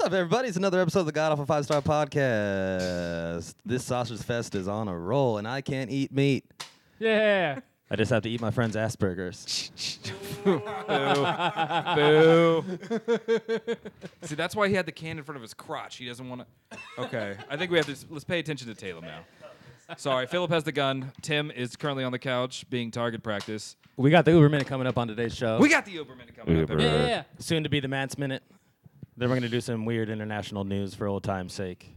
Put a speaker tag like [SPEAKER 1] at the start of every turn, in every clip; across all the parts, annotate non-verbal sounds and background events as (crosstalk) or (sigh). [SPEAKER 1] up, everybody? It's another episode of the God Off a Five Star Podcast. This Sausage Fest is on a roll, and I can't eat meat.
[SPEAKER 2] Yeah.
[SPEAKER 1] I just have to eat my friend's Asperger's. (laughs)
[SPEAKER 3] See, that's why he had the can in front of his crotch. He doesn't want to. Okay, I think we have to. s- Let's pay attention to Taylor now. Sorry, Philip has the gun. Tim is currently on the couch being target practice.
[SPEAKER 1] We got the Uber Minute coming up on today's show.
[SPEAKER 3] We got the Uber minute coming up.
[SPEAKER 4] Uber.
[SPEAKER 3] everybody.
[SPEAKER 2] Yeah.
[SPEAKER 1] soon to be the Mats Minute. Then we're gonna do some weird international news for old time's sake,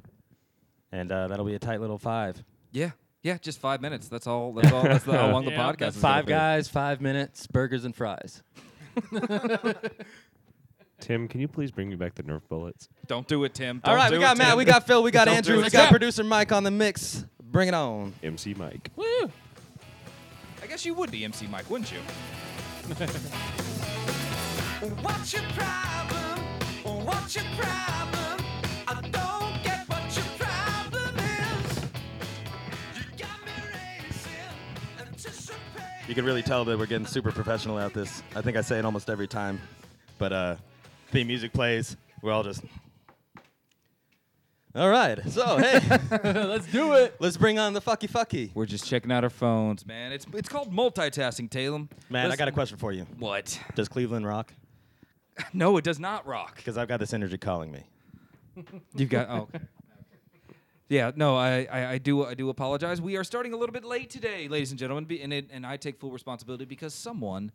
[SPEAKER 1] and uh, that'll be a tight little five.
[SPEAKER 3] Yeah, yeah, just five minutes. That's all. That's all. That's
[SPEAKER 1] (laughs)
[SPEAKER 3] how long
[SPEAKER 2] Yeah,
[SPEAKER 3] the podcast is.
[SPEAKER 1] Five
[SPEAKER 3] gonna
[SPEAKER 1] guys, five minutes, burgers and fries.
[SPEAKER 4] Tim, can you please bring me back the Nerf bullets?
[SPEAKER 3] be. Don't do it, Tim. Don't
[SPEAKER 1] All right,
[SPEAKER 3] do
[SPEAKER 1] we
[SPEAKER 3] it,
[SPEAKER 1] got Matt,
[SPEAKER 3] Tim.
[SPEAKER 1] we got Phil, we got
[SPEAKER 3] Don't
[SPEAKER 1] Andrew,
[SPEAKER 3] do it.
[SPEAKER 1] we
[SPEAKER 3] Let's
[SPEAKER 1] got
[SPEAKER 3] go.
[SPEAKER 1] producer Mike on the mix. Bring it on.
[SPEAKER 4] MC Mike.
[SPEAKER 2] Woo.
[SPEAKER 3] I guess you would be MC Mike, wouldn't you?
[SPEAKER 5] (laughs) What's your problem? What's your problem? I don't get what your problem is. You got me racing, anticipating.
[SPEAKER 1] You can really tell that we're getting super professional at this. I think I say it almost every time, but uh, theme music plays. We're all just. All right, so (laughs) hey,
[SPEAKER 2] (laughs) Let's do it.
[SPEAKER 1] let's bring on the fucky fucky.
[SPEAKER 3] We're just checking out our phones, man. It's it's called multitasking, Taylor.
[SPEAKER 1] Man, I
[SPEAKER 3] Let's-
[SPEAKER 1] got a question for you.
[SPEAKER 3] What? (laughs)
[SPEAKER 1] Does Cleveland rock?
[SPEAKER 3] No, it does not rock.
[SPEAKER 1] Because I've got this energy calling me.
[SPEAKER 3] You've got oh. okay. Yeah, no, I, I, I do I do apologize. We are starting a little bit late today, ladies and gentlemen, be- and it, and I take full responsibility because someone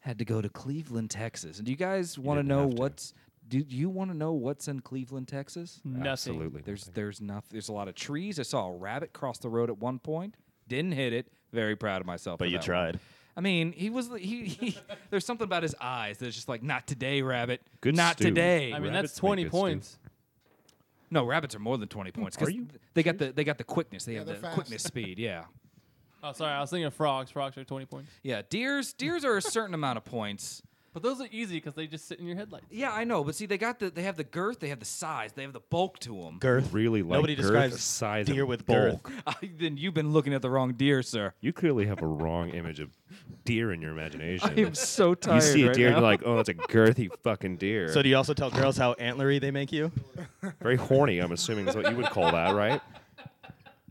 [SPEAKER 3] had to go to Cleveland, Texas. And do you guys want to
[SPEAKER 4] didn't
[SPEAKER 3] know
[SPEAKER 4] have to.
[SPEAKER 3] what's do you want to know what's in Cleveland, Texas?
[SPEAKER 2] Nothing.
[SPEAKER 4] Absolutely.
[SPEAKER 3] There's there's nothing. There's a lot of trees. I saw a rabbit cross the road at one point. Didn't hit it. Very proud of myself.
[SPEAKER 1] But
[SPEAKER 3] for
[SPEAKER 1] you
[SPEAKER 3] that one.
[SPEAKER 1] tried.
[SPEAKER 3] I mean, he was he, he (laughs) there's something about his eyes that's just like not today, rabbit.
[SPEAKER 4] Good
[SPEAKER 3] not
[SPEAKER 4] stew.
[SPEAKER 3] today.
[SPEAKER 2] I mean,
[SPEAKER 4] Rabbits
[SPEAKER 2] that's
[SPEAKER 4] make
[SPEAKER 2] 20
[SPEAKER 4] good
[SPEAKER 2] points.
[SPEAKER 3] No, rabbits are more than twenty points.
[SPEAKER 4] Are
[SPEAKER 3] 'cause
[SPEAKER 4] you?
[SPEAKER 3] th- They got the they got the quickness. They have the
[SPEAKER 6] they're fast. (laughs)
[SPEAKER 3] quickness speed. Yeah,
[SPEAKER 2] Oh, sorry. I was thinking of frogs. Frogs are 20 points.
[SPEAKER 3] yeah. Deers deers are a certain amount of points.
[SPEAKER 2] But those are easy because they just sit in your headlights.
[SPEAKER 3] Yeah, I know, but see, they got the they have the girth, they have the size, they have the bulk to them. (laughs)
[SPEAKER 1] Girth.
[SPEAKER 4] Really like
[SPEAKER 1] Nobody
[SPEAKER 4] girth,
[SPEAKER 1] describes
[SPEAKER 4] size
[SPEAKER 1] deer
[SPEAKER 4] and
[SPEAKER 1] with
[SPEAKER 4] bulk.
[SPEAKER 1] girth.
[SPEAKER 3] then you've been looking at the wrong deer, sir.
[SPEAKER 4] You clearly have a wrong image of deer in your imagination.
[SPEAKER 3] (laughs) I am so tired.
[SPEAKER 4] you see a
[SPEAKER 3] right
[SPEAKER 4] deer
[SPEAKER 3] now.
[SPEAKER 4] and you're like, oh, that's a girthy fucking deer.
[SPEAKER 1] So do you also tell girls how antlery they make you?
[SPEAKER 4] Very horny, I'm assuming is what you would call that, right?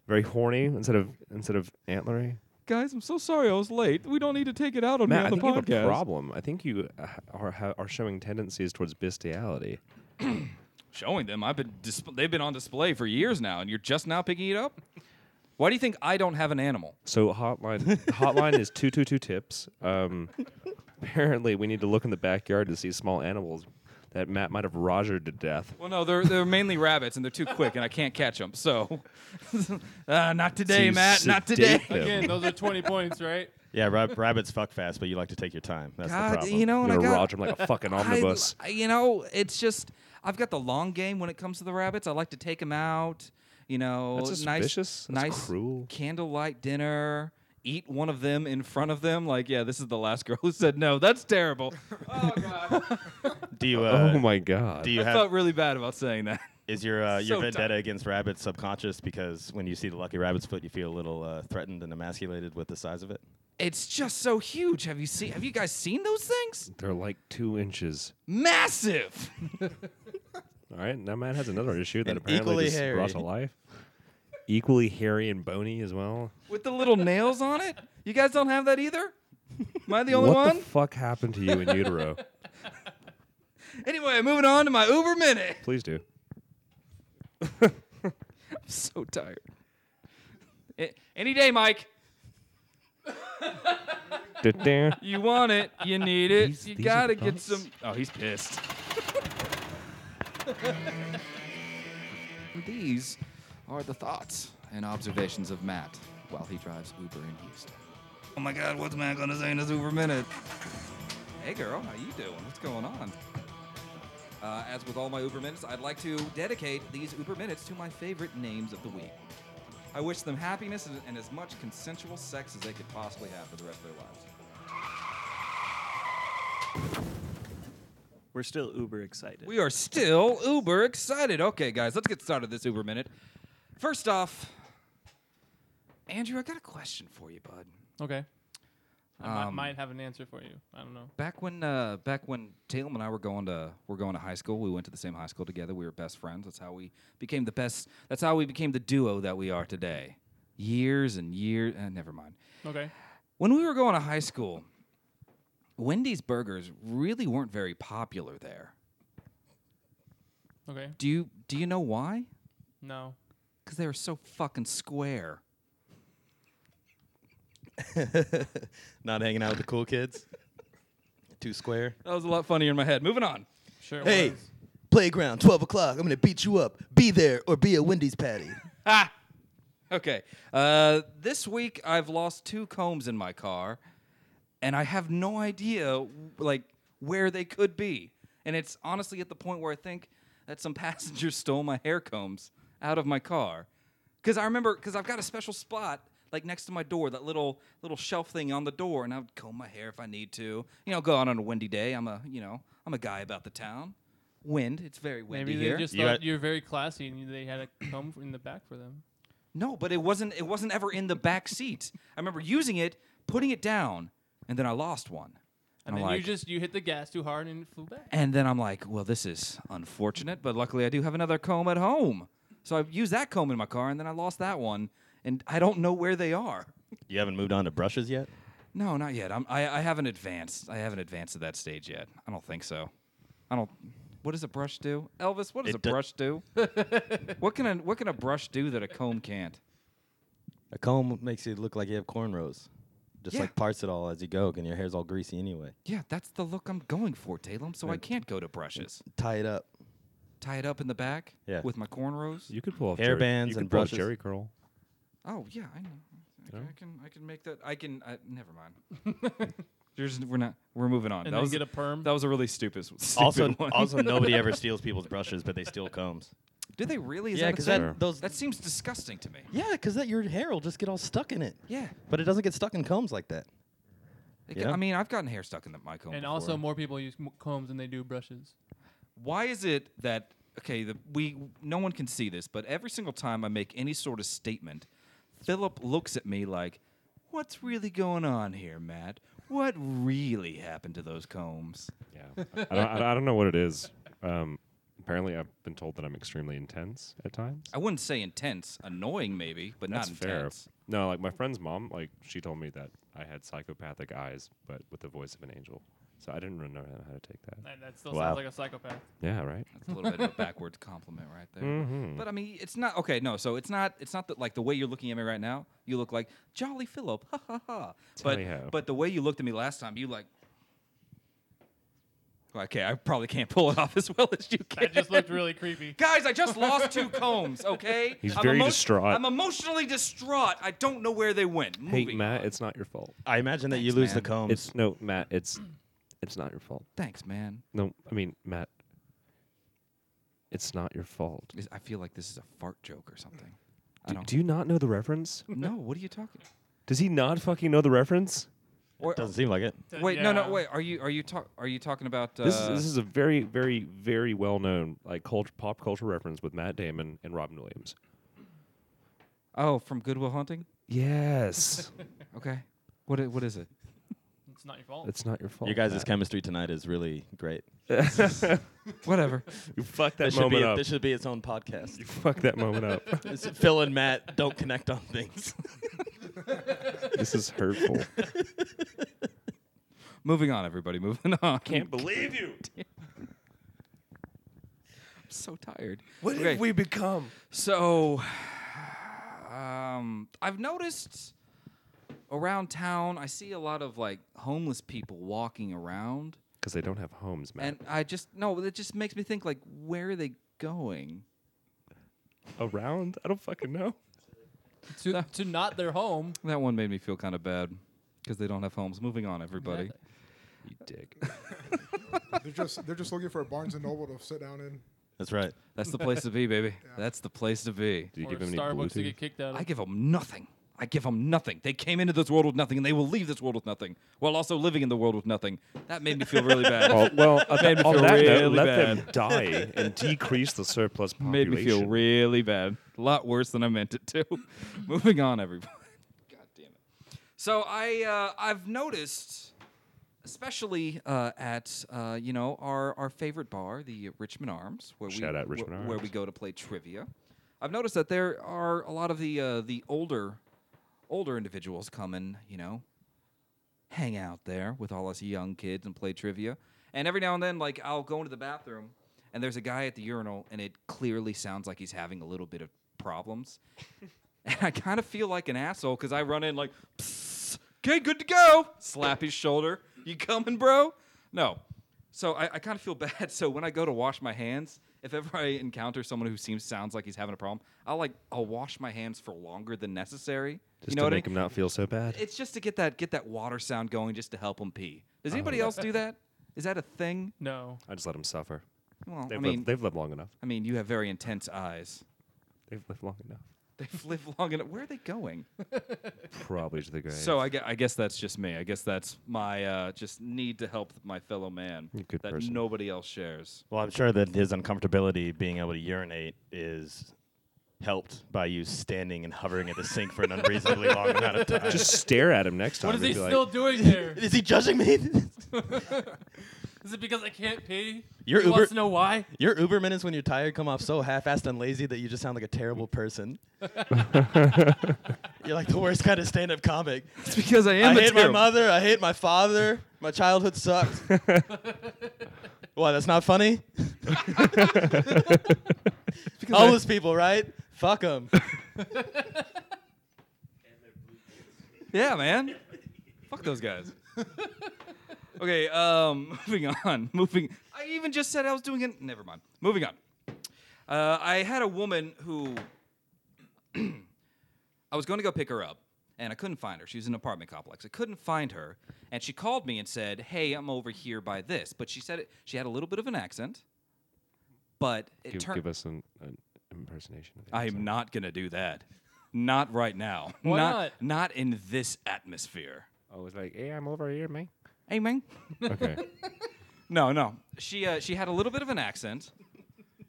[SPEAKER 4] Very horny instead of instead of antlery.
[SPEAKER 3] guys, I'm so sorry I was late. We don't need to take it out on
[SPEAKER 4] Matt,
[SPEAKER 3] me
[SPEAKER 4] I think
[SPEAKER 3] on the
[SPEAKER 4] you
[SPEAKER 3] podcast.
[SPEAKER 4] have a problem. I think you uh, are ha- are showing tendencies towards bestiality.
[SPEAKER 3] Showing them, I've been dis- they've been on display for years now, and you're just now picking it up. Why do you think I don't have an animal?
[SPEAKER 4] So hotline hotline is two two two tips. Um, apparently, we need to look in the backyard to see small animals that Matt might have rogered to death.
[SPEAKER 3] Well, no, they're they're mainly rabbits, and they're too quick, and I can't catch them. So, (laughs) uh, not today,
[SPEAKER 4] To
[SPEAKER 3] Matt. Not today.
[SPEAKER 4] sedate them.
[SPEAKER 2] Again, those are 20 points, right?
[SPEAKER 1] Yeah, rab- rabbits fuck fast, but you like to take your time. That's the
[SPEAKER 3] (laughs) God,
[SPEAKER 1] problem.
[SPEAKER 3] you know, and I
[SPEAKER 4] You're gonna
[SPEAKER 3] got,
[SPEAKER 4] roger 'em like a fucking
[SPEAKER 3] I-
[SPEAKER 4] omnibus.
[SPEAKER 3] I- you know, it's just I've got the long game when it comes to the rabbits. I like to take them out. You know,
[SPEAKER 4] That's
[SPEAKER 3] nice,
[SPEAKER 4] suspicious. That's
[SPEAKER 3] nice
[SPEAKER 4] cruel.
[SPEAKER 3] candlelight dinner. Eat one of them in front of them. Like, yeah, this is the last girl who said no. That's (laughs) terrible. Oh,
[SPEAKER 1] Do you? Uh,
[SPEAKER 4] oh my god!
[SPEAKER 1] Do you
[SPEAKER 3] I
[SPEAKER 1] have?
[SPEAKER 3] felt really bad about saying
[SPEAKER 4] (laughs)
[SPEAKER 3] that.
[SPEAKER 1] Is your uh, your
[SPEAKER 3] So
[SPEAKER 1] vendetta
[SPEAKER 3] dumb.
[SPEAKER 1] against rabbits subconscious because when you see the lucky rabbit's foot, you feel a little uh, threatened and emasculated with the size of it?
[SPEAKER 3] It's just so huge. Have you seen? Have you guys seen those things?
[SPEAKER 4] They're like two inches.
[SPEAKER 3] Massive.
[SPEAKER 4] All right, now Matt has another issue that
[SPEAKER 1] And
[SPEAKER 4] apparently
[SPEAKER 1] equally
[SPEAKER 4] just
[SPEAKER 1] hairy.
[SPEAKER 4] brought to life. Equally hairy and bony as well.
[SPEAKER 3] with the little nails on it. You guys don't have that either. Am I the only
[SPEAKER 4] what
[SPEAKER 3] one?
[SPEAKER 4] the fuck happened to you in
[SPEAKER 1] (laughs)
[SPEAKER 4] utero?
[SPEAKER 3] anyway, moving on to my Uber minute.
[SPEAKER 4] Please do.
[SPEAKER 3] I'm so tired. A- any day, Mike.
[SPEAKER 4] Da-da.
[SPEAKER 1] (laughs)
[SPEAKER 3] (laughs) You want it. You need it.
[SPEAKER 4] These-
[SPEAKER 3] you
[SPEAKER 4] these are
[SPEAKER 3] gotta
[SPEAKER 4] the
[SPEAKER 3] get
[SPEAKER 4] thoughts?
[SPEAKER 3] some. Oh, he's pissed. (laughs) These are the thoughts and observations of Matt while he drives Uber in Houston. Oh my God, what's Matt gonna say in his Uber minute? Hey, girl, how you doing? What's going on? Uh, as with all my Uber minutes, I'd like to dedicate these Uber minutes to my favorite names of the week. I wish them happiness and, and as much consensual sex as they could possibly have for the rest of their lives.
[SPEAKER 7] We're still uber excited.
[SPEAKER 3] We are still uber excited. Okay, guys, let's get started this uber minute. First off, Andrew, I got a question for you, bud.
[SPEAKER 2] Okay. I might,
[SPEAKER 3] Um,
[SPEAKER 2] might have an answer for you. I don't know.
[SPEAKER 3] Back when uh, back when Tatum and I were going to were going to high school, we went to the same high school together. We were best friends. That's how we became the best. That's how we became the duo that we are today. Years and years. Uh, never mind.
[SPEAKER 2] Okay.
[SPEAKER 3] When we were going to high school, Wendy's burgers really weren't very popular there.
[SPEAKER 2] Okay.
[SPEAKER 3] Do you do you know why?
[SPEAKER 2] No.
[SPEAKER 3] Because they were so fucking square.
[SPEAKER 1] Not hanging out with the cool kids. (laughs) Too square.
[SPEAKER 3] That was a lot funnier in my head. Moving on.
[SPEAKER 2] Sure. it
[SPEAKER 6] Hey,
[SPEAKER 2] was.
[SPEAKER 6] playground, 12 o'clock. I'm going to beat you up. Be there or be a Wendy's patty.
[SPEAKER 3] Okay. Uh, this week I've lost two combs in my car, and I have no idea like where they could be. And it's honestly at the point where I think that some (laughs) passenger stole my hair combs out of my car, because I remember because I've got a special spot like next to my door, that little little shelf thing on the door, and I would comb my hair if I need to. You know, go out on a windy day. I'm a you know I'm a guy about the town. Wind. It's very windy
[SPEAKER 2] Maybe they
[SPEAKER 3] here.
[SPEAKER 2] just
[SPEAKER 1] You
[SPEAKER 2] thought
[SPEAKER 1] got-
[SPEAKER 2] you were very classy and you- they had a comb in the back for them.
[SPEAKER 3] No, but it wasn't. It wasn't ever in the back seat. I remember using it, putting it down, and then I lost one.
[SPEAKER 2] And
[SPEAKER 3] I'm
[SPEAKER 2] then you
[SPEAKER 3] like-
[SPEAKER 2] just you hit the gas too hard and it flew back.
[SPEAKER 3] And then I'm like, well, this is unfortunate, but luckily I do have another comb at home, so I used that comb in my car, and then I lost that one, and I don't know where they are.
[SPEAKER 1] You haven't moved on to brushes yet?
[SPEAKER 3] No, not yet. I'm, I I haven't advanced. I haven't advanced to that stage yet. I don't think so. I don't. What does a brush do, Elvis? What does
[SPEAKER 1] It
[SPEAKER 3] a
[SPEAKER 1] do-
[SPEAKER 3] brush
[SPEAKER 2] (laughs)
[SPEAKER 3] do? what can a what can a brush do that a comb can't?
[SPEAKER 1] A comb makes you look like you have cornrows. Just
[SPEAKER 3] Yeah.
[SPEAKER 1] like parts it all as you go, and your hair's all greasy anyway.
[SPEAKER 3] Yeah, that's the look I'm going for, Talem. So I can't go to brushes.
[SPEAKER 6] Tie it up.
[SPEAKER 3] tie it up in the back
[SPEAKER 1] Mm. Yeah.
[SPEAKER 3] with my cornrows.
[SPEAKER 4] You could pull off
[SPEAKER 1] Hair
[SPEAKER 4] Jerry-
[SPEAKER 1] bands
[SPEAKER 4] you could
[SPEAKER 1] and
[SPEAKER 4] pull off
[SPEAKER 1] brushes.
[SPEAKER 4] Jerry curl.
[SPEAKER 3] Oh yeah, I know. I can, I can I can make that. I can. I, never mind.
[SPEAKER 1] (laughs)
[SPEAKER 3] (laughs) There's, we're not. We're moving on.
[SPEAKER 2] And
[SPEAKER 3] that
[SPEAKER 2] then
[SPEAKER 3] was
[SPEAKER 2] get a perm.
[SPEAKER 3] That was a really stupid, (laughs)
[SPEAKER 1] (laughs)
[SPEAKER 3] stupid
[SPEAKER 1] Also,
[SPEAKER 3] one.
[SPEAKER 1] also nobody ever steals people's brushes, but they steal combs.
[SPEAKER 3] (laughs) do they really? Is
[SPEAKER 1] yeah,
[SPEAKER 3] that a
[SPEAKER 1] because
[SPEAKER 3] thing?
[SPEAKER 1] that, those.
[SPEAKER 3] that seems disgusting to me.
[SPEAKER 6] Yeah, because that your hair will just get all stuck in it.
[SPEAKER 3] Yeah.
[SPEAKER 6] But it doesn't get stuck in combs like that.
[SPEAKER 3] It ca-
[SPEAKER 1] Yeah.
[SPEAKER 3] I mean, I've gotten hair stuck in the my comb.
[SPEAKER 2] and
[SPEAKER 3] before.
[SPEAKER 2] also, more people use m- combs than they do brushes.
[SPEAKER 3] why is it that okay the, we no one can see this but every single time i make any sort of statement philip looks at me like what's really going on here matt what really happened to those combs
[SPEAKER 4] Yeah, I, don't, I, I don't know what it is. Um, apparently, I've been told that I'm extremely intense at times.
[SPEAKER 3] i wouldn't say intense annoying maybe but
[SPEAKER 4] That's
[SPEAKER 3] Oh, not
[SPEAKER 4] fair.
[SPEAKER 3] intense
[SPEAKER 4] No, like my friend's mom, like she told me that I had psychopathic eyes, but with the voice of an angel. So I didn't really know how to take that.
[SPEAKER 2] That, that still
[SPEAKER 1] Wow.
[SPEAKER 2] sounds like a psychopath.
[SPEAKER 4] Yeah, right.
[SPEAKER 3] That's a little bit of a backwards compliment right there.
[SPEAKER 4] Mm-hmm.
[SPEAKER 3] But I mean, it's not okay. No, so it's not. It's not that like the way you're looking at me right now. You look like Jolly Philip, ha ha ha. But
[SPEAKER 4] Tally-ho.
[SPEAKER 3] but the way you looked at me last time, you like. Okay, I probably can't pull it off as well as you
[SPEAKER 2] (laughs)
[SPEAKER 3] can.
[SPEAKER 2] That just looked really creepy.
[SPEAKER 3] Guys, I just lost two combs. Okay,
[SPEAKER 4] (laughs) He's very distraught.
[SPEAKER 3] I'm emotionally distraught. I don't know where they went.
[SPEAKER 4] Hey,
[SPEAKER 3] Moving
[SPEAKER 4] Matt,
[SPEAKER 3] on.
[SPEAKER 4] it's not your fault.
[SPEAKER 1] I imagine that you
[SPEAKER 3] Thanks,
[SPEAKER 1] lose the
[SPEAKER 3] man.
[SPEAKER 1] combs.
[SPEAKER 4] It's no, Matt. It's it's not your fault.
[SPEAKER 3] thanks, man.
[SPEAKER 4] No, I mean Matt. It's not your fault.
[SPEAKER 3] Is- I feel like this is a fart joke or something. I
[SPEAKER 4] Do,
[SPEAKER 3] don't.
[SPEAKER 4] do you not know the reference?
[SPEAKER 3] no, what are you talking?
[SPEAKER 4] Does he not fucking know the reference?
[SPEAKER 3] Or,
[SPEAKER 1] doesn't seem like it.
[SPEAKER 3] Wait, no, no,
[SPEAKER 2] Yeah.
[SPEAKER 3] wait. Are you are you talk are you talking about uh,
[SPEAKER 4] This is, this is a very, very, very well known like cult- pop culture reference with Matt Damon and Robin Williams.
[SPEAKER 3] Oh, from Goodwill Hunting?
[SPEAKER 4] (laughs) Yes,
[SPEAKER 3] Okay. What i- what is it?
[SPEAKER 2] It's not your fault.
[SPEAKER 4] it's not your fault.
[SPEAKER 1] Your guys'
[SPEAKER 4] Matt.
[SPEAKER 1] chemistry tonight is really great.
[SPEAKER 4] (laughs)
[SPEAKER 3] Whatever.
[SPEAKER 4] You fucked that
[SPEAKER 1] This should, be
[SPEAKER 4] moment
[SPEAKER 1] a-
[SPEAKER 4] up.
[SPEAKER 1] this should be its own podcast.
[SPEAKER 4] (laughs) You fucked that moment up.
[SPEAKER 1] It's Phil and Matt don't connect on things.
[SPEAKER 4] this
[SPEAKER 3] (laughs)
[SPEAKER 4] is hurtful.
[SPEAKER 3] Moving on, everybody. Moving (laughs) on.
[SPEAKER 4] Can't believe you.
[SPEAKER 3] I'm so tired.
[SPEAKER 4] What
[SPEAKER 3] Okay,
[SPEAKER 4] have we become?
[SPEAKER 3] so (sighs) um I've noticed around town I see a lot of like homeless people walking around
[SPEAKER 4] Because they don't have homes, Matt.
[SPEAKER 3] and I just no, it just makes me think like where are they going?
[SPEAKER 4] Around? I don't fucking know.
[SPEAKER 2] to, to not their home.
[SPEAKER 3] That one made me feel kind of bad cuz they don't have homes. Moving on, everybody.
[SPEAKER 4] You dick.
[SPEAKER 7] They're just they're just looking for a Barnes and Noble to sit down in.
[SPEAKER 1] That's right.
[SPEAKER 3] That's the place to be,
[SPEAKER 4] (laughs)
[SPEAKER 3] baby. That's the place to be.
[SPEAKER 4] Did you
[SPEAKER 2] or
[SPEAKER 4] give him any
[SPEAKER 2] Starbucks to
[SPEAKER 4] Bluetooth?
[SPEAKER 2] get kicked out of.
[SPEAKER 3] I give them nothing. I give them nothing. They came into this world with nothing, and they will leave this world with nothing, while also living in the world with nothing. That made me feel really bad.
[SPEAKER 4] (laughs) Oh, well, on
[SPEAKER 3] made me
[SPEAKER 4] that, on
[SPEAKER 3] feel
[SPEAKER 4] that
[SPEAKER 3] really
[SPEAKER 4] note, let
[SPEAKER 3] bad.
[SPEAKER 4] them die and decrease the
[SPEAKER 3] (laughs)
[SPEAKER 4] surplus
[SPEAKER 3] made
[SPEAKER 4] population.
[SPEAKER 3] me feel (laughs) really bad. A lot worse than I meant it to. Moving on, everybody. God damn it. So I uh, I've noticed, especially uh, at uh, you know our our favorite bar, the Richmond Arms, where
[SPEAKER 4] Shout
[SPEAKER 3] we
[SPEAKER 4] out Richmond
[SPEAKER 3] where- where we
[SPEAKER 4] Arms.
[SPEAKER 3] go to play trivia. I've noticed that there are a lot of the uh, the older older individuals come and you know hang out there with all us young kids and play trivia. And every now and then, like I'll go into the bathroom and there's a guy at the urinal, and it clearly sounds like he's having a little bit of problems. (laughs) And I kind of feel like an asshole because I run in like, okay, good to go. Slap his shoulder. You coming, bro? No. So I, I kind of feel (laughs) bad. So when I go to wash my hands, if ever I encounter someone who seems sounds like he's having a problem, I'll like I'll wash my hands for longer than necessary.
[SPEAKER 4] Just
[SPEAKER 3] you know
[SPEAKER 4] to
[SPEAKER 3] what
[SPEAKER 4] make
[SPEAKER 3] I mean?
[SPEAKER 4] him not feel so bad.
[SPEAKER 3] It's just to get that get that water sound going, just to help him pee. Does anybody else do that? Is that a thing?
[SPEAKER 2] No.
[SPEAKER 4] I just let him suffer.
[SPEAKER 3] Well,
[SPEAKER 4] They've,
[SPEAKER 3] I mean,
[SPEAKER 4] lived, they've lived long enough.
[SPEAKER 3] I mean, you have very intense eyes. (laughs)
[SPEAKER 4] They've lived long enough.
[SPEAKER 3] They've lived long enough. Where are they going?
[SPEAKER 4] Probably to the grave.
[SPEAKER 3] So I, gue- I guess that's just me. I guess that's my uh, just need to help my fellow man
[SPEAKER 4] You're a good
[SPEAKER 3] that
[SPEAKER 4] person.
[SPEAKER 3] nobody else shares.
[SPEAKER 1] Well, I'm sure that his uncomfortability being able to urinate is helped by you standing and hovering at the sink for an (laughs) unreasonably long amount of time.
[SPEAKER 4] just stare at him next time.
[SPEAKER 2] What is
[SPEAKER 4] and
[SPEAKER 2] he
[SPEAKER 4] be like,
[SPEAKER 2] still (laughs) doing there?
[SPEAKER 6] Is he judging
[SPEAKER 1] (laughs)
[SPEAKER 6] me?
[SPEAKER 2] Is it because I can't pee?
[SPEAKER 1] Your
[SPEAKER 2] he
[SPEAKER 1] Uber-
[SPEAKER 2] wants to know why.
[SPEAKER 1] Your Uber minutes when you're tired come off so half-assed and lazy that you just sound like a terrible (laughs) person. you're like the worst kind of stand-up comic.
[SPEAKER 3] It's because I
[SPEAKER 1] I
[SPEAKER 3] am
[SPEAKER 1] hate my mother. I hate my father. My childhood (laughs) sucked. what? That's not (laughs) funny. Homeless people, right? Fuck them.
[SPEAKER 3] Yeah, man. Fuck those guys. okay, um, (laughs) moving on. Moving. I even just said I was doing it. Never mind. Moving on. Uh, I had a woman who (clears throat) I was going to go pick her up, and I couldn't find her. She was in an apartment complex. I couldn't find her, and she called me and said, "Hey, I'm over here by this." But she said it, she had a little bit of an accent, but it
[SPEAKER 4] give,
[SPEAKER 3] turned.
[SPEAKER 4] give us an, an impersonation. Of
[SPEAKER 3] I am not gonna do that. Not right now.
[SPEAKER 2] Why
[SPEAKER 3] not? Not in this atmosphere.
[SPEAKER 4] I was like, hey, I'm over here, man.
[SPEAKER 3] Hey, man.
[SPEAKER 4] (laughs) Okay.
[SPEAKER 3] No, no. She uh, she had a little bit of an accent, (laughs)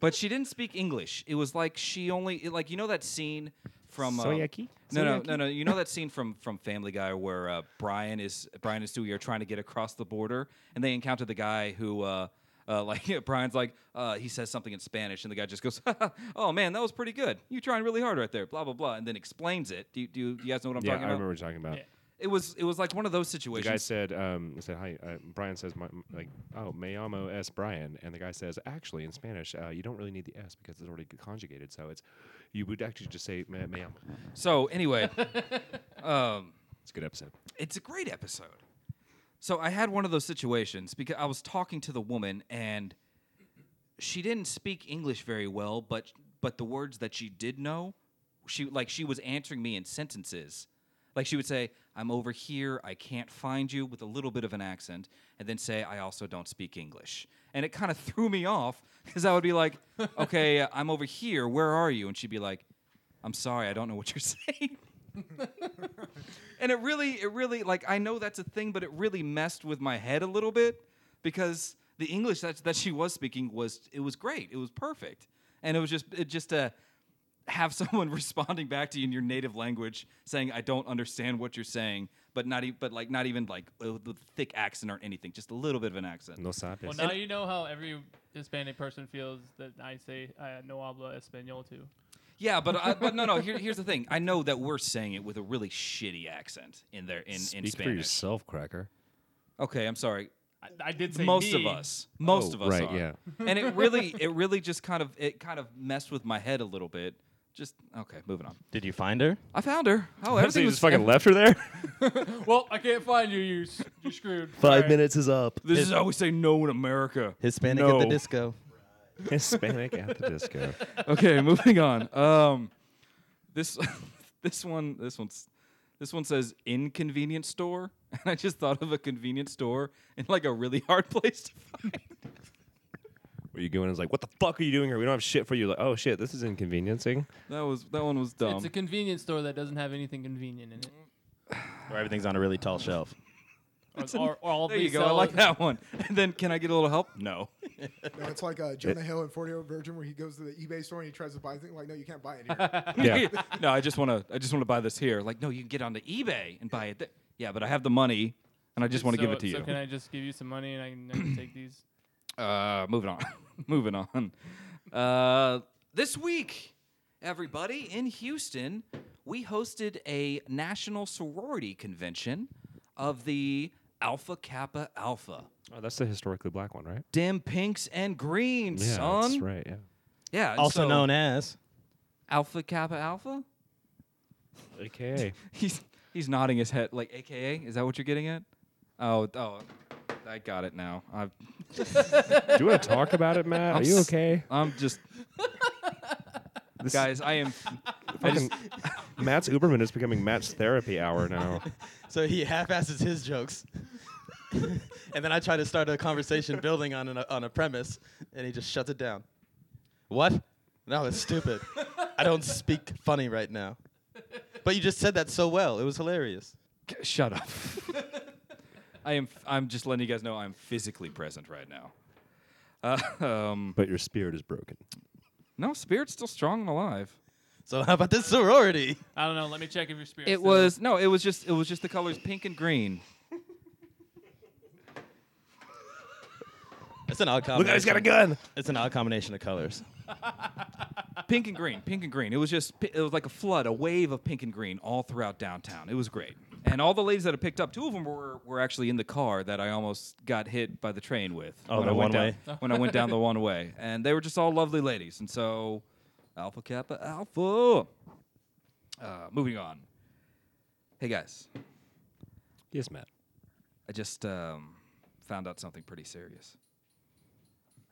[SPEAKER 3] but she didn't speak English. It was like she only it- like you know that scene from uh,
[SPEAKER 4] Soyaki?
[SPEAKER 3] No, no, no, no. You know that scene from from Family Guy where uh, Brian is Brian and Stewie are trying to get across the border, and they encounter the guy who. Uh, uh, (laughs) like Brian's like uh, he says something in Spanish, and the guy just goes, (laughs) "Oh man, that was pretty good. You trying really hard right there." Blah blah blah, and then explains it. Do you, do you, you guys know what I'm
[SPEAKER 4] Yeah,
[SPEAKER 3] talking
[SPEAKER 4] I
[SPEAKER 3] about?
[SPEAKER 4] remember what you're talking about.
[SPEAKER 2] Yeah.
[SPEAKER 3] It was it was like one of those
[SPEAKER 4] The
[SPEAKER 3] situations.
[SPEAKER 4] guy said, um, he said, hi, uh, Brian says, my, m- like, oh, me llamo S. Brian. And the guy says, actually, in Spanish, uh, you don't really need the S because it's already conjugated. So it's, you would actually just say, me, me llamo.
[SPEAKER 3] so anyway,
[SPEAKER 4] It's a good episode.
[SPEAKER 3] it's a great episode. So I had one of those situations because I was talking to the woman and she didn't speak English very well, but but the words that she did know, she like she was answering me in sentences. Like she would say, "I'm over here, I can't find you" with a little bit of an accent, and then say, "I also don't speak English." And it kind of (laughs) threw me off because I would be like, "Okay, uh, I'm over here. Where are you?" And she'd be like, "I'm sorry, I don't know what you're (laughs) saying." and it really it really like i know that's a thing but it really messed with my head a little bit because the english that, that she was speaking was it was great it was perfect and it was just it just uh have (laughs) someone responding back to you in your native language saying i don't understand what you're saying but not even but like not even like uh, with thick accent or anything just a little bit of an accent
[SPEAKER 4] No sabes.
[SPEAKER 2] Well, now you know how every Hispanic person feels that I say uh, no habla español too.
[SPEAKER 3] yeah but I, but no no here, here's the thing i know that we're saying it with a really shitty accent in there in, in
[SPEAKER 4] Speak for
[SPEAKER 3] spanish
[SPEAKER 4] yourself, cracker.
[SPEAKER 3] okay i'm sorry
[SPEAKER 2] I, I did say
[SPEAKER 3] most of
[SPEAKER 2] me.
[SPEAKER 3] us most
[SPEAKER 4] Oh,
[SPEAKER 3] of us
[SPEAKER 4] right,
[SPEAKER 3] are.
[SPEAKER 4] yeah.
[SPEAKER 3] (laughs) and it really it really just kind of it kind of messed with my head a little bit just okay moving on
[SPEAKER 1] (laughs) Did you find her?
[SPEAKER 3] i found her oh
[SPEAKER 4] So
[SPEAKER 3] everything
[SPEAKER 4] you
[SPEAKER 3] was
[SPEAKER 4] just fucking left her there?
[SPEAKER 2] Well, I can't find you. You s- you're screwed. Sorry.
[SPEAKER 6] is up.
[SPEAKER 3] this is how we say no in america
[SPEAKER 1] Hispanic at the
[SPEAKER 4] No.
[SPEAKER 1] disco.
[SPEAKER 4] (laughs) Hispanic at the disco.
[SPEAKER 3] (laughs) okay moving on um this (laughs) this one this one's this one says inconvenience store (laughs) and i just thought of a convenience store in like a really hard (laughs) place to find
[SPEAKER 4] Where you going? It's like, what the fuck are you doing here? We don't have shit for you. Like, oh shit, this
[SPEAKER 3] (laughs)
[SPEAKER 4] is inconveniencing.
[SPEAKER 3] that was that one was dumb
[SPEAKER 2] It's a convenience store that doesn't have anything convenient (laughs) in it.
[SPEAKER 1] Where everything's on a really tall shelf.
[SPEAKER 2] Or, or, or all
[SPEAKER 3] (laughs) there
[SPEAKER 2] they
[SPEAKER 3] you go i
[SPEAKER 2] sell-
[SPEAKER 3] like that one and then can i get a little help no
[SPEAKER 7] No, it's like uh, Jonah Hill in 40 Year Old Virgin where he goes to the eBay store and he tries to buy things. Like, no, you can't buy it here.
[SPEAKER 4] Yeah.
[SPEAKER 3] (laughs) no, I just want to. I just want to buy this here. Like, no, you can get onto eBay and buy it. There. Yeah, but I have the money, and I just want to
[SPEAKER 2] so,
[SPEAKER 3] give it to
[SPEAKER 2] so
[SPEAKER 3] you.
[SPEAKER 2] can I just give you some money and I can, I can take these?
[SPEAKER 3] Uh, moving on. (laughs) moving on. Uh, this week, everybody in Houston, we hosted a national sorority convention of the Alpha Kappa Alpha.
[SPEAKER 4] Oh, that's the historically black one, right?
[SPEAKER 3] Dim pinks and greens,
[SPEAKER 4] Yeah,
[SPEAKER 3] son.
[SPEAKER 4] that's right. Yeah.
[SPEAKER 3] Yeah. and
[SPEAKER 1] Also
[SPEAKER 3] so-
[SPEAKER 1] known as.
[SPEAKER 3] Alpha Kappa Alpha.
[SPEAKER 4] AKA.
[SPEAKER 3] He's he's nodding his head like AKA. Is that what you're getting at? Oh, oh, I got it now. I've,
[SPEAKER 4] (laughs) Do you want to talk about it, Matt? Are you
[SPEAKER 3] s-
[SPEAKER 4] okay?
[SPEAKER 3] I'm just. Guys, I am. (laughs) I just,
[SPEAKER 4] Fucking- (laughs) Matt's Uberman is becoming Matt's therapy hour now.
[SPEAKER 1] So he half-asses his jokes, (laughs) and then I try to start a conversation building on an, on a premise, and he just shuts it down. What? No, it's stupid. I don't speak funny right now. But you just said that so well; it was hilarious.
[SPEAKER 3] K- Shut up. I am. f- I'm just letting you guys know I'm physically present right now. Uh, um,
[SPEAKER 4] (laughs) But your spirit is broken.
[SPEAKER 3] no, spirit's still strong and alive.
[SPEAKER 1] So how about this sorority?
[SPEAKER 2] I don't know. Let me check (clears throat) if your spirit.
[SPEAKER 3] It was no. It was just. It was just the colors pink and green.
[SPEAKER 1] It's an odd combination.
[SPEAKER 4] gun.
[SPEAKER 1] It's an odd combination of colors.
[SPEAKER 3] Pink and green. Pink and green. It was just. pi- It was like a flood, a wave of pink and green all throughout downtown. It was great. And all the ladies that I picked up, two of them were, were actually in the car that I almost got hit by the train with.
[SPEAKER 1] Oh,
[SPEAKER 3] when
[SPEAKER 1] the
[SPEAKER 3] I went
[SPEAKER 1] one-way?
[SPEAKER 3] down- When I went down the one way, and they were just all lovely ladies. And so, Alpha Kappa Alpha. Uh, moving on. Hey guys,
[SPEAKER 4] Yes, Matt.
[SPEAKER 3] I just um, found out something pretty serious.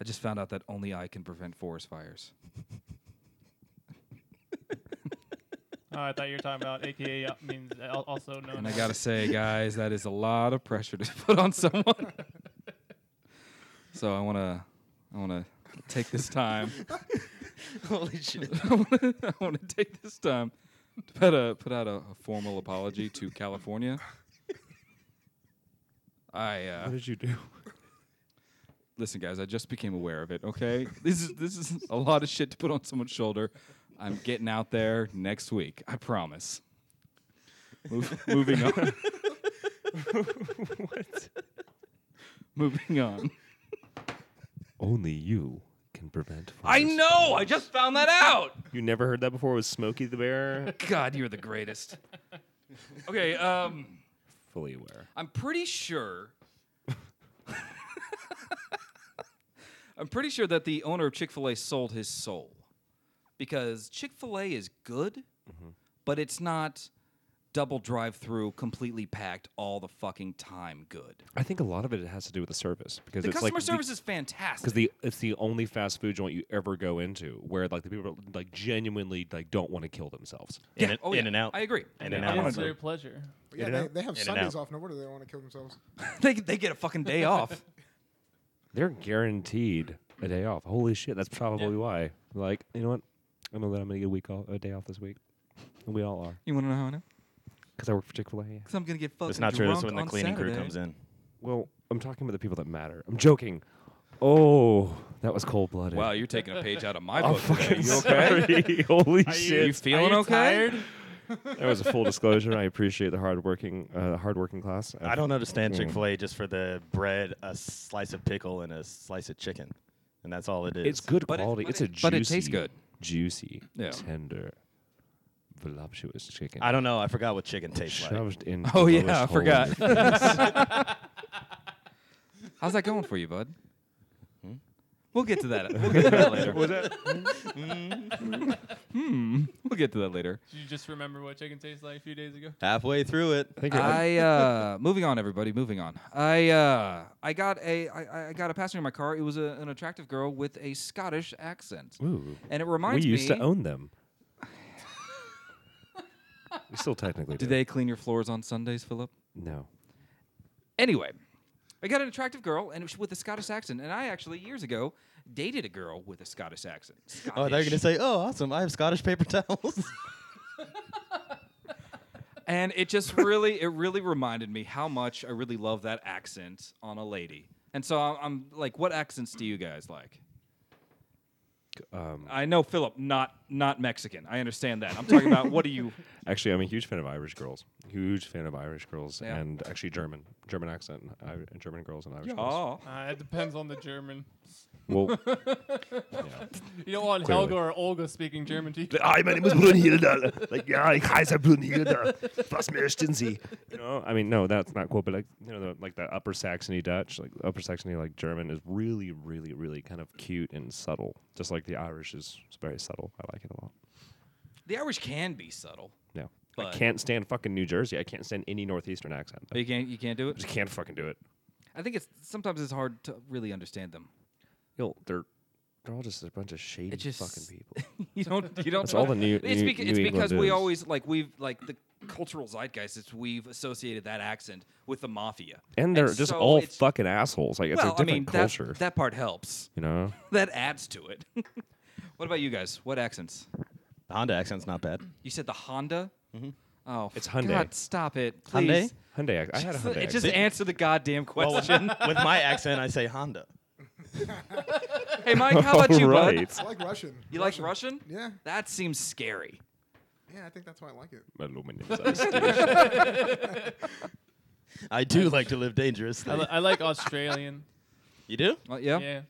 [SPEAKER 3] I just found out that only I can prevent forest fires.
[SPEAKER 2] Oh, I thought you were talking about AKA al- uh, means al- also known.
[SPEAKER 3] And I
[SPEAKER 2] as.
[SPEAKER 3] gotta say, guys, that is a lot of pressure to (laughs) put on someone. so I wanna, I wanna take this time.
[SPEAKER 1] (laughs)
[SPEAKER 3] (laughs)
[SPEAKER 1] Holy shit!
[SPEAKER 3] I wanna, I wanna take this time to put a put out a, a formal apology to California. I uh,
[SPEAKER 4] What did you do?
[SPEAKER 3] listen, guys. I just became aware of it. Okay, this is this is a lot of shit to put on someone's shoulder. I'm getting out there next week. I promise. Mov- moving
[SPEAKER 4] (laughs)
[SPEAKER 3] on. (laughs)
[SPEAKER 4] what?
[SPEAKER 3] moving on.
[SPEAKER 4] Only you can prevent.
[SPEAKER 3] I
[SPEAKER 4] forest-
[SPEAKER 3] know. I just found that out.
[SPEAKER 4] You never heard that before. It was Smokey the Bear?
[SPEAKER 3] God, you're the greatest. (laughs) Okay, um,
[SPEAKER 4] Fully aware.
[SPEAKER 3] I'm pretty sure. (laughs) I'm pretty sure that the owner of Chick fil A sold his soul because Chick fil A is good,
[SPEAKER 1] Mm-hmm.
[SPEAKER 3] but it's not double drive through, completely packed all the fucking time good.
[SPEAKER 4] I think a lot of it has to do with the service because
[SPEAKER 3] The
[SPEAKER 4] it's
[SPEAKER 3] customer
[SPEAKER 4] like
[SPEAKER 3] service
[SPEAKER 4] the,
[SPEAKER 3] is fantastic.
[SPEAKER 4] because the it's the only fast food joint you ever go into where like the people like genuinely like don't want to kill themselves.
[SPEAKER 1] In,
[SPEAKER 3] Yeah,
[SPEAKER 1] and,
[SPEAKER 3] oh
[SPEAKER 1] in
[SPEAKER 3] yeah,
[SPEAKER 1] and out.
[SPEAKER 3] I agree.
[SPEAKER 1] In and
[SPEAKER 2] It
[SPEAKER 1] out.
[SPEAKER 2] is their pleasure.
[SPEAKER 7] But
[SPEAKER 1] In
[SPEAKER 7] yeah,
[SPEAKER 1] and
[SPEAKER 7] they,
[SPEAKER 1] out.
[SPEAKER 7] they have
[SPEAKER 1] In and
[SPEAKER 7] Sundays
[SPEAKER 1] out.
[SPEAKER 7] off. No wonder they want to kill themselves.
[SPEAKER 3] (laughs) they, they get a fucking
[SPEAKER 1] (laughs)
[SPEAKER 3] day off.
[SPEAKER 4] They're guaranteed a day off. Holy shit, that's probably why. Like, you know what? I'm gonna I'm gonna get a week off, a day off this week. And we all are
[SPEAKER 3] You want to know how I know?
[SPEAKER 4] because I work for Chick Fil A.
[SPEAKER 3] Because I'm going to get fucking
[SPEAKER 1] It's not true. That's
[SPEAKER 3] drunk
[SPEAKER 1] when the
[SPEAKER 3] on
[SPEAKER 1] cleaning crew
[SPEAKER 3] Saturday.
[SPEAKER 1] comes in.
[SPEAKER 4] Well, I'm talking about the people that matter. I'm joking. Oh, that was cold blooded.
[SPEAKER 3] Wow, you're taking a page out of my book. today. You okay?
[SPEAKER 4] Sorry. (laughs) Holy
[SPEAKER 3] You,
[SPEAKER 4] shit!
[SPEAKER 3] feeling
[SPEAKER 2] you
[SPEAKER 3] okay?
[SPEAKER 2] tired?
[SPEAKER 4] That was a full disclosure. I appreciate the hard working, uh, hard working class.
[SPEAKER 1] I don't understand
[SPEAKER 4] Mm.
[SPEAKER 1] Chick Fil A just for the bread, a slice of pickle, and a slice of chicken, and that's all it is.
[SPEAKER 4] It's good
[SPEAKER 3] But it-
[SPEAKER 4] quality.
[SPEAKER 3] but
[SPEAKER 4] it's
[SPEAKER 3] it-
[SPEAKER 4] a juicy,
[SPEAKER 3] but it tastes good.
[SPEAKER 4] juicy,
[SPEAKER 3] Yeah.
[SPEAKER 4] tender, voluptuous chicken.
[SPEAKER 1] I don't know. I forgot what chicken tastes like.
[SPEAKER 4] shoved in.
[SPEAKER 3] Oh, yeah, I forgot. (laughs) How's that going for you, bud? Hmm? We'll get to (laughs) that. We'll get to that later.
[SPEAKER 4] (laughs) Was that?
[SPEAKER 3] We'll get to that later.
[SPEAKER 2] Did you just remember what chicken tastes like a few days ago?
[SPEAKER 1] Halfway through it.
[SPEAKER 4] I think you're-
[SPEAKER 3] I uh, moving on, everybody. Moving on. I uh, I got a I, I got a passenger in my car. It was a, an attractive girl with a Scottish accent,
[SPEAKER 4] Ooh.
[SPEAKER 3] and it reminds
[SPEAKER 4] we used
[SPEAKER 3] me.
[SPEAKER 4] to own them. (laughs) we still technically
[SPEAKER 3] do
[SPEAKER 4] do.
[SPEAKER 3] they clean your floors on Sundays, Philip?
[SPEAKER 4] No.
[SPEAKER 3] Anyway, I got an attractive girl and she- with a Scottish accent, and I actually years ago dated a girl with a Scottish accent.
[SPEAKER 1] Oh, they're gonna
[SPEAKER 3] Scottish.
[SPEAKER 1] say, "Oh, awesome! I have Scottish paper (laughs) towels."
[SPEAKER 3] and it just really it really reminded me how much i really love that accent on a lady And so I'm, I'm like, what accents do you guys like?
[SPEAKER 4] Um,
[SPEAKER 3] I know Philip, not not Mexican. I understand that. I'm talking about what do
[SPEAKER 4] (laughs)
[SPEAKER 3] you? (laughs)
[SPEAKER 4] actually, I'm a huge fan of Irish girls. Huge fan of Irish girls
[SPEAKER 3] Yeah.
[SPEAKER 4] and actually German, German accent, and I- German girls and Irish girls.
[SPEAKER 3] Oh,
[SPEAKER 2] Uh, it depends on the German.
[SPEAKER 3] (laughs)
[SPEAKER 4] Well,
[SPEAKER 2] You don't want
[SPEAKER 4] Clearly.
[SPEAKER 2] Helga or Olga speaking German to you.
[SPEAKER 4] I, my name is Brunhilde. Like, yeah, ich heiße Brunhilde. Was möchten Sie? You know, I mean, no, that's not cool. But like, you know, the, like the Upper Saxony Dutch, like Upper Saxony, like German, is really, really, really kind of cute and subtle. Just like the Irish is very subtle. I like it a lot.
[SPEAKER 3] the Irish can be subtle,
[SPEAKER 4] Yeah,
[SPEAKER 3] But-
[SPEAKER 4] I can't stand fucking New Jersey. I can't stand any northeastern accent.
[SPEAKER 3] but
[SPEAKER 4] I
[SPEAKER 3] Oh, you can't you can't do it.
[SPEAKER 4] just can't fucking do it.
[SPEAKER 3] I think it's sometimes it's hard to really understand them.
[SPEAKER 4] Yo, they're they're all just a bunch of shady
[SPEAKER 3] just-
[SPEAKER 4] fucking
[SPEAKER 3] (laughs)
[SPEAKER 4] people.
[SPEAKER 3] You don't you don't.
[SPEAKER 4] That's all the New-
[SPEAKER 3] It's,
[SPEAKER 4] New-
[SPEAKER 3] beca-
[SPEAKER 4] New
[SPEAKER 3] it's
[SPEAKER 4] England
[SPEAKER 3] because we
[SPEAKER 4] is.
[SPEAKER 3] always like we've like the cultural zeitgeist. It's we've associated that accent with the mafia,
[SPEAKER 4] And they're just
[SPEAKER 3] so
[SPEAKER 4] all
[SPEAKER 3] it's-
[SPEAKER 4] fucking assholes. Like it's
[SPEAKER 3] Well,
[SPEAKER 4] a
[SPEAKER 3] I
[SPEAKER 4] different
[SPEAKER 3] mean
[SPEAKER 4] culture.
[SPEAKER 3] that that part helps. (laughs)
[SPEAKER 4] you know?
[SPEAKER 3] That adds to it. (laughs) what about you guys? What accents?
[SPEAKER 1] The Honda accent's not bad.
[SPEAKER 3] You said the Honda. Mm-hmm. Oh,
[SPEAKER 4] It's
[SPEAKER 3] f-
[SPEAKER 4] Hyundai.
[SPEAKER 3] God, stop it, please.
[SPEAKER 1] Hyundai?
[SPEAKER 4] Hyundai. ac- I had a Hyundai.
[SPEAKER 3] It
[SPEAKER 4] accent.
[SPEAKER 3] just answer the goddamn
[SPEAKER 1] Well, with,
[SPEAKER 4] (laughs)
[SPEAKER 3] question.
[SPEAKER 1] with my accent, I say Honda.
[SPEAKER 3] hey, Mike, how about you, bud?
[SPEAKER 4] Alright.
[SPEAKER 7] I like Russian.
[SPEAKER 3] You like Russian?
[SPEAKER 7] Yeah.
[SPEAKER 3] That seems scary.
[SPEAKER 7] Yeah, I think that's why I like it.
[SPEAKER 1] I do like to live dangerous.
[SPEAKER 2] I, li- I like Australian.
[SPEAKER 1] you do?
[SPEAKER 3] Well, yeah.
[SPEAKER 2] Yeah.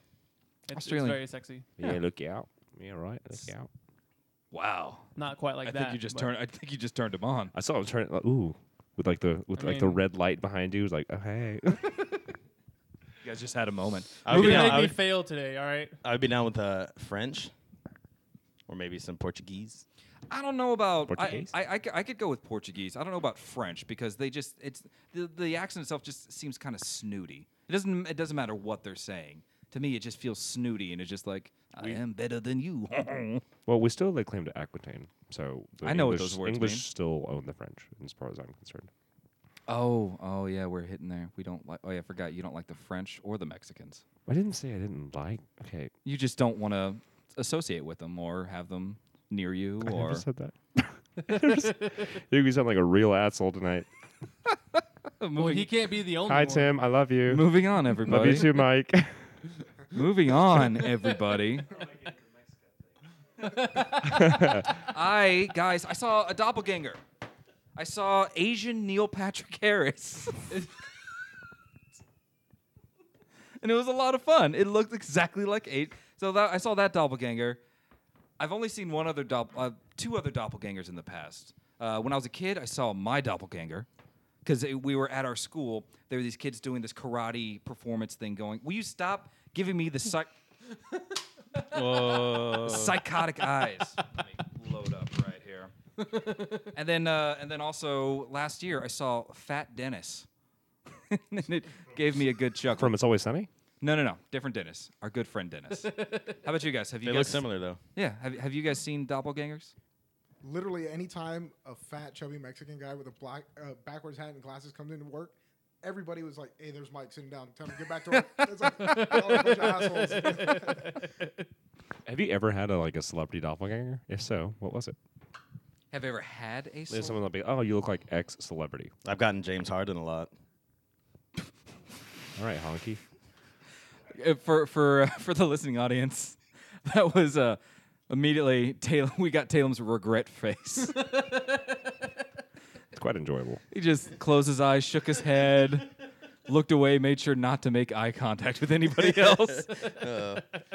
[SPEAKER 2] It's,
[SPEAKER 3] Australian.
[SPEAKER 2] it's very sexy.
[SPEAKER 4] (laughs) yeah, look out. Yeah, right. Look out.
[SPEAKER 3] Wow.
[SPEAKER 2] Not quite like
[SPEAKER 3] I
[SPEAKER 2] that.
[SPEAKER 3] think you just
[SPEAKER 2] but-
[SPEAKER 3] turned. I think you just turned him on.
[SPEAKER 4] I saw him turning. Like, ooh, with like the with
[SPEAKER 2] I
[SPEAKER 4] like the
[SPEAKER 2] mean-
[SPEAKER 4] red light behind you. It was like, oh, (laughs) hey.
[SPEAKER 3] You guys just had a moment.
[SPEAKER 1] I would,
[SPEAKER 2] You
[SPEAKER 1] be
[SPEAKER 2] made
[SPEAKER 1] down,
[SPEAKER 2] me
[SPEAKER 1] I, would,
[SPEAKER 2] fail today, all right?
[SPEAKER 1] I would be down with uh, French or maybe some Portuguese.
[SPEAKER 3] I don't know about I-
[SPEAKER 4] Portuguese?
[SPEAKER 3] I, I, c- I could go with Portuguese. I don't know about French because they just it's the, the accent itself just seems kind of snooty. It doesn't it doesn't matter what they're saying. To me, it just feels snooty and it's just like I am better than
[SPEAKER 4] (laughs)
[SPEAKER 3] you.
[SPEAKER 4] well, we still like claim to Aquitaine, so the
[SPEAKER 3] I know what
[SPEAKER 4] English,
[SPEAKER 3] those words
[SPEAKER 4] English
[SPEAKER 3] mean.
[SPEAKER 4] still own the French, as far as I'm concerned.
[SPEAKER 3] oh oh yeah, we're hitting there. We don't like. Oh yeah, I forgot you don't like the French or the Mexicans.
[SPEAKER 4] I didn't say I didn't like. Okay,
[SPEAKER 3] You just don't want to associate with them or have them near you
[SPEAKER 4] I
[SPEAKER 3] or
[SPEAKER 4] never said that.
[SPEAKER 3] (laughs)
[SPEAKER 4] (laughs) you sound like a real asshole tonight.
[SPEAKER 2] Well, he can't be the only
[SPEAKER 4] Hi,
[SPEAKER 2] one.
[SPEAKER 4] Tim. I love you.
[SPEAKER 3] moving on
[SPEAKER 4] love
[SPEAKER 3] everybody.
[SPEAKER 4] you too, Mike.
[SPEAKER 3] (laughs) Moving on, everybody. (laughs) I guys, I saw a doppelganger. I saw Asian Neil Patrick Harris. (laughs) and it was a lot of fun. It looked exactly like eight. So that I saw that doppelganger. I've only seen one other dopp- uh, two other doppelgangers in the past. Uh, when I was a kid, I saw my doppelganger because we were at our school. There were these kids doing this karate performance thing going. Will you stop giving me the (laughs) psych- psychotic eyes? Let me (laughs) load up right here. (laughs) and then, uh, and then also last year, I saw Fat Dennis, (laughs) and it gave me a good chuckle.
[SPEAKER 4] From It's Always Sunny.
[SPEAKER 3] No, no, no. Different Dennis. Our good friend (laughs) Dennis. How about you guys? Have you
[SPEAKER 1] They
[SPEAKER 3] guys
[SPEAKER 1] look similar, though.
[SPEAKER 3] Yeah. Have, have you guys seen doppelgangers?
[SPEAKER 7] Literally, any time a fat, chubby Mexican guy with a black uh, backwards hat and glasses comes into work, everybody was like, "Hey, there's Mike sitting down. Tell him to get back to work." (laughs) It's like "Y'all are a bunch of assholes."
[SPEAKER 1] (laughs)
[SPEAKER 4] Have you ever had a, like a celebrity doppelganger? If so, what was it?
[SPEAKER 3] Have you ever had a
[SPEAKER 4] There's
[SPEAKER 3] soul?
[SPEAKER 4] someone that'll be, oh, you look like X celebrity.
[SPEAKER 1] I've gotten James Harden a lot.
[SPEAKER 4] All right, honky.
[SPEAKER 3] Uh, for for uh, (laughs) for the listening audience? (laughs) That was uh, immediately Taylor. We got Taylor's regret face. (laughs)
[SPEAKER 4] It's quite enjoyable.
[SPEAKER 3] he just closed his eyes, shook his head, looked away, made sure not to make eye contact with
[SPEAKER 4] (laughs)
[SPEAKER 3] anybody else.
[SPEAKER 1] (laughs)
[SPEAKER 3] (laughs)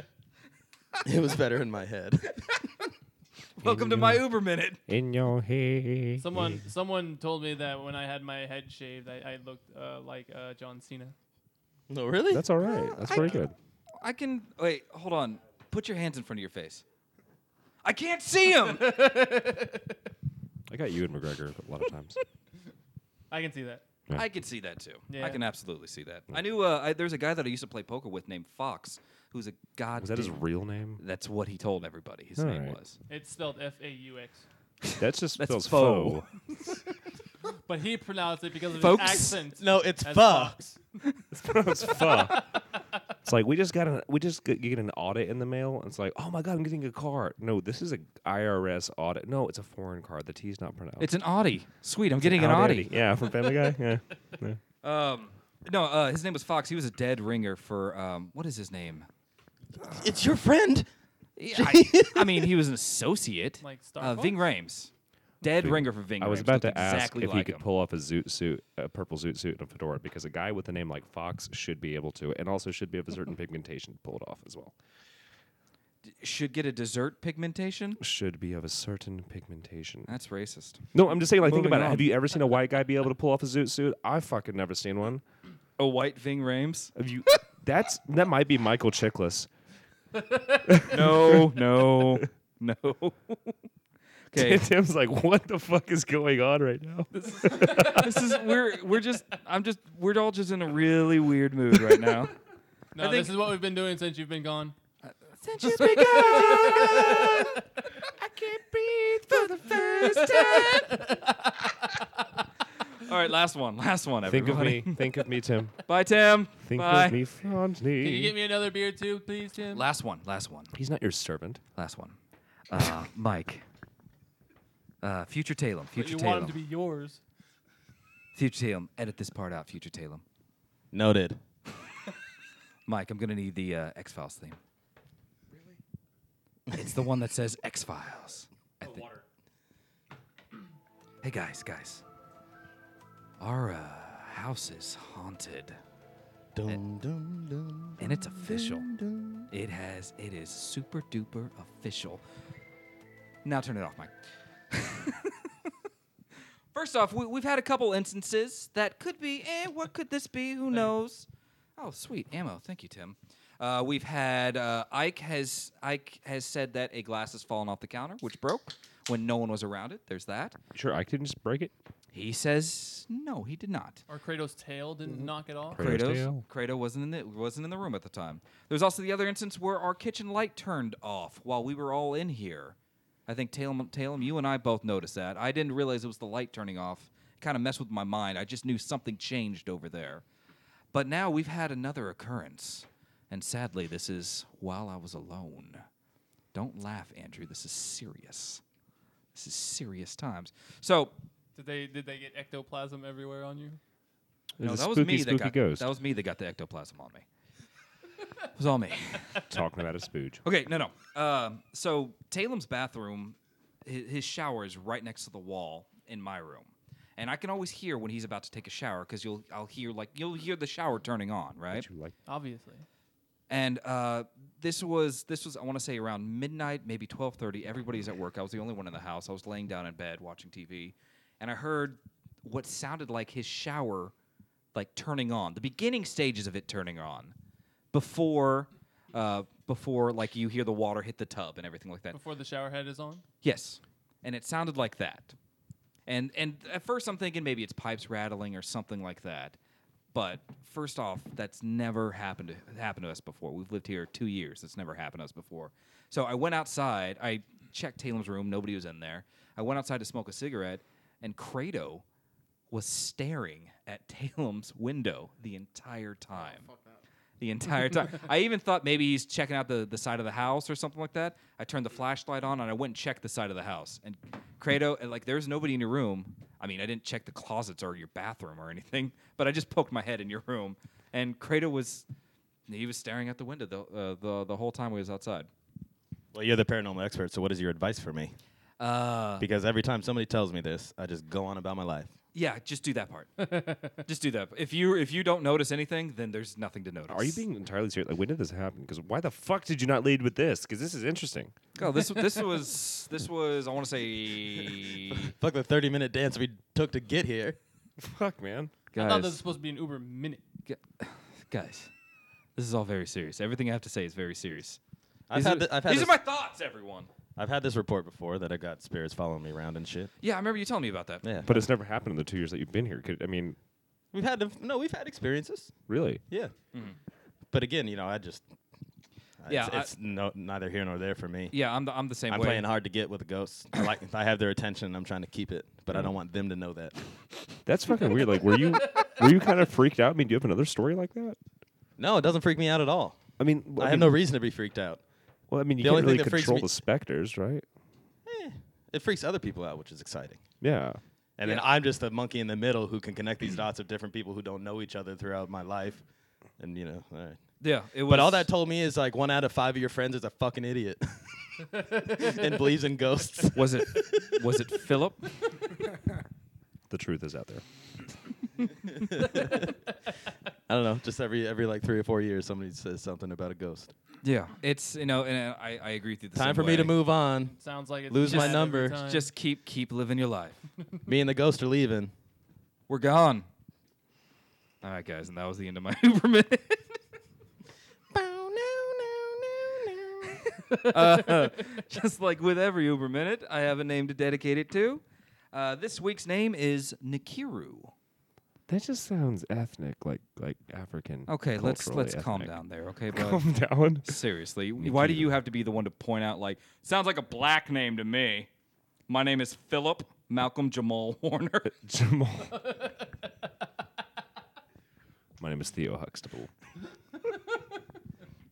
[SPEAKER 1] It was better in my (laughs) head.
[SPEAKER 3] Welcome to my Uber minute.
[SPEAKER 4] In your head.
[SPEAKER 2] Someone someone told me that when I had my head shaved, I, I looked uh, like uh, John Cena.
[SPEAKER 1] No, really?
[SPEAKER 4] That's all right. That's pretty good.
[SPEAKER 3] I can wait. Hold on. Put your hands in front of your face. I can't see
[SPEAKER 4] (laughs)
[SPEAKER 3] him.
[SPEAKER 4] I got you and McGregor a lot of times.
[SPEAKER 2] I can see that.
[SPEAKER 3] I could see that too. I
[SPEAKER 2] Yeah.
[SPEAKER 3] can absolutely see that. I knew uh, I, there's a guy that I used to play poker with named Fox, who's a god.
[SPEAKER 4] Is that his real name?
[SPEAKER 3] That's what he told everybody. His name
[SPEAKER 4] Alright.
[SPEAKER 3] was.
[SPEAKER 2] It's spelled F A U X.
[SPEAKER 4] That's just
[SPEAKER 3] That's
[SPEAKER 4] spells
[SPEAKER 3] faux.
[SPEAKER 4] faux.
[SPEAKER 2] But he pronounced it because of
[SPEAKER 3] Folks?
[SPEAKER 2] his accent.
[SPEAKER 1] No, it's
[SPEAKER 2] as
[SPEAKER 1] pho.
[SPEAKER 2] Fox.
[SPEAKER 4] it's faux. It's like we just got an we just get, get an audit in the mail. And it's like, oh my god, I'm getting a car. No, this is a IRS audit. No, it's a foreign car. The T's not pronounced.
[SPEAKER 3] It's an Audi. Sweet, I'm getting an
[SPEAKER 4] Audi,
[SPEAKER 3] Audi.
[SPEAKER 4] Audi. Yeah, from Family Guy. Yeah.
[SPEAKER 3] Um, No, uh, his name was Fox. He was a dead ringer for um, what is
[SPEAKER 2] (laughs)
[SPEAKER 3] his name?
[SPEAKER 1] It's your friend.
[SPEAKER 3] Yeah, I, I mean, he was an associate.
[SPEAKER 2] Like Star
[SPEAKER 3] uh, Ving Rames, dead ringer for Ving.
[SPEAKER 4] I was
[SPEAKER 3] Rhames.
[SPEAKER 4] about
[SPEAKER 3] Looked
[SPEAKER 4] to ask
[SPEAKER 3] exactly
[SPEAKER 4] if
[SPEAKER 3] like
[SPEAKER 4] he could
[SPEAKER 3] him.
[SPEAKER 4] pull off a zoot suit, a purple zoot suit, and a fedora, because a guy with a name like Fox should be able to, and also should be of
[SPEAKER 3] (laughs)
[SPEAKER 4] a certain pigmentation to pull it off as well.
[SPEAKER 3] Should get a dessert pigmentation.
[SPEAKER 4] Should be of a certain pigmentation.
[SPEAKER 3] That's racist.
[SPEAKER 4] No, I'm just saying. Like, think
[SPEAKER 3] Moving
[SPEAKER 4] about it.
[SPEAKER 3] on.
[SPEAKER 4] Have you
[SPEAKER 3] (laughs)
[SPEAKER 4] ever seen a white guy be able to pull off a zoot suit? I fucking never seen one.
[SPEAKER 3] A white Ving Rames.
[SPEAKER 4] Have you? That's that might be Michael Chiklis.
[SPEAKER 3] (laughs) No, no, (laughs) no.
[SPEAKER 4] (laughs)
[SPEAKER 3] Okay,
[SPEAKER 4] Tim's like, what the fuck is going on right now?
[SPEAKER 3] this is we're we're just I'm just we're all just in a really weird mood right now.
[SPEAKER 2] No, this is what we've been doing since you've been gone.
[SPEAKER 3] Since you speak I can't breathe for the first time. (laughs) All right, last one, last one.
[SPEAKER 4] Think of
[SPEAKER 3] everybody.
[SPEAKER 4] me. Think of me,
[SPEAKER 3] (laughs)
[SPEAKER 4] Tim.
[SPEAKER 3] Bye, Tim.
[SPEAKER 4] Think
[SPEAKER 3] Bye.
[SPEAKER 4] of me fondly.
[SPEAKER 2] Can you get me another beer too, please, Tim?
[SPEAKER 3] Last one. Last one.
[SPEAKER 4] He's not your servant.
[SPEAKER 3] Last one. Uh, Mike. Uh, future Talem.
[SPEAKER 2] But you
[SPEAKER 3] Future
[SPEAKER 2] want them to
[SPEAKER 3] Talem.
[SPEAKER 2] be yours.
[SPEAKER 3] future Talem. Edit this part out. Future Talem.
[SPEAKER 1] Noted.
[SPEAKER 3] Mike, I'm gonna need the uh, X Files theme. Really? It's the one that says X Files.
[SPEAKER 2] Oh,
[SPEAKER 3] The water. Hey guys, guys. Our uh, house is haunted,
[SPEAKER 1] Dum, dum, dum,
[SPEAKER 3] and it's official.
[SPEAKER 1] dum.
[SPEAKER 3] It has. It is super duper official. Now turn it off, Mike. (laughs) First off, we, we've had a couple instances that could be. Eh, what could this be? Who knows? Oh, sweet ammo. Thank you, Tim. Uh, we've had uh, Ike has Ike has said that a glass has fallen off the counter, which broke when no one was around it. There's that.
[SPEAKER 4] Sure, I can just break it.
[SPEAKER 3] He says no, he did not.
[SPEAKER 2] Or Kratos' tail didn't knock it off.
[SPEAKER 4] Kratos.
[SPEAKER 3] Kratos,
[SPEAKER 4] tail.
[SPEAKER 3] Kratos wasn't in the wasn't in the room at the time. There's also the other instance where our kitchen light turned off while we were all in here. I think Talem, Talem, you and I both noticed that. I didn't realize it was the light turning off. It kind of messed with my mind. I just knew something changed over there. But now we've had another occurrence, and sadly, this is while I was alone. Don't laugh, Andrew. This is serious. This is serious times. So
[SPEAKER 2] Did they did they get ectoplasm everywhere on you?
[SPEAKER 3] no,
[SPEAKER 4] There's a
[SPEAKER 3] that was
[SPEAKER 4] spooky,
[SPEAKER 3] me
[SPEAKER 4] spooky
[SPEAKER 3] that got
[SPEAKER 4] ghost.
[SPEAKER 3] that was me that got the ectoplasm on me. it was all me. (laughs)
[SPEAKER 4] Talking about a spooge.
[SPEAKER 3] Okay, no, no. Um, so Talem's bathroom, his, his shower is right next to the wall in my room, and I can always hear when he's about to take a shower because you'll I'll hear like you'll hear the shower turning on, right?
[SPEAKER 4] You like
[SPEAKER 2] Obviously.
[SPEAKER 3] And uh, this was this was I want to say around midnight, maybe twelve thirty. Everybody's at work. I was the only one in the house. I was laying down in bed watching TV, and I heard what sounded like his shower, like turning on. The beginning stages of it turning on, before, uh, before like you hear the water hit the tub and everything like that.
[SPEAKER 2] Before the shower head is on?
[SPEAKER 3] Yes, and it sounded like that. And and at first I'm thinking maybe it's pipes rattling or something like that. But first off, that's never happened to happened to us before. We've lived here two years. That's never happened to us before. So I went outside. I checked Talem's room. Nobody was in there. I went outside to smoke a cigarette, and Credo was staring at (laughs) Talem's window the entire time the entire time. (laughs) I even thought maybe he's checking out the, the side of the house or something like that. I turned the flashlight on and I went and checked the side of the house. And Credo, and, like, there's nobody in your room. I mean, I didn't check the closets or your bathroom or anything, (laughs) but I just poked my head in your room. And Credo was, he was staring out the window the, uh, the, the whole time we was outside.
[SPEAKER 1] Well, you're the paranormal expert, so what is your advice for me?
[SPEAKER 3] Uh,
[SPEAKER 1] Because every time somebody tells me this, I just go on about my life.
[SPEAKER 3] yeah, just do that part. just do that. If you if you don't notice anything, then there's nothing to notice.
[SPEAKER 4] Are you being entirely serious? Like, when did this happen? Because why the fuck did you not lead with this? Because this is interesting. (laughs)
[SPEAKER 3] Oh, this this was this was I want
[SPEAKER 1] (laughs)
[SPEAKER 3] to say
[SPEAKER 1] Fuck the 30 minute dance we took to get here.
[SPEAKER 4] Fuck, man.
[SPEAKER 2] I thought this was supposed to be an Uber minute.
[SPEAKER 3] guys, this is all very serious. Everything I have to say is very serious.
[SPEAKER 1] I've
[SPEAKER 3] these
[SPEAKER 1] had,
[SPEAKER 3] are,
[SPEAKER 1] thi- I've, had
[SPEAKER 3] these
[SPEAKER 1] this,
[SPEAKER 3] are my thoughts, everyone.
[SPEAKER 1] I've had this report before that I got spirits following me around and shit.
[SPEAKER 3] Yeah, I remember you telling me about that.
[SPEAKER 1] Yeah.
[SPEAKER 4] But it's never happened in the two years that you've been here. Could, I mean,
[SPEAKER 1] we've had, them- no, we've had experiences.
[SPEAKER 4] really?
[SPEAKER 1] Yeah. But again, you know, I just,
[SPEAKER 3] Mm-hmm. Yeah,
[SPEAKER 1] it's,
[SPEAKER 3] I-
[SPEAKER 1] it's no, neither here nor there for me.
[SPEAKER 3] Yeah, I'm the, I'm the same
[SPEAKER 1] I'm
[SPEAKER 3] way.
[SPEAKER 1] playing hard to get with the ghosts. I like I have their attention. I'm trying to keep it, but
[SPEAKER 3] Mm-hmm.
[SPEAKER 1] I don't want them to know that.
[SPEAKER 4] That's fucking weird. Like,
[SPEAKER 1] (laughs)
[SPEAKER 4] were you were you kind of freaked out? I mean, do you have another story like that?
[SPEAKER 1] No, it doesn't freak me out at all.
[SPEAKER 4] I mean, well,
[SPEAKER 1] I
[SPEAKER 4] I
[SPEAKER 1] have
[SPEAKER 4] mean,
[SPEAKER 1] no reason to be freaked out.
[SPEAKER 4] Well, I mean, you
[SPEAKER 1] the only
[SPEAKER 4] can't
[SPEAKER 1] thing
[SPEAKER 4] really
[SPEAKER 1] that freaks
[SPEAKER 4] control
[SPEAKER 1] me-
[SPEAKER 4] the specters, right?
[SPEAKER 1] Eh, it freaks other people out, which is exciting.
[SPEAKER 4] Yeah.
[SPEAKER 1] And then
[SPEAKER 3] Yeah.
[SPEAKER 1] I'm just a monkey in the middle who can connect these dots of different people who don't know each other throughout my life. And you know, all right.
[SPEAKER 3] Yeah, it was.
[SPEAKER 1] But all that told me is like one out of five of your friends is a fucking idiot (laughs) (laughs) and believes in ghosts.
[SPEAKER 3] (laughs)
[SPEAKER 1] (laughs)
[SPEAKER 3] was it. Was it Philip?
[SPEAKER 4] The truth is out there.
[SPEAKER 1] I don't know. Just every every like three or four years, somebody says something about a ghost.
[SPEAKER 3] Yeah, it's you know, and uh, I, I agree with you. The
[SPEAKER 1] Time
[SPEAKER 3] same
[SPEAKER 1] for me to
[SPEAKER 3] way.
[SPEAKER 1] move on.
[SPEAKER 2] (laughs) Sounds like it's
[SPEAKER 1] Lose my
[SPEAKER 2] bad every
[SPEAKER 1] number.
[SPEAKER 2] time.
[SPEAKER 3] Just keep keep living your life.
[SPEAKER 1] Me and the ghost are leaving.
[SPEAKER 3] We're gone. All right, guys, and that was the end of my (laughs) Uber minute. (laughs) Uh, just like with every Uber minute, I have a name to dedicate it to. Uh, this week's name is Nikiru.
[SPEAKER 4] That just sounds ethnic, like like African.
[SPEAKER 3] Okay, let's
[SPEAKER 4] culturally
[SPEAKER 3] let's calm
[SPEAKER 4] ethnic.
[SPEAKER 3] down there,
[SPEAKER 4] (laughs)
[SPEAKER 3] okay, bud.
[SPEAKER 4] Calm
[SPEAKER 1] (laughs)
[SPEAKER 4] down.
[SPEAKER 3] Seriously, why do
[SPEAKER 4] Nikiru.
[SPEAKER 3] you have to be the one to point out? Like, sounds like a black name to me. My name is Philip Malcolm Jamal (laughs) Warner.
[SPEAKER 4] Jamal. My name is Theo Huxtable.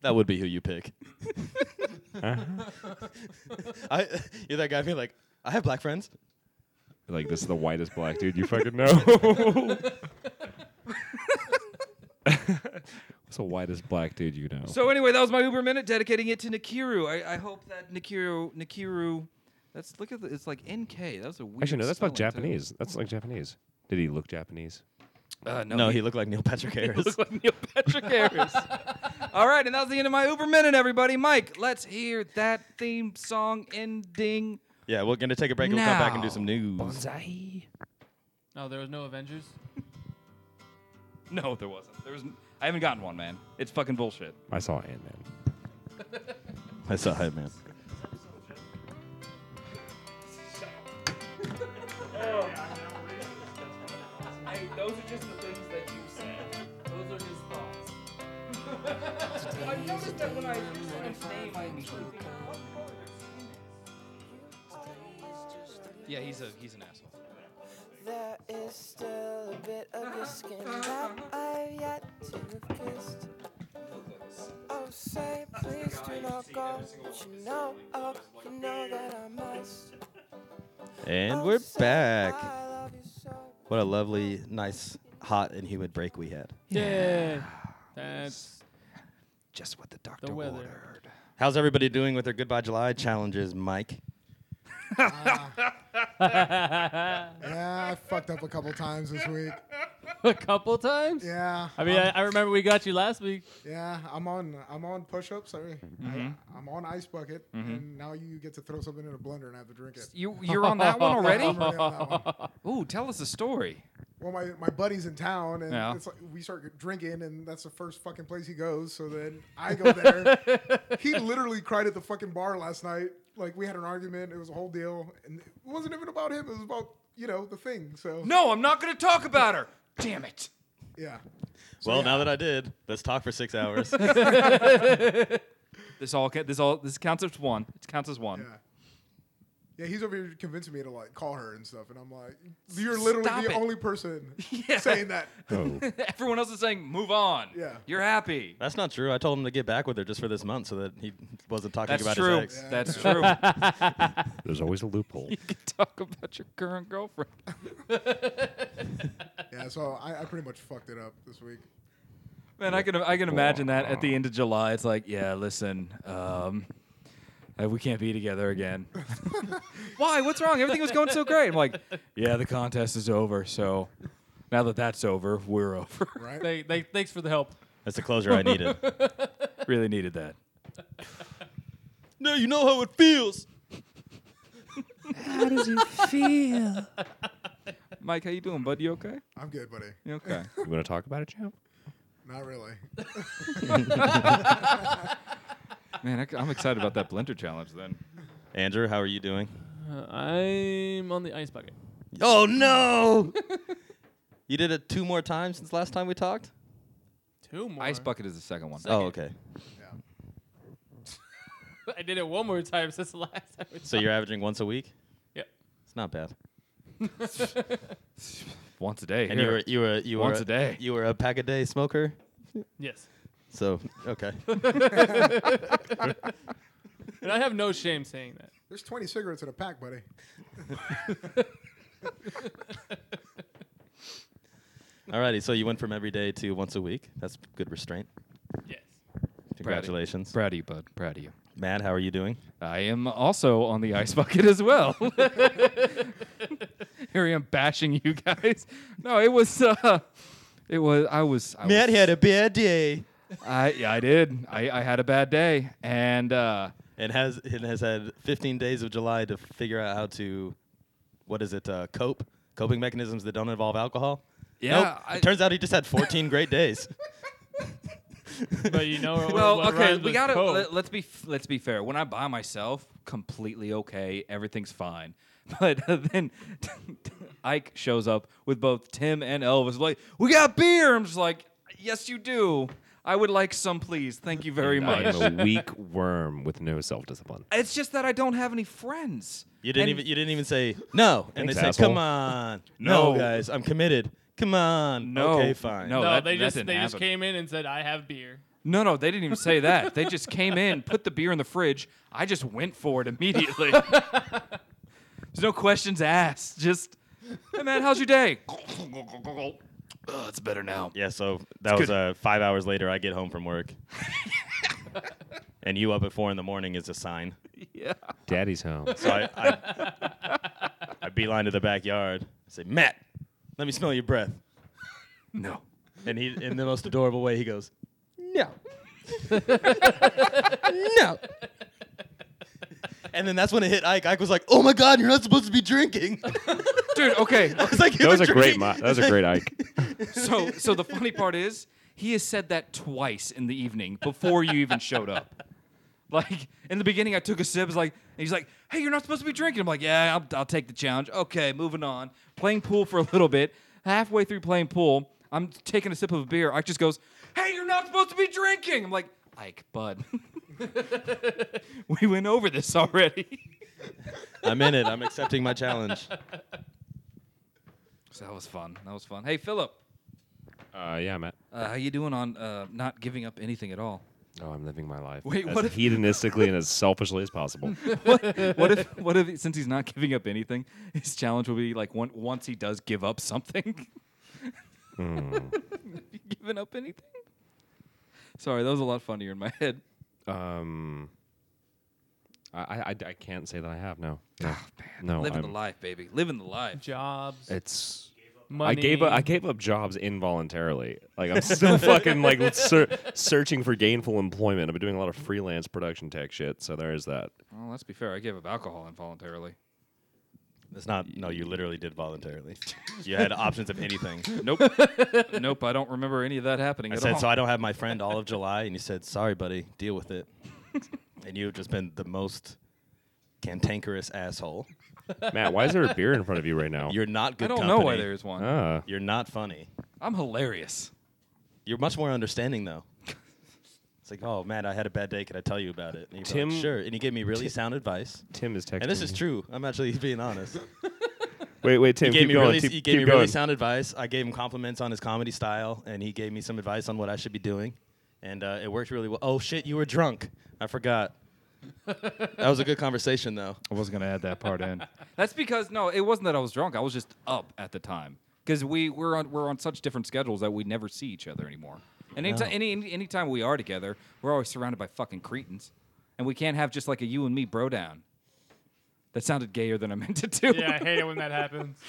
[SPEAKER 1] That would be who you pick.
[SPEAKER 3] Uh-huh.
[SPEAKER 1] (laughs) I, you're that guy being like, I have black friends.
[SPEAKER 4] Like this is the whitest black dude you fucking (laughs) know. What's the whitest black dude you know?
[SPEAKER 3] So anyway, that was my Uber minute, dedicating it to Nikiru. I, I hope that Nikiru, Nikiru, that's look at the, it's like NK. That was a weird.
[SPEAKER 4] Actually, no, that's
[SPEAKER 3] spelling,
[SPEAKER 4] like
[SPEAKER 3] too.
[SPEAKER 4] Japanese. That's like Japanese. Did he look Japanese?
[SPEAKER 3] Uh, no,
[SPEAKER 1] No,
[SPEAKER 3] he, (laughs)
[SPEAKER 1] he looked like Neil Patrick Harris.
[SPEAKER 3] looks like Neil
[SPEAKER 1] (laughs)
[SPEAKER 3] Patrick Harris. All right, and that was the end of my Uber minute, everybody. Mike, let's hear that theme song ending.
[SPEAKER 1] yeah, we're gonna take a break and we'll come back and do
[SPEAKER 3] Now.
[SPEAKER 1] some news.
[SPEAKER 2] no, Oh, there was no Avengers.
[SPEAKER 3] No, there wasn't. There was. n- I haven't gotten one, man. It's fucking bullshit.
[SPEAKER 4] I saw Ant Man.
[SPEAKER 1] I saw him, man.
[SPEAKER 3] those are just the things that you said. Those are his thoughts.
[SPEAKER 7] (laughs)
[SPEAKER 3] I've noticed that when I use someone's name, I'm Yeah, he's a he's an asshole.
[SPEAKER 8] There is still a bit of your skin that I've yet to have kissed. Oh, say please do not go. But you know, oh, you know that I must.
[SPEAKER 1] And
[SPEAKER 8] Oh,
[SPEAKER 1] we're
[SPEAKER 8] say
[SPEAKER 1] back.
[SPEAKER 8] I love you so.
[SPEAKER 1] What a lovely, nice, hot, and humid break we had.
[SPEAKER 2] Yeah. That's
[SPEAKER 3] Just what the doctor
[SPEAKER 2] the weather.
[SPEAKER 3] ordered.
[SPEAKER 1] How's everybody doing with their Goodbye July challenges, Mike?
[SPEAKER 7] Yeah, I fucked up a couple times this week.
[SPEAKER 2] a couple times.
[SPEAKER 7] Yeah.
[SPEAKER 2] I mean, I, I remember we got you last week.
[SPEAKER 7] Yeah, I'm on. I'm on push-ups. I
[SPEAKER 3] Mm-hmm.
[SPEAKER 7] I, am on ice bucket, and now you get to throw something in a blender and have to drink it.
[SPEAKER 3] You you're on (laughs) that one already?
[SPEAKER 7] I'm already on that one.
[SPEAKER 3] (laughs) Ooh, tell us a story.
[SPEAKER 7] Well, my, my buddy's in town, and
[SPEAKER 3] Yeah.
[SPEAKER 7] it's like we start drinking, and that's the first fucking place he goes. So then I go
[SPEAKER 3] (laughs)
[SPEAKER 7] there. he literally cried at the fucking bar last night. Like we had an argument. It was a whole deal, and it wasn't even about him. It was about you know the thing. So
[SPEAKER 3] No, I'm not gonna talk about her. Damn it.
[SPEAKER 7] yeah,
[SPEAKER 1] well, now that I did, let's talk for (laughs) six hours.
[SPEAKER 3] This all ca- this all this counts as one. It counts as one.
[SPEAKER 7] yeah, yeah. He's over here convincing me to like call her and stuff, and I'm like, you're literally
[SPEAKER 3] Stop
[SPEAKER 7] the
[SPEAKER 3] it.
[SPEAKER 7] only person
[SPEAKER 3] (laughs) Yeah.
[SPEAKER 7] saying that.
[SPEAKER 4] Oh,
[SPEAKER 3] (laughs) (laughs) Everyone else is saying move on.
[SPEAKER 7] Yeah.
[SPEAKER 3] You're happy.
[SPEAKER 1] That's not true. I told him to get back with her just for this month so that he wasn't talking
[SPEAKER 3] That's
[SPEAKER 1] about
[SPEAKER 3] true.
[SPEAKER 1] his ex.
[SPEAKER 7] (laughs)
[SPEAKER 3] That's true.
[SPEAKER 4] there's always a loophole.
[SPEAKER 3] You can (laughs) talk about your current girlfriend.
[SPEAKER 7] Yeah, so I, I pretty much fucked it up this week.
[SPEAKER 3] Man, I can I can imagine that at the end of July, it's like, yeah, listen, um, uh, we can't be together again. Why? What's wrong? Everything was going so great. I'm like, yeah, the contest is over. So now that that's over, we're over. (laughs)
[SPEAKER 7] Right?
[SPEAKER 2] (laughs) They, they, thanks for the help.
[SPEAKER 1] That's the closure I (laughs) needed.
[SPEAKER 3] really needed that.
[SPEAKER 1] no, you know how it feels.
[SPEAKER 3] Mike, how you doing, bud? You okay?
[SPEAKER 7] I'm good, buddy.
[SPEAKER 3] You okay?
[SPEAKER 4] You want to talk about it, champ?
[SPEAKER 7] Not really.
[SPEAKER 3] Man, I c- I'm excited about that blender challenge. Then
[SPEAKER 1] Andrew, how are you doing?
[SPEAKER 2] Uh, I'm on the ice bucket.
[SPEAKER 1] Oh no! (laughs) you did it two more times since last time we talked.
[SPEAKER 2] Two more.
[SPEAKER 3] ice bucket is the second one.
[SPEAKER 1] Oh, okay.
[SPEAKER 7] Yeah.
[SPEAKER 2] (laughs) I did it one more time since the last time. we
[SPEAKER 1] So you're averaging once a week.
[SPEAKER 2] Yep.
[SPEAKER 1] It's not bad.
[SPEAKER 3] Once a day.
[SPEAKER 1] And you
[SPEAKER 3] here.
[SPEAKER 1] were you were you were
[SPEAKER 3] Once a day.
[SPEAKER 1] You were a pack a day smoker.
[SPEAKER 2] (laughs) Yes.
[SPEAKER 1] So okay.
[SPEAKER 2] And I have no shame saying that.
[SPEAKER 7] There's 20 cigarettes in a pack, buddy.
[SPEAKER 1] (laughs) Alrighty, so you went from every day to once a week. That's good restraint.
[SPEAKER 2] Yes.
[SPEAKER 1] Congratulations.
[SPEAKER 3] Proud of you, bud. Proud of you.
[SPEAKER 1] Matt, how are you doing?
[SPEAKER 3] I am also on the ice (laughs) bucket
[SPEAKER 2] (laughs)
[SPEAKER 3] as well. Here I am bashing you guys. (laughs) No, it was. Uh, it was. I was. I was,
[SPEAKER 1] a bad day.
[SPEAKER 3] I, yeah, I did. I, I had a bad day, and uh,
[SPEAKER 1] And has and has had 15 days of July to figure out how to, what is it, uh, cope? Coping mechanisms that don't involve alcohol?
[SPEAKER 3] Yeah,
[SPEAKER 1] Nope.
[SPEAKER 3] I-
[SPEAKER 1] it turns out he just had 14 great days.
[SPEAKER 2] (laughs) But you know,
[SPEAKER 3] well,
[SPEAKER 2] what
[SPEAKER 3] okay,
[SPEAKER 2] rhymes
[SPEAKER 3] we
[SPEAKER 2] with
[SPEAKER 3] gotta
[SPEAKER 2] coke?
[SPEAKER 3] let, us be f- let's be fair. When I'm by myself, completely okay, everything's fine. (laughs) But uh, then (laughs) Ike shows up with both Tim and Elvis, like, "We got beer." I'm just like, "Yes, you do. I would like some, please. Thank you very much."
[SPEAKER 4] I'm a weak worm with no self discipline.
[SPEAKER 3] It's just that I don't have any friends.
[SPEAKER 1] You didn't
[SPEAKER 3] And-
[SPEAKER 1] even you didn't even say no, and they
[SPEAKER 4] Thanks,
[SPEAKER 1] said,
[SPEAKER 4] asshole.
[SPEAKER 1] "Come on, no.
[SPEAKER 3] No.
[SPEAKER 1] guys, I'm committed. Come on,
[SPEAKER 3] No.
[SPEAKER 1] okay, fine."
[SPEAKER 3] No.
[SPEAKER 2] No,
[SPEAKER 3] that-
[SPEAKER 2] they
[SPEAKER 3] that
[SPEAKER 2] just
[SPEAKER 3] didn't
[SPEAKER 2] they just
[SPEAKER 3] happen.
[SPEAKER 2] came in and said, "I have beer."
[SPEAKER 3] No, no, they didn't even say that. They just came in, put the beer in the fridge. I just went for it immediately. There's no questions asked. Just, hey man, how's your day? oh, it's better now.
[SPEAKER 1] Yeah, so that was
[SPEAKER 3] good.
[SPEAKER 1] uh, five hours later. I get home from
[SPEAKER 4] (laughs)
[SPEAKER 1] work, and you up at four in the morning is a sign.
[SPEAKER 3] Yeah. (laughs)
[SPEAKER 4] Daddy's home.
[SPEAKER 1] So I, I,
[SPEAKER 4] (laughs)
[SPEAKER 1] I beeline to the backyard. I say, Matt, let me smell your breath.
[SPEAKER 3] No.
[SPEAKER 1] And he, in the most adorable way, he goes,
[SPEAKER 4] (laughs)
[SPEAKER 6] No. no.
[SPEAKER 1] and then that's when it hit Ike. Ike was like, "Oh my God, you're not supposed to be drinking." (laughs)
[SPEAKER 3] Dude, okay.
[SPEAKER 1] It's like
[SPEAKER 4] That was a great. Mo- that
[SPEAKER 3] (laughs)
[SPEAKER 4] was a great Ike.
[SPEAKER 3] So so the funny part is he has said that twice in the evening before you even showed up. Like in the beginning, I took a sip. It's like and he's like, "Hey, you're not supposed to be drinking." I'm like, "Yeah, I'll, I'll take the challenge." Okay, moving on. Playing pool for a little bit. Halfway through playing pool, I'm taking a sip of a beer. Ike just goes, "Hey, you're not supposed to be drinking." I'm like, "Ike, bud, (laughs) we went over this already."
[SPEAKER 1] (laughs)
[SPEAKER 3] (laughs)
[SPEAKER 1] I'm in it. I'm accepting my challenge.
[SPEAKER 3] So that was fun. That was fun. Hey, Philip,
[SPEAKER 4] Uh, yeah, Matt.
[SPEAKER 3] uh, how you doing on uh, not giving up anything at all?
[SPEAKER 4] Oh, I'm living my life
[SPEAKER 3] Wait,
[SPEAKER 4] as
[SPEAKER 3] what if-
[SPEAKER 4] hedonistically and as selfishly
[SPEAKER 3] (laughs)
[SPEAKER 4] as possible.
[SPEAKER 3] what if what if since he's not giving up anything, his challenge will be like one, once he does give up something.
[SPEAKER 1] Hmm.
[SPEAKER 3] (laughs) Have you given up anything? Sorry, that was a lot funnier in my head.
[SPEAKER 4] Um, I, I, I- I can't say that I have. No, no,
[SPEAKER 1] Ah, Oh,
[SPEAKER 4] no.
[SPEAKER 3] Living
[SPEAKER 4] I'm-
[SPEAKER 3] the life, baby. Living the life.
[SPEAKER 2] Jobs,
[SPEAKER 4] It's.
[SPEAKER 2] money.
[SPEAKER 4] I gave up.
[SPEAKER 3] (laughs)
[SPEAKER 4] I gave up jobs involuntarily. Like
[SPEAKER 1] (laughs)
[SPEAKER 4] I'm still fucking like ser- searching for gainful employment. I've been doing a lot of freelance production tech shit. So there is that.
[SPEAKER 3] Well, let's be fair. I gave up alcohol involuntarily.
[SPEAKER 1] It's not. No, you literally did voluntarily. (laughs) You had options of anything.
[SPEAKER 3] Nope. (laughs) nope. I don't remember any of that happening
[SPEAKER 1] I
[SPEAKER 3] at
[SPEAKER 1] said,
[SPEAKER 3] all.
[SPEAKER 1] so I don't have my friend all of July, and you said, sorry, buddy, deal with it. and you've just been the most cantankerous asshole.
[SPEAKER 4] Matt, why is there a beer in front of you right now?
[SPEAKER 1] You're not good.
[SPEAKER 3] I don't
[SPEAKER 1] company.
[SPEAKER 3] know why there is one.
[SPEAKER 4] Ah.
[SPEAKER 1] You're not funny.
[SPEAKER 3] I'm hilarious.
[SPEAKER 1] You're much more understanding though. It's like, oh man, I had a bad day. Could I tell you about it? And he's
[SPEAKER 4] Tim-
[SPEAKER 1] like, sure. And he gave me really sound advice.
[SPEAKER 4] Tim is texting.
[SPEAKER 1] And this is
[SPEAKER 4] me.
[SPEAKER 1] true. I'm actually being honest.
[SPEAKER 4] Wait, wait, Tim.
[SPEAKER 1] He gave
[SPEAKER 4] keep
[SPEAKER 1] me
[SPEAKER 4] going.
[SPEAKER 1] really,
[SPEAKER 4] keep
[SPEAKER 1] he gave
[SPEAKER 4] keep
[SPEAKER 1] me
[SPEAKER 4] going.
[SPEAKER 1] really sound advice. I gave him compliments on his comedy style, and he gave me some advice on what I should be doing, and uh, it worked really well. Oh shit, you were drunk. I
[SPEAKER 3] (laughs)
[SPEAKER 1] forgot. that was a good conversation though.
[SPEAKER 3] I was gonna add that part in. That's because no, it wasn't that I was drunk. I was just up at the time because we we're on we're on such different schedules that we never see each other anymore. And anytime any any anytime we are together, we're always surrounded by fucking cretins, and we can't have just like a you and me bro down. That sounded gayer than I meant it to.
[SPEAKER 2] yeah, I hate it when that happens. (laughs)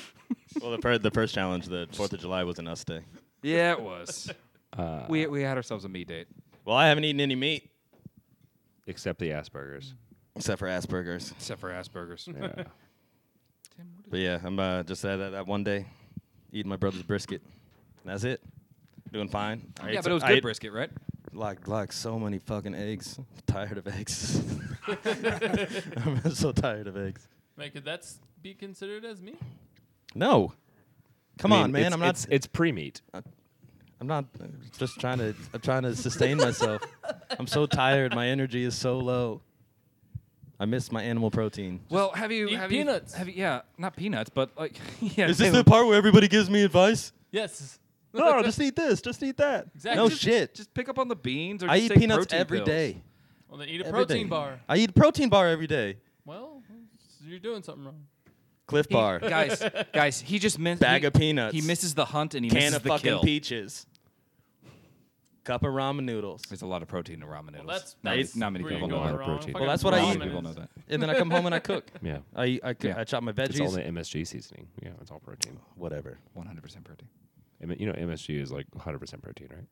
[SPEAKER 1] Well, the, fir- the first challenge, the Fourth of July, was an us day.
[SPEAKER 3] (laughs) Yeah, it was.
[SPEAKER 4] Uh,
[SPEAKER 3] we we had ourselves a me date.
[SPEAKER 1] Well, I haven't eaten any meat
[SPEAKER 4] Except
[SPEAKER 1] (laughs)
[SPEAKER 4] the Aspergers.
[SPEAKER 1] except for Asperger's.
[SPEAKER 3] Except for Asperger's.
[SPEAKER 4] Yeah.
[SPEAKER 1] But yeah, I'm uh, just at that, that one day, eating my brother's brisket. And that's it. Doing fine. I
[SPEAKER 3] yeah,
[SPEAKER 1] ate
[SPEAKER 3] but it was
[SPEAKER 1] so- I
[SPEAKER 3] good
[SPEAKER 1] ate,
[SPEAKER 3] brisket, right?
[SPEAKER 1] Like, like so many fucking eggs. (laughs) I'm tired of
[SPEAKER 3] (laughs)
[SPEAKER 1] eggs. (laughs) I'm so tired of eggs.
[SPEAKER 2] Like, could that s- be considered as me?
[SPEAKER 1] No. Come
[SPEAKER 4] I mean,
[SPEAKER 1] on, man.
[SPEAKER 4] it's-
[SPEAKER 1] I'm not.
[SPEAKER 4] It's, it's pre meat.
[SPEAKER 1] I'm not. I'm just trying to. I'm trying to sustain myself. (laughs) I'm so tired. My energy is so low. I missed my animal protein.
[SPEAKER 3] Well, have you
[SPEAKER 2] eat
[SPEAKER 3] have
[SPEAKER 2] peanuts.
[SPEAKER 3] You, have you, yeah, not peanuts, but like (laughs) yeah.
[SPEAKER 1] Is this
[SPEAKER 3] Taylor-
[SPEAKER 1] the part where everybody gives me advice?
[SPEAKER 2] Yes.
[SPEAKER 1] No, just eat this. Just eat that.
[SPEAKER 2] Exactly.
[SPEAKER 1] No
[SPEAKER 2] Just-
[SPEAKER 1] shit.
[SPEAKER 3] Just pick up on the beans or
[SPEAKER 1] I
[SPEAKER 3] just
[SPEAKER 1] eat
[SPEAKER 3] take
[SPEAKER 1] peanuts
[SPEAKER 3] protein
[SPEAKER 1] every day.
[SPEAKER 3] pills.
[SPEAKER 2] Well, then eat a
[SPEAKER 1] Every
[SPEAKER 2] protein
[SPEAKER 1] day.
[SPEAKER 2] bar.
[SPEAKER 1] I eat a protein bar every day.
[SPEAKER 2] Well, you're doing something wrong.
[SPEAKER 1] Cliff
[SPEAKER 3] He-
[SPEAKER 1] Bar,
[SPEAKER 3] guys, guys, he just missed
[SPEAKER 1] Bag of peanuts.
[SPEAKER 3] He misses the hunt and he
[SPEAKER 1] can
[SPEAKER 3] misses
[SPEAKER 1] of
[SPEAKER 3] the
[SPEAKER 1] fucking
[SPEAKER 3] kill.
[SPEAKER 1] peaches, cup of ramen noodles,
[SPEAKER 3] There's a lot of protein in ramen noodles.
[SPEAKER 2] that's-
[SPEAKER 3] not,
[SPEAKER 1] that's
[SPEAKER 3] not many
[SPEAKER 2] where you're
[SPEAKER 3] people know
[SPEAKER 2] going
[SPEAKER 3] that.
[SPEAKER 2] wrong.
[SPEAKER 4] protein.
[SPEAKER 2] Fucking
[SPEAKER 1] Well, that's what I
[SPEAKER 3] Not
[SPEAKER 1] eat.
[SPEAKER 3] many people know
[SPEAKER 2] ramen is-
[SPEAKER 3] that.
[SPEAKER 1] and then I come home and I cook.
[SPEAKER 4] Yeah.
[SPEAKER 1] I I, cook,
[SPEAKER 3] Yeah.
[SPEAKER 1] I chop my
[SPEAKER 4] It's
[SPEAKER 1] veggies.
[SPEAKER 4] all the MSG seasoning. Yeah, it's all protein.
[SPEAKER 1] Whatever.
[SPEAKER 3] 100% protein.
[SPEAKER 4] I mean, you know, MSG is like 100% protein, right?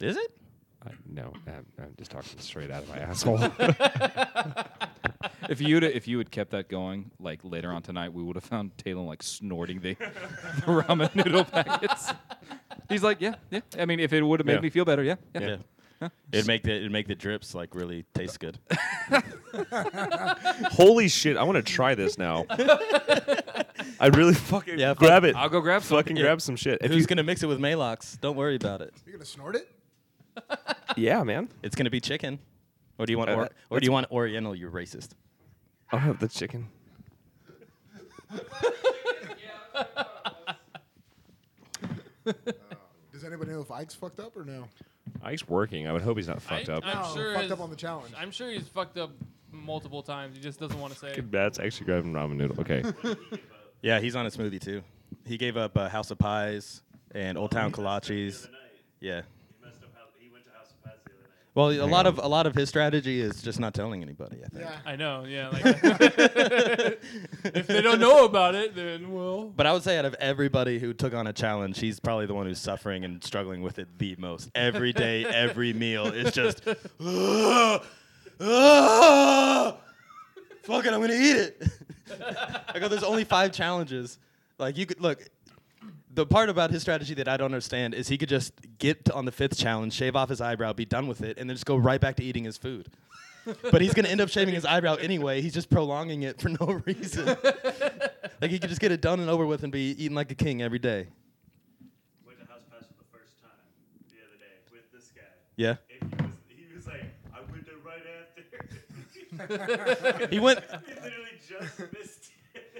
[SPEAKER 1] Is it?
[SPEAKER 4] I, no, I'm, I'm just talking straight out of (laughs) my asshole.
[SPEAKER 3] If you'd if you had kept that going, like later on tonight, we would have found Taylor like
[SPEAKER 2] (laughs)
[SPEAKER 3] snorting the, the ramen noodle packets. He's like, yeah, yeah. I mean, if it would have made
[SPEAKER 4] Yeah.
[SPEAKER 3] me feel better, yeah, yeah.
[SPEAKER 1] Yeah. It'd make the it'd make the drips like really taste (laughs) good.
[SPEAKER 4] Holy shit! I want to try this
[SPEAKER 9] (laughs)
[SPEAKER 4] now. I really fucking
[SPEAKER 1] Yeah,
[SPEAKER 4] grab it.
[SPEAKER 3] I'll go grab some.
[SPEAKER 4] fucking grab some shit. If
[SPEAKER 1] Who's
[SPEAKER 4] you-
[SPEAKER 1] gonna mix it with Malox? Don't worry about it.
[SPEAKER 7] You gonna snort it?
[SPEAKER 4] yeah, man.
[SPEAKER 1] It's gonna be chicken. Or do you want
[SPEAKER 4] Uh,
[SPEAKER 1] or,
[SPEAKER 4] that-
[SPEAKER 1] or do you want Oriental? You're racist.
[SPEAKER 4] I'll have the chicken.
[SPEAKER 7] Does anybody know if Ike's fucked up or no?
[SPEAKER 4] Ike's working. I would hope he's not fucked
[SPEAKER 2] I-
[SPEAKER 4] up.
[SPEAKER 2] I'm
[SPEAKER 7] Oh,
[SPEAKER 2] sure
[SPEAKER 7] fucked
[SPEAKER 2] his-
[SPEAKER 7] up on the challenge.
[SPEAKER 2] I'm sure he's fucked up multiple times. He just doesn't want to say.
[SPEAKER 4] That's actually grabbing ramen noodle. Okay.
[SPEAKER 1] Yeah, he's on a smoothie too. He gave up uh, House of Pies and Old Town Kolaches. Yeah. Well, a lot of a lot of his strategy is just not telling anybody. I think.
[SPEAKER 7] yeah.
[SPEAKER 2] I know,
[SPEAKER 3] (laughs)
[SPEAKER 2] yeah. (laughs) Like,
[SPEAKER 1] (laughs)
[SPEAKER 2] if they don't know about it, then
[SPEAKER 3] (laughs)
[SPEAKER 2] well.
[SPEAKER 1] But I would say out of everybody who took on a challenge, he's probably the one who's suffering and struggling with it the most. Every day, every meal, it's just, "Ugh, ugh, fuck it, I'm gonna eat it. (laughs) I go, there's only five challenges. Like you could look. The part about his strategy that I don't understand is he could just get on the fifth challenge, shave off his eyebrow, be done with it, and then just go right back to eating his food. But he's gonna end up shaving his eyebrow anyway. He's just prolonging it for no (laughs) reason. Like he could just get it done and over with and be eating like a king every day.
[SPEAKER 9] went to House Pass for the first time the other day with this guy.
[SPEAKER 1] Yeah.
[SPEAKER 9] And he was, he was like, I went there right after. (laughs)
[SPEAKER 1] He went.
[SPEAKER 9] he literally just missed it.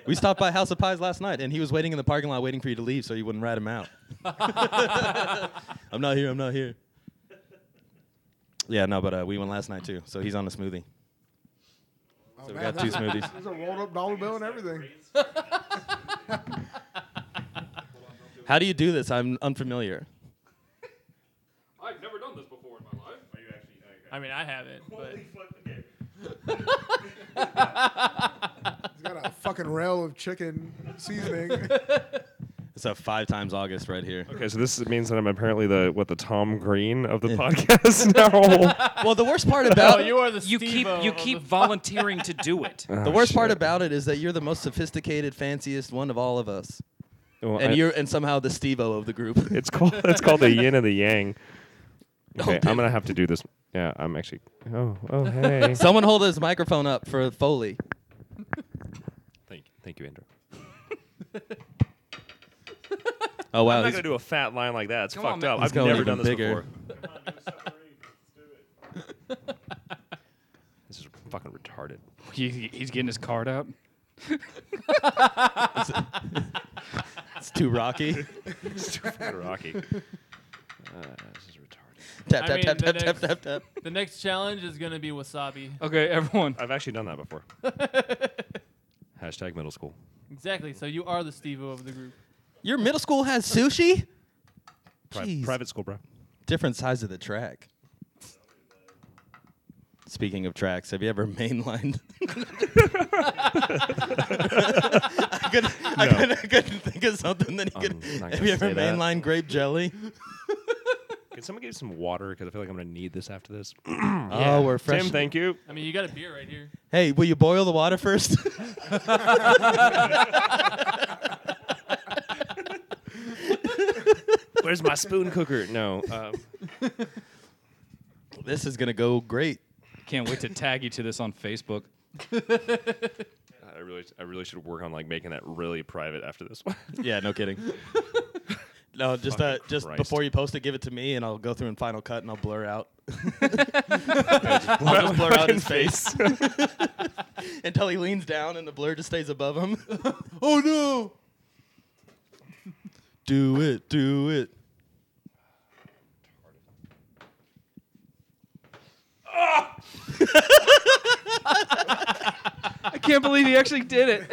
[SPEAKER 1] We stopped by House of Pies last night, and he was waiting in the parking lot, waiting for you to leave, so you wouldn't rat him out. (laughs) I'm not here. I'm not here. Yeah, no, but uh, we went last night too, so he's on a smoothie.
[SPEAKER 7] Oh,
[SPEAKER 1] So we
[SPEAKER 7] man,
[SPEAKER 1] got two
[SPEAKER 7] that's-
[SPEAKER 1] smoothies.
[SPEAKER 7] (laughs) There's a rolled up dollar bill and
[SPEAKER 9] (laughs)
[SPEAKER 7] everything.
[SPEAKER 1] How do you do this? I'm unfamiliar.
[SPEAKER 9] (laughs) I've never done this before in my life. Are you actually? no, you're
[SPEAKER 2] I mean, I haven't,
[SPEAKER 3] (laughs)
[SPEAKER 2] but
[SPEAKER 9] Holy fuck, okay.
[SPEAKER 7] He's got a fucking rail of chicken
[SPEAKER 1] (laughs)
[SPEAKER 7] seasoning.
[SPEAKER 1] It's a five times August right here.
[SPEAKER 4] Okay. So this means that I'm apparently the what the Tom Green of the podcast (laughs) now.
[SPEAKER 1] Well, the worst part about
[SPEAKER 4] (laughs)
[SPEAKER 2] you are the
[SPEAKER 3] You keep you keep volunteering to do it.
[SPEAKER 4] Ah,
[SPEAKER 1] the worst part about it is that you're the most sophisticated, fanciest one of all of us, and you're and somehow the Stevo of the group. (laughs)
[SPEAKER 4] It's called it's called the yin and the (laughs) yang. Okay, I'm gonna have to do this. Yeah, I'm actually. Oh, (laughs) oh, hey.
[SPEAKER 1] Someone hold his microphone up for Foley.
[SPEAKER 4] thank, thank you, Andrew.
[SPEAKER 1] Oh wow,
[SPEAKER 4] I'm not
[SPEAKER 1] he's-
[SPEAKER 4] gonna do a fat line like that. It's
[SPEAKER 3] Come on,
[SPEAKER 4] fucked
[SPEAKER 3] man.
[SPEAKER 4] up.
[SPEAKER 1] Let's
[SPEAKER 4] I've
[SPEAKER 1] go
[SPEAKER 4] never
[SPEAKER 1] even
[SPEAKER 4] done this
[SPEAKER 1] bigger.
[SPEAKER 4] before.
[SPEAKER 3] (laughs)
[SPEAKER 9] Come on, do something. Let's do it.
[SPEAKER 4] This is fucking retarded.
[SPEAKER 3] (laughs)
[SPEAKER 4] (laughs)
[SPEAKER 3] He, he's getting his card out.
[SPEAKER 1] it's too
[SPEAKER 2] (laughs)
[SPEAKER 1] rocky.
[SPEAKER 4] It's too fucking (laughs) rocky. Uh, this is retarded.
[SPEAKER 1] tap
[SPEAKER 2] I
[SPEAKER 1] tap
[SPEAKER 2] mean,
[SPEAKER 1] tap
[SPEAKER 2] the
[SPEAKER 1] tap tap
[SPEAKER 2] next-
[SPEAKER 1] tap tap.
[SPEAKER 2] the next challenge is gonna be wasabi.
[SPEAKER 3] (laughs) Okay, everyone.
[SPEAKER 4] I've actually done that before. Hashtag middle school.
[SPEAKER 2] Exactly. So you are the Steve-O of the
[SPEAKER 3] (laughs)
[SPEAKER 2] group.
[SPEAKER 1] Your middle school has sushi?
[SPEAKER 4] Pri-
[SPEAKER 1] Jeez.
[SPEAKER 4] private school, bro.
[SPEAKER 1] Different sides of the track. Speaking of tracks, have you ever (laughs) mainlined? I, couldn't, I,
[SPEAKER 4] No.
[SPEAKER 1] couldn't, I couldn't think of something that he
[SPEAKER 4] I'm
[SPEAKER 1] could.
[SPEAKER 4] not
[SPEAKER 1] Have
[SPEAKER 4] gonna
[SPEAKER 1] you ever
[SPEAKER 4] say that.
[SPEAKER 1] mainlined grape jelly?
[SPEAKER 4] Can someone give some water? Because I feel like I'm gonna need this after this.
[SPEAKER 1] Oh, we're fresh.
[SPEAKER 4] Tim, thank you.
[SPEAKER 2] I mean, you got a beer right
[SPEAKER 3] (laughs)
[SPEAKER 2] here.
[SPEAKER 1] Hey, will you boil the water
[SPEAKER 4] (laughs)
[SPEAKER 1] first?
[SPEAKER 4] Where's my spoon cooker? No. Um,
[SPEAKER 1] this is gonna go great.
[SPEAKER 3] Can't wait to tag you to this on Facebook.
[SPEAKER 4] I really, I really should work on like making that really private after this one.
[SPEAKER 1] (laughs) Yeah, no kidding. no, just uh,
[SPEAKER 4] Fucking
[SPEAKER 1] just
[SPEAKER 4] Christ.
[SPEAKER 1] before you post it, give it to me, and I'll go through and final cut, and I'll blur (laughs) out.
[SPEAKER 4] (laughs) I'll
[SPEAKER 1] just blur out his face. (laughs) until he leans down and the blur just stays above (laughs) him. oh no! do it, do it.
[SPEAKER 3] I can't believe he actually did it.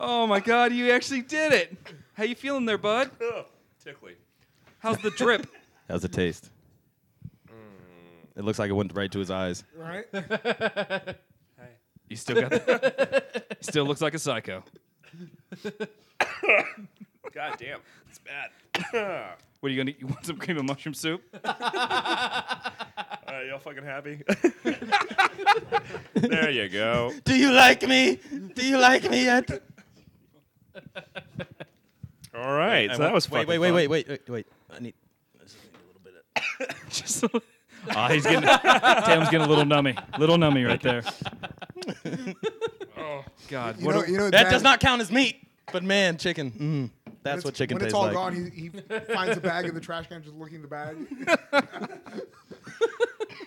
[SPEAKER 3] oh my god, you actually did it. How you feeling there, bud?
[SPEAKER 4] Tickly.
[SPEAKER 3] How's the drip?
[SPEAKER 1] How's it taste? Mm. It looks like it went right to his eyes.
[SPEAKER 7] right?
[SPEAKER 3] You still got that? still looks like a psycho.
[SPEAKER 4] God damn, it's bad.
[SPEAKER 3] What are you gonna? You want some cream and mushroom soup?
[SPEAKER 4] (laughs) All right, y'all fucking happy? (laughs) there you go.
[SPEAKER 1] Do you like me? Do you like me yet?
[SPEAKER 4] All right, so that was
[SPEAKER 1] wait,
[SPEAKER 4] fucking
[SPEAKER 1] wait, wait,
[SPEAKER 4] fun.
[SPEAKER 1] wait, wait, wait, wait. I need.
[SPEAKER 3] Just. Ah, he's getting. Tam's getting a little nummy. Little nummy right there. oh God!
[SPEAKER 7] You
[SPEAKER 3] what
[SPEAKER 7] know,
[SPEAKER 3] a-
[SPEAKER 7] you know
[SPEAKER 1] That does not count as meat, but man, chicken. Mm, that's
[SPEAKER 7] It's-
[SPEAKER 1] what chicken
[SPEAKER 7] When
[SPEAKER 1] tastes
[SPEAKER 7] it's all
[SPEAKER 1] like.
[SPEAKER 7] gone, he, he finds a bag in the trash can, just looking at
[SPEAKER 1] (laughs)
[SPEAKER 7] the bag.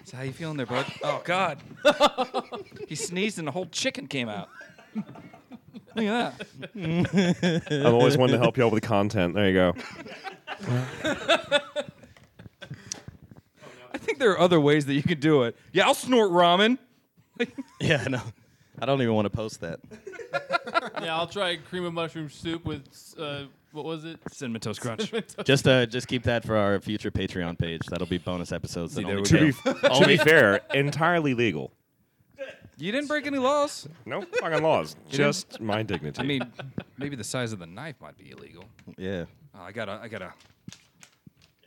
[SPEAKER 3] So how you feeling there, bud? Oh God! he sneezed and the whole chicken came out. Look at that.
[SPEAKER 4] I've always wanted to help y'all with the content. There you go.
[SPEAKER 3] I think there are other ways that you could do it. Yeah, I'll snort ramen.
[SPEAKER 1] (laughs) Yeah, no, I don't even want to post that.
[SPEAKER 2] yeah, I'll try cream of mushroom soup with uh, what was it?
[SPEAKER 3] Cinnamon toast crunch.
[SPEAKER 1] Just, uh, just keep that for our future Patreon page. That'll be bonus episodes. that
[SPEAKER 3] there
[SPEAKER 1] only
[SPEAKER 3] we
[SPEAKER 4] to
[SPEAKER 1] count.
[SPEAKER 4] be, (laughs) to be fair, entirely legal.
[SPEAKER 3] (laughs) you didn't break any laws.
[SPEAKER 4] No
[SPEAKER 1] (laughs)
[SPEAKER 4] fucking laws. Just my dignity.
[SPEAKER 3] I mean, maybe the size of the knife might be illegal.
[SPEAKER 1] Yeah.
[SPEAKER 3] Oh, I gotta, I gotta,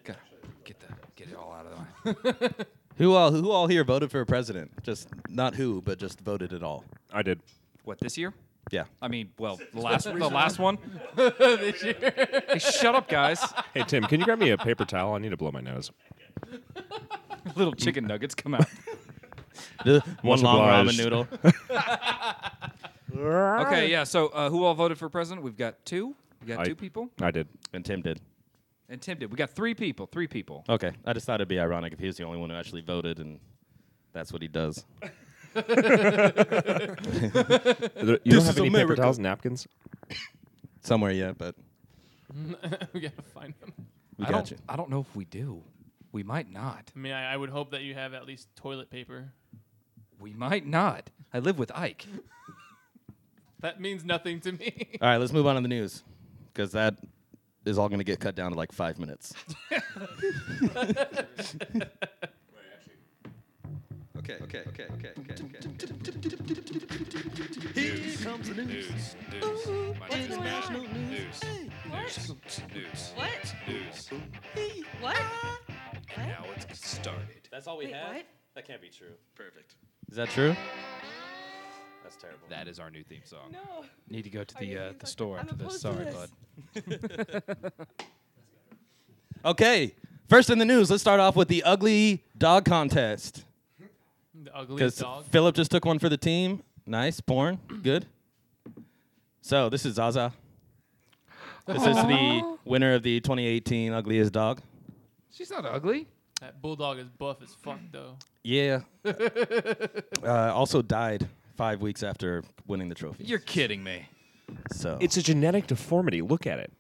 [SPEAKER 3] gotta get that, get it all out of the way.
[SPEAKER 1] Who all who all here voted for a president? Just not who, but just voted at all.
[SPEAKER 4] I did.
[SPEAKER 3] (laughs) What this year?
[SPEAKER 1] Yeah.
[SPEAKER 3] I mean, (laughs) well, the last, the last one.
[SPEAKER 2] (laughs) this year.
[SPEAKER 3] Hey, shut up, guys. (laughs)
[SPEAKER 4] Hey Tim, can you grab me a paper towel? I need to blow my nose.
[SPEAKER 3] Little chicken nuggets come (laughs) out.
[SPEAKER 1] One
[SPEAKER 4] Much
[SPEAKER 1] long ramen
[SPEAKER 4] obliged.
[SPEAKER 1] (laughs) noodle.
[SPEAKER 3] Okay, yeah. So, uh, who all voted for president? We've got two. We got
[SPEAKER 4] I-
[SPEAKER 3] two people.
[SPEAKER 4] I did.
[SPEAKER 1] and Tim did.
[SPEAKER 3] And Tim did. We got three people. Three people.
[SPEAKER 1] Okay. I just thought it'd be ironic if he was the only one who actually voted, and that's what he does.
[SPEAKER 4] You
[SPEAKER 1] This
[SPEAKER 4] don't have
[SPEAKER 1] is
[SPEAKER 4] any paper
[SPEAKER 1] America.
[SPEAKER 4] towels, napkins?
[SPEAKER 1] Somewhere, yeah, but
[SPEAKER 2] (laughs) we gotta find them.
[SPEAKER 1] we
[SPEAKER 3] I
[SPEAKER 1] got
[SPEAKER 3] don't.
[SPEAKER 1] you.
[SPEAKER 3] I don't know if we do. We might not.
[SPEAKER 2] I mean, I, I would hope that you have at least toilet paper.
[SPEAKER 3] We might not. I live with Ike.
[SPEAKER 2] That means nothing to me.
[SPEAKER 1] All right, let's move on to the news because that is all going to get cut down to like five (laughs) minutes. okay, okay, okay, okay, okay, okay.
[SPEAKER 8] What? What?
[SPEAKER 1] That's all we
[SPEAKER 8] Wait, what?
[SPEAKER 1] That can't be true. Perfect. Is that true? That's terrible.
[SPEAKER 3] That is our new theme song.
[SPEAKER 8] No.
[SPEAKER 3] Need to go to the
[SPEAKER 8] you
[SPEAKER 3] uh,
[SPEAKER 8] need
[SPEAKER 3] the
[SPEAKER 8] to-
[SPEAKER 3] store
[SPEAKER 8] I'm
[SPEAKER 3] after this.
[SPEAKER 8] opposed to
[SPEAKER 3] Sorry,
[SPEAKER 8] this.
[SPEAKER 3] bud.
[SPEAKER 1] Okay, first in the news, let's start off with the ugly dog contest
[SPEAKER 2] (laughs) The ugliest
[SPEAKER 1] because
[SPEAKER 2] dog.
[SPEAKER 1] Philip just took one for the team. Nice, born good. So this is Zaza. This is the winner of the 2018 ugliest dog.
[SPEAKER 3] She's not ugly.
[SPEAKER 2] that bulldog is buff as fuck though.
[SPEAKER 1] Yeah. (laughs) uh, also died five weeks after winning the trophy.
[SPEAKER 3] You're kidding me.
[SPEAKER 1] so
[SPEAKER 4] It's a genetic deformity. Look at it.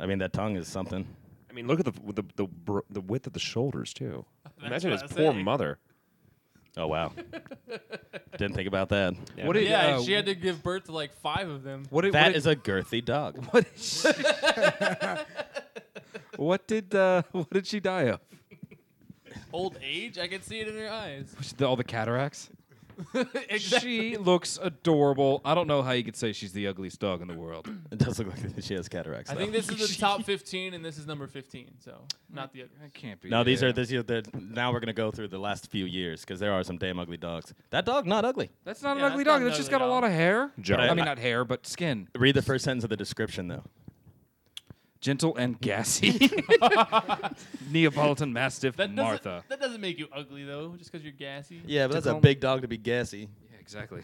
[SPEAKER 1] I mean that tongue is something.
[SPEAKER 4] I mean, look at the the the, br- the width of the shoulders too. Imagine
[SPEAKER 2] what
[SPEAKER 4] his
[SPEAKER 2] I
[SPEAKER 4] poor
[SPEAKER 2] say.
[SPEAKER 4] mother.
[SPEAKER 1] Oh
[SPEAKER 3] (laughs)
[SPEAKER 1] wow. Didn't think about that.
[SPEAKER 3] What did,
[SPEAKER 2] Yeah,
[SPEAKER 3] uh,
[SPEAKER 2] she had to give birth to like five of them.
[SPEAKER 3] What did,
[SPEAKER 1] That
[SPEAKER 3] (laughs) what
[SPEAKER 1] is a girthy dog. (laughs)
[SPEAKER 3] did, (laughs) what did uh, what did she die of?
[SPEAKER 2] Old age? I can see it in her eyes.
[SPEAKER 3] Was it the- all the (laughs) cataracts?
[SPEAKER 2] exactly.
[SPEAKER 3] She looks adorable. I don't know how you could say she's the ugliest dog in the world.
[SPEAKER 1] It does look like she has cataracts.
[SPEAKER 2] I
[SPEAKER 1] though.
[SPEAKER 2] think this is the
[SPEAKER 3] (laughs)
[SPEAKER 2] top 15, and this is number 15. So not the other.
[SPEAKER 3] That can't be.
[SPEAKER 1] no, these
[SPEAKER 3] yeah.
[SPEAKER 1] are this year. the- Now we're gonna go through the last few years because there are some damn ugly dogs. That dog not ugly.
[SPEAKER 3] That's not
[SPEAKER 2] Yeah,
[SPEAKER 3] an ugly
[SPEAKER 2] that's not
[SPEAKER 3] dog.
[SPEAKER 2] an
[SPEAKER 3] That's just
[SPEAKER 2] ugly
[SPEAKER 3] got a lot
[SPEAKER 2] dog.
[SPEAKER 3] of hair.
[SPEAKER 4] Joe.
[SPEAKER 3] I
[SPEAKER 1] I-
[SPEAKER 3] mean, not hair, but skin.
[SPEAKER 1] Read the first sentence of the description though.
[SPEAKER 2] (laughs)
[SPEAKER 3] Gentle and gassy. (laughs) Neapolitan Mastiff
[SPEAKER 2] That doesn't-
[SPEAKER 3] Martha.
[SPEAKER 2] That doesn't make you ugly though, just because you're gassy.
[SPEAKER 1] Yeah, but
[SPEAKER 3] that's
[SPEAKER 1] that's
[SPEAKER 3] a
[SPEAKER 1] a
[SPEAKER 3] Tacoma.
[SPEAKER 1] big dog to be gassy.
[SPEAKER 3] Yeah, exactly.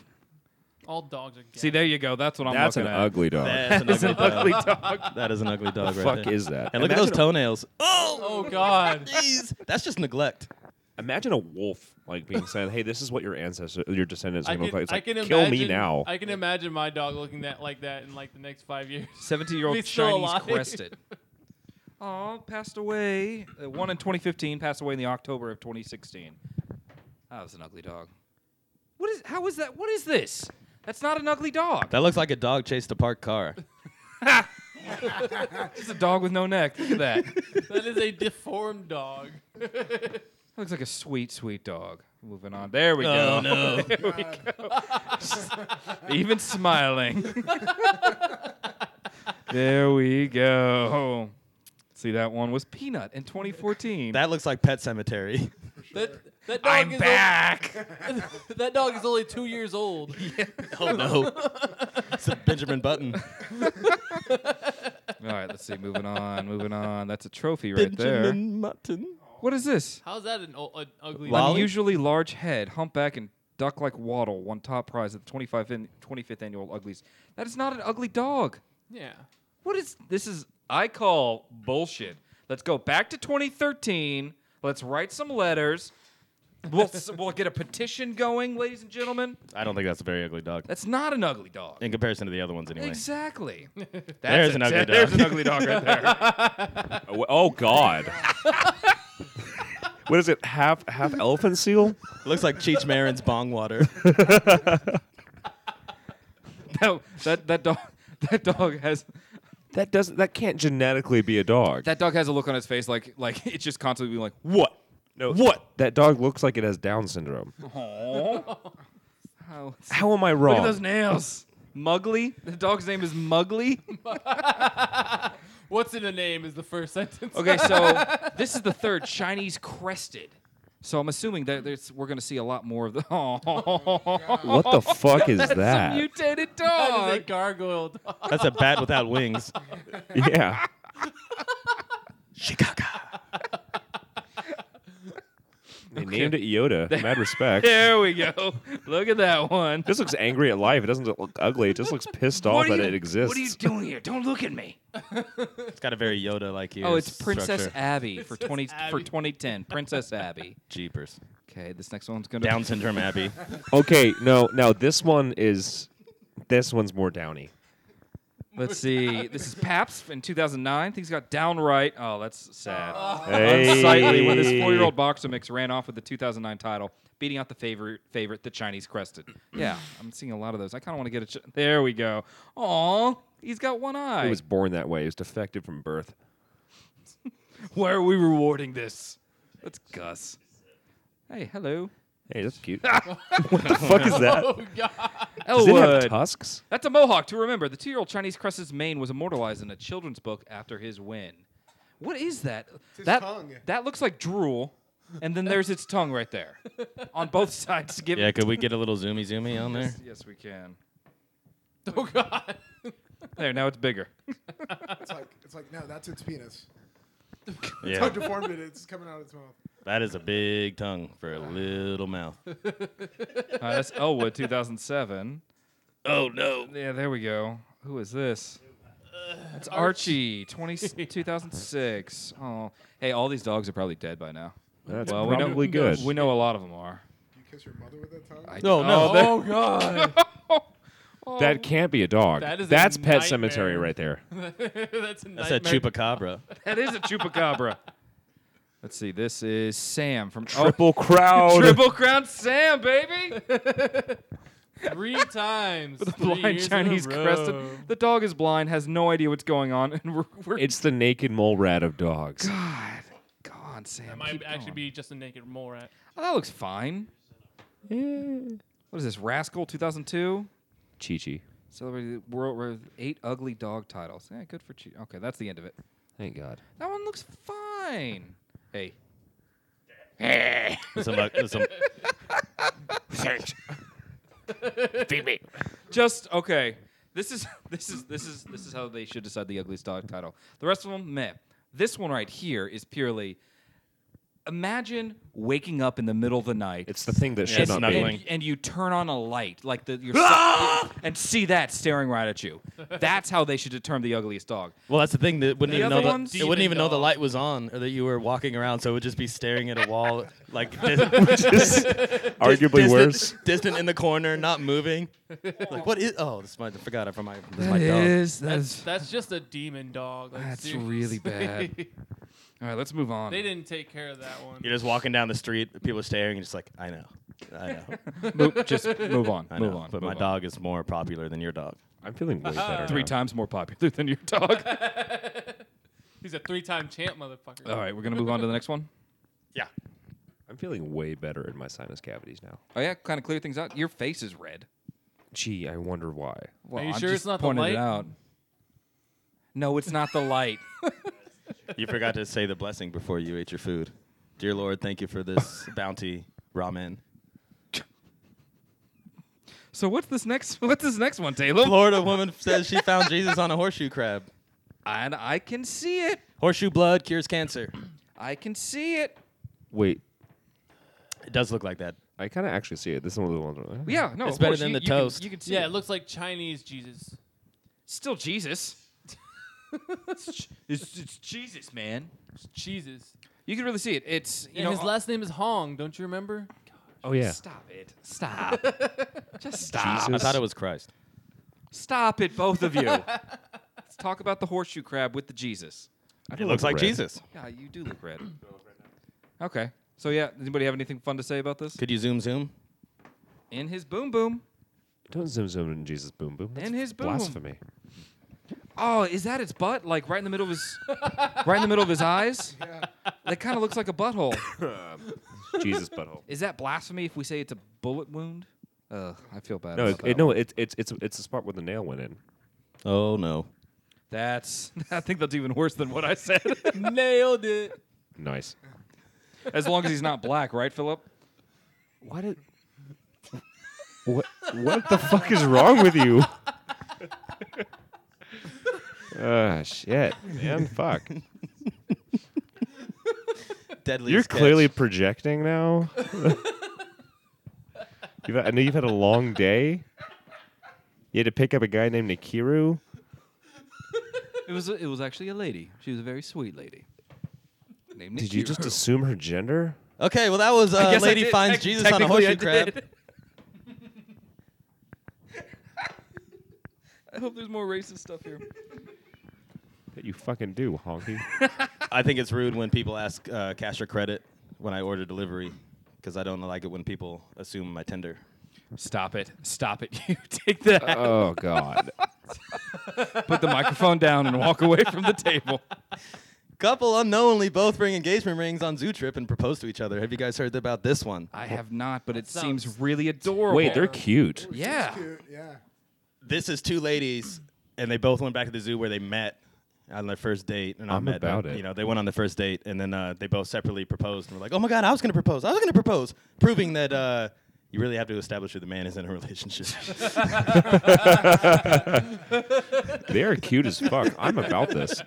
[SPEAKER 2] All dogs are gassy.
[SPEAKER 3] See, there you go. That's what I'm
[SPEAKER 4] That's an
[SPEAKER 3] looking at.
[SPEAKER 4] ugly dog.
[SPEAKER 1] That's an ugly, dog.
[SPEAKER 3] ugly
[SPEAKER 1] (laughs)
[SPEAKER 3] dog.
[SPEAKER 1] That is an ugly dog right
[SPEAKER 4] fuck
[SPEAKER 1] there.
[SPEAKER 4] is that?
[SPEAKER 1] and look at
[SPEAKER 4] Imagine
[SPEAKER 1] those toenails.
[SPEAKER 2] Oh
[SPEAKER 3] (laughs)
[SPEAKER 2] God.
[SPEAKER 1] Jeez, that's just neglect.
[SPEAKER 4] a- Imagine a wolf like being said, "Hey, this is what your ancestors, your descendants are
[SPEAKER 2] I
[SPEAKER 4] going to
[SPEAKER 2] can,
[SPEAKER 4] look like." It's
[SPEAKER 2] I
[SPEAKER 4] like,
[SPEAKER 2] can
[SPEAKER 4] kill
[SPEAKER 2] imagine,
[SPEAKER 4] me now.
[SPEAKER 2] I can imagine my dog looking that like that in like the next five years.
[SPEAKER 3] 17 year old
[SPEAKER 2] He's still (laughs)
[SPEAKER 3] Chinese
[SPEAKER 2] alive.
[SPEAKER 3] crested. Oh, passed away. Uh, one in 2015, passed away in the October of 2016. That was an ugly dog. What is? How is that? What is this? That's not an ugly dog.
[SPEAKER 1] That looks like a dog chased a parked car.
[SPEAKER 3] It's a dog with no neck. Look at that.
[SPEAKER 2] (laughs) that is a deformed dog.
[SPEAKER 3] Looks like a sweet, sweet dog. Moving on. There we go.
[SPEAKER 1] Oh, no.
[SPEAKER 3] (laughs) there we go. (laughs) Even smiling. (laughs) there we go. See, that one was Peanut in 2014.
[SPEAKER 1] That looks like Pet Cemetery.
[SPEAKER 2] that that dog
[SPEAKER 3] I'm
[SPEAKER 2] is
[SPEAKER 3] back.
[SPEAKER 2] Only, (laughs) that dog is only two years old.
[SPEAKER 1] (laughs) oh no, it's a Benjamin
[SPEAKER 3] (laughs)
[SPEAKER 1] Button.
[SPEAKER 3] (laughs) All right, let's see. Moving on. Moving on. That's a trophy right there.
[SPEAKER 1] Mutton.
[SPEAKER 3] What is this?
[SPEAKER 2] How's that an, o- an ugly
[SPEAKER 1] Lolly?
[SPEAKER 2] dog?
[SPEAKER 3] Unusually large head, humpback, and duck-like waddle won top prize at the 25 in, 25th annual Uglies. That is not an ugly dog.
[SPEAKER 2] Yeah.
[SPEAKER 3] What is this? Is I call bullshit. Let's go back to 2013. Let's write some letters. We'll s- we'll get a petition going, ladies and gentlemen.
[SPEAKER 1] I don't think that's a very ugly dog
[SPEAKER 3] That's not an ugly dog.
[SPEAKER 1] in comparison to the other ones, anyway.
[SPEAKER 3] Exactly. (laughs)
[SPEAKER 1] There's
[SPEAKER 3] That's
[SPEAKER 1] an
[SPEAKER 3] a-
[SPEAKER 1] ugly
[SPEAKER 3] There's
[SPEAKER 1] dog.
[SPEAKER 3] an ugly dog right (laughs) there.
[SPEAKER 4] Oh, oh, God. what is it? Half half elephant seal?
[SPEAKER 1] (laughs) looks like Cheech Marin's bong water.
[SPEAKER 3] that, that that dog that dog has
[SPEAKER 4] That doesn't. That can't genetically be a dog.
[SPEAKER 3] that dog has a look on his face like like (laughs) it's just constantly being like
[SPEAKER 4] what? No. What? That dog looks like it has
[SPEAKER 3] (laughs)
[SPEAKER 4] Down syndrome.
[SPEAKER 3] how
[SPEAKER 4] How am I wrong?
[SPEAKER 3] look at those nails. Mugly. The dog's name is Mugly.
[SPEAKER 2] What's in a name is the first (laughs) sentence.
[SPEAKER 3] (laughs) Okay, so this is the third Chinese crested. So I'm assuming that there's, we're going to see a lot more of the. (laughs) Oh,
[SPEAKER 4] what the fuck is
[SPEAKER 3] that's
[SPEAKER 4] that?
[SPEAKER 3] a mutated
[SPEAKER 2] That is a (laughs)
[SPEAKER 3] dog.
[SPEAKER 2] gargoyle
[SPEAKER 3] (laughs)
[SPEAKER 2] dog.
[SPEAKER 1] (laughs) That's a bat without wings.
[SPEAKER 4] yeah.
[SPEAKER 1] Chicago.
[SPEAKER 4] They named it Yoda. Mad respect.
[SPEAKER 3] (laughs) There we go. Look at that one.
[SPEAKER 4] This looks angry at life. It doesn't look ugly. It just looks pissed off
[SPEAKER 3] What are
[SPEAKER 4] that
[SPEAKER 3] you-
[SPEAKER 4] it exists.
[SPEAKER 3] What are you doing here? Don't look at me.
[SPEAKER 1] It's got a very Yoda like ear.
[SPEAKER 3] Oh, it's Princess
[SPEAKER 1] structure.
[SPEAKER 3] Abby for
[SPEAKER 2] Princess
[SPEAKER 3] 20 for
[SPEAKER 2] Abby.
[SPEAKER 3] 2010. Princess Abby.
[SPEAKER 1] Jeepers.
[SPEAKER 3] Okay, this next one's going to
[SPEAKER 1] Down syndrome Abby.
[SPEAKER 4] okay, no, now this one is. This one's more downy.
[SPEAKER 3] (laughs) Let's see. This is Paps in 2009. Things got downright. Oh, that's sad. Unsightly when this four-year-old boxer mix ran off with the 2009 title, beating out the favorite, favorite, the Chinese crested. yeah, I'm seeing a lot of those. I kind of want to get a. Ch- there we go. Aw, he's got one eye.
[SPEAKER 4] He was born that way. He was defective from birth.
[SPEAKER 3] Why are we rewarding this? That's Gus. Hey, hello.
[SPEAKER 4] Hey,
[SPEAKER 3] (laughs)
[SPEAKER 4] that's cute. what the fuck is that?
[SPEAKER 2] Oh (laughs) god.
[SPEAKER 4] Does it have
[SPEAKER 3] Elwood.
[SPEAKER 4] tusks?
[SPEAKER 3] That's a mohawk to remember. The two-year-old Chinese crested's mane was immortalized in a children's book after his win. What is that?
[SPEAKER 7] his
[SPEAKER 3] that
[SPEAKER 7] tongue.
[SPEAKER 3] that looks like drool, and then there's its tongue right
[SPEAKER 7] (laughs)
[SPEAKER 3] there, on both sides. Give
[SPEAKER 1] Yeah,
[SPEAKER 3] it.
[SPEAKER 1] could we get a little zoomy zoomy on
[SPEAKER 3] (laughs)
[SPEAKER 1] there?
[SPEAKER 3] Yes, we can.
[SPEAKER 2] Oh god. (laughs)
[SPEAKER 3] There, now it's bigger.
[SPEAKER 7] It's like it's like no, that's its penis. How
[SPEAKER 1] Yeah.
[SPEAKER 7] deformed it is it's coming out of its mouth.
[SPEAKER 1] That is a big tongue for a little mouth.
[SPEAKER 3] Uh, that's Elwood, 2007.
[SPEAKER 1] Oh no.
[SPEAKER 3] Yeah, there we go. Who is this? That's Archie, 20, 2006. Oh, hey, all these dogs are probably dead by now.
[SPEAKER 4] That's
[SPEAKER 3] Well, we know-
[SPEAKER 4] probably good.
[SPEAKER 3] We know a lot of them are.
[SPEAKER 7] You kiss your mother with that tongue?
[SPEAKER 3] I-
[SPEAKER 1] No, no.
[SPEAKER 3] there-
[SPEAKER 2] Oh (laughs) god.
[SPEAKER 4] That can't be a dog.
[SPEAKER 2] That is a
[SPEAKER 4] That's Pet
[SPEAKER 2] nightmare.
[SPEAKER 4] Cemetery right
[SPEAKER 3] (laughs)
[SPEAKER 4] there.
[SPEAKER 2] That's a
[SPEAKER 1] That's a
[SPEAKER 2] Oh, nightmare.
[SPEAKER 1] chupacabra.
[SPEAKER 3] That is a chupacabra. Let's see. This is Sam from oh, (laughs)
[SPEAKER 4] Triple crowd.
[SPEAKER 3] Triple Crown
[SPEAKER 2] (laughs)
[SPEAKER 3] Sam, baby. (laughs)
[SPEAKER 2] Three times. The
[SPEAKER 3] blind Chinese crested. The dog is blind, has no idea what's going on, and we're, we're
[SPEAKER 4] It's the naked mole rat of dogs.
[SPEAKER 3] God, God, Sam.
[SPEAKER 2] Might
[SPEAKER 3] keep
[SPEAKER 2] actually
[SPEAKER 3] going.
[SPEAKER 2] be just a naked mole rat.
[SPEAKER 3] Oh, that looks fine. What is this? Rascal 2002.
[SPEAKER 4] Chi Chi.
[SPEAKER 3] Celebrated the world with eight ugly dog titles. Yeah, good for Chi. Okay, that's the end of it.
[SPEAKER 4] Thank God.
[SPEAKER 3] That one looks fine. Hey, (laughs)
[SPEAKER 1] There's some, there's some-
[SPEAKER 3] just okay. This is (laughs) this is this is this is how they should decide the ugliest dog title. The rest of them, meh. This one right here is purely Imagine waking up in the middle of the night. It's
[SPEAKER 4] the thing that should
[SPEAKER 3] and,
[SPEAKER 4] not be. (laughs)
[SPEAKER 3] And, and you turn on a light, like the your and see that staring right at you. That's how they should determine the ugliest dog.
[SPEAKER 1] Well, that's the thing that wouldn't
[SPEAKER 3] The
[SPEAKER 1] even
[SPEAKER 3] other
[SPEAKER 1] know that
[SPEAKER 3] ones?
[SPEAKER 1] it wouldn't
[SPEAKER 3] Demon
[SPEAKER 1] even know the
[SPEAKER 3] dog.
[SPEAKER 1] light was on or that you were walking around, so it would just be staring at a wall
[SPEAKER 3] (laughs)
[SPEAKER 1] like dis- dis-
[SPEAKER 4] arguably
[SPEAKER 1] distant,
[SPEAKER 4] worse.
[SPEAKER 1] distant in the corner, not moving. Like what is? Oh, this is my, I forgot it from my this is my
[SPEAKER 3] is-
[SPEAKER 1] dog.
[SPEAKER 3] that-
[SPEAKER 2] That's, that's just a demon dog. Like,
[SPEAKER 3] That's
[SPEAKER 2] seriously.
[SPEAKER 3] really bad. All right, let's move
[SPEAKER 2] (laughs)
[SPEAKER 3] on.
[SPEAKER 2] they didn't take care of that one.
[SPEAKER 1] You're just walking down the street, people are staring, and just like I know, I know,
[SPEAKER 3] Move, just move (laughs) on.
[SPEAKER 1] I know.
[SPEAKER 3] move on.
[SPEAKER 1] But
[SPEAKER 3] move
[SPEAKER 1] my
[SPEAKER 3] on.
[SPEAKER 1] dog is more popular than your dog.
[SPEAKER 4] I'm feeling way better.
[SPEAKER 3] three
[SPEAKER 4] now.
[SPEAKER 3] times more popular than your
[SPEAKER 2] (laughs)
[SPEAKER 3] dog.
[SPEAKER 2] He's a three-time champ, motherfucker.
[SPEAKER 3] All right, we're gonna move on to the next one.
[SPEAKER 1] Yeah.
[SPEAKER 4] I'm feeling way better in my sinus cavities now.
[SPEAKER 3] Oh yeah, kind of clear things out. Your face is red.
[SPEAKER 4] Gee, I wonder why.
[SPEAKER 3] Well,
[SPEAKER 2] you
[SPEAKER 3] I'm
[SPEAKER 2] sure
[SPEAKER 3] just
[SPEAKER 2] it's not the
[SPEAKER 3] pointing
[SPEAKER 2] light?
[SPEAKER 3] it out. No, it's not the light.
[SPEAKER 1] You forgot to say the blessing before you ate your food. Dear Lord, thank you for (laughs) this bounty ramen.
[SPEAKER 3] (laughs) so what's this next? (laughs) What's this next one, Taylor?
[SPEAKER 1] Florida woman says she found Jesus on a horseshoe crab.
[SPEAKER 3] And I can see it.
[SPEAKER 1] Horseshoe blood cures cancer.
[SPEAKER 3] I can see it.
[SPEAKER 4] Wait,
[SPEAKER 1] It does look like that.
[SPEAKER 4] I kind of actually see it. This is one of the ones. where-
[SPEAKER 3] Yeah, no,
[SPEAKER 1] It's
[SPEAKER 3] of
[SPEAKER 1] better
[SPEAKER 3] course,
[SPEAKER 1] than
[SPEAKER 3] you-
[SPEAKER 1] the
[SPEAKER 3] you can-
[SPEAKER 1] toast.
[SPEAKER 3] you can see
[SPEAKER 2] Yeah,
[SPEAKER 3] it.
[SPEAKER 2] it looks like Chinese Jesus.
[SPEAKER 3] Still Jesus. it's, it's, it's Jesus, man.
[SPEAKER 2] It's Jesus.
[SPEAKER 3] You can really see it. It's you
[SPEAKER 2] and
[SPEAKER 3] know uh,
[SPEAKER 2] his last name is Hong. Don't you remember?
[SPEAKER 4] Oh yeah.
[SPEAKER 3] Stop it.
[SPEAKER 2] (laughs)
[SPEAKER 3] Stop. Just stop.
[SPEAKER 1] I thought it was Christ.
[SPEAKER 3] Stop it, both of you. Let's talk about the horseshoe crab with the Jesus.
[SPEAKER 4] I
[SPEAKER 1] It
[SPEAKER 4] don't
[SPEAKER 1] looks
[SPEAKER 4] look
[SPEAKER 1] like
[SPEAKER 4] red.
[SPEAKER 1] Jesus.
[SPEAKER 3] Yeah, you do look red. Okay. So yeah, does anybody have anything fun to say about this?
[SPEAKER 1] Could you zoom zoom?
[SPEAKER 3] In his boom boom.
[SPEAKER 4] Don't zoom zoom in Jesus boom boom. That's
[SPEAKER 3] In his boom.
[SPEAKER 4] blasphemy.
[SPEAKER 3] Oh, is that its butt? Like right in the middle of his, right in the middle of his eyes. That kind of looks like a butthole.
[SPEAKER 4] Jesus butthole.
[SPEAKER 3] Is that blasphemy if we say it's a bullet wound? Ugh, I feel bad.
[SPEAKER 4] No,
[SPEAKER 3] about
[SPEAKER 4] it,
[SPEAKER 3] that
[SPEAKER 4] it, no,
[SPEAKER 3] one.
[SPEAKER 4] it's it's it's it's the spot where the nail went in.
[SPEAKER 1] Oh no.
[SPEAKER 3] That's. (laughs) I think that's even worse than what I
[SPEAKER 4] (laughs)
[SPEAKER 3] said.
[SPEAKER 2] Nailed it.
[SPEAKER 4] Nice.
[SPEAKER 3] as long as he's not black, right, Philip?
[SPEAKER 4] Why did? what what the fuck is wrong with (laughs) you? Ah shit, man, (laughs) fuck.
[SPEAKER 1] Deadly.
[SPEAKER 4] You're
[SPEAKER 1] sketch.
[SPEAKER 4] clearly projecting now. (laughs) you've, I know you've had a long day. You had to pick up a guy named Nikiru.
[SPEAKER 3] It was. it was actually a lady. She was a very sweet lady. Named
[SPEAKER 4] Did you just
[SPEAKER 3] Nikiru.
[SPEAKER 4] assume her gender?
[SPEAKER 1] Okay, well that was
[SPEAKER 3] I
[SPEAKER 1] uh,
[SPEAKER 3] guess I
[SPEAKER 1] lady
[SPEAKER 3] did.
[SPEAKER 1] finds
[SPEAKER 3] Tec-
[SPEAKER 1] Jesus on a
[SPEAKER 3] technically
[SPEAKER 1] horseshoe
[SPEAKER 3] I
[SPEAKER 1] crab.
[SPEAKER 3] did. (laughs) I hope there's more racist stuff here.
[SPEAKER 4] That you fucking do, honky.
[SPEAKER 1] I think it's rude when people ask uh, cash or credit when I order delivery because I don't like it when people assume my tender.
[SPEAKER 3] Stop it. Stop it. (laughs) You take that.
[SPEAKER 4] (laughs) oh god.
[SPEAKER 3] Put the microphone down and walk away from the table.
[SPEAKER 1] Couple unknowingly both bring engagement rings on zoo trip and propose to each other. Have you guys heard about this one?
[SPEAKER 3] I have not, but it
[SPEAKER 2] sounds-
[SPEAKER 3] seems really adorable.
[SPEAKER 4] Wait, they're cute.
[SPEAKER 3] yeah.
[SPEAKER 7] It's cute, yeah.
[SPEAKER 1] This is two ladies, and they both went back to the zoo where they met on their first date. And I
[SPEAKER 4] I'm
[SPEAKER 1] met,
[SPEAKER 4] about it.
[SPEAKER 1] You know, they went on their first date, and then uh, they both separately proposed and were like, "Oh my god, I was going to propose. I was going to propose," proving that uh, you really have to establish who the man is in a (laughs) relationship.
[SPEAKER 4] They are cute as fuck. I'm about this.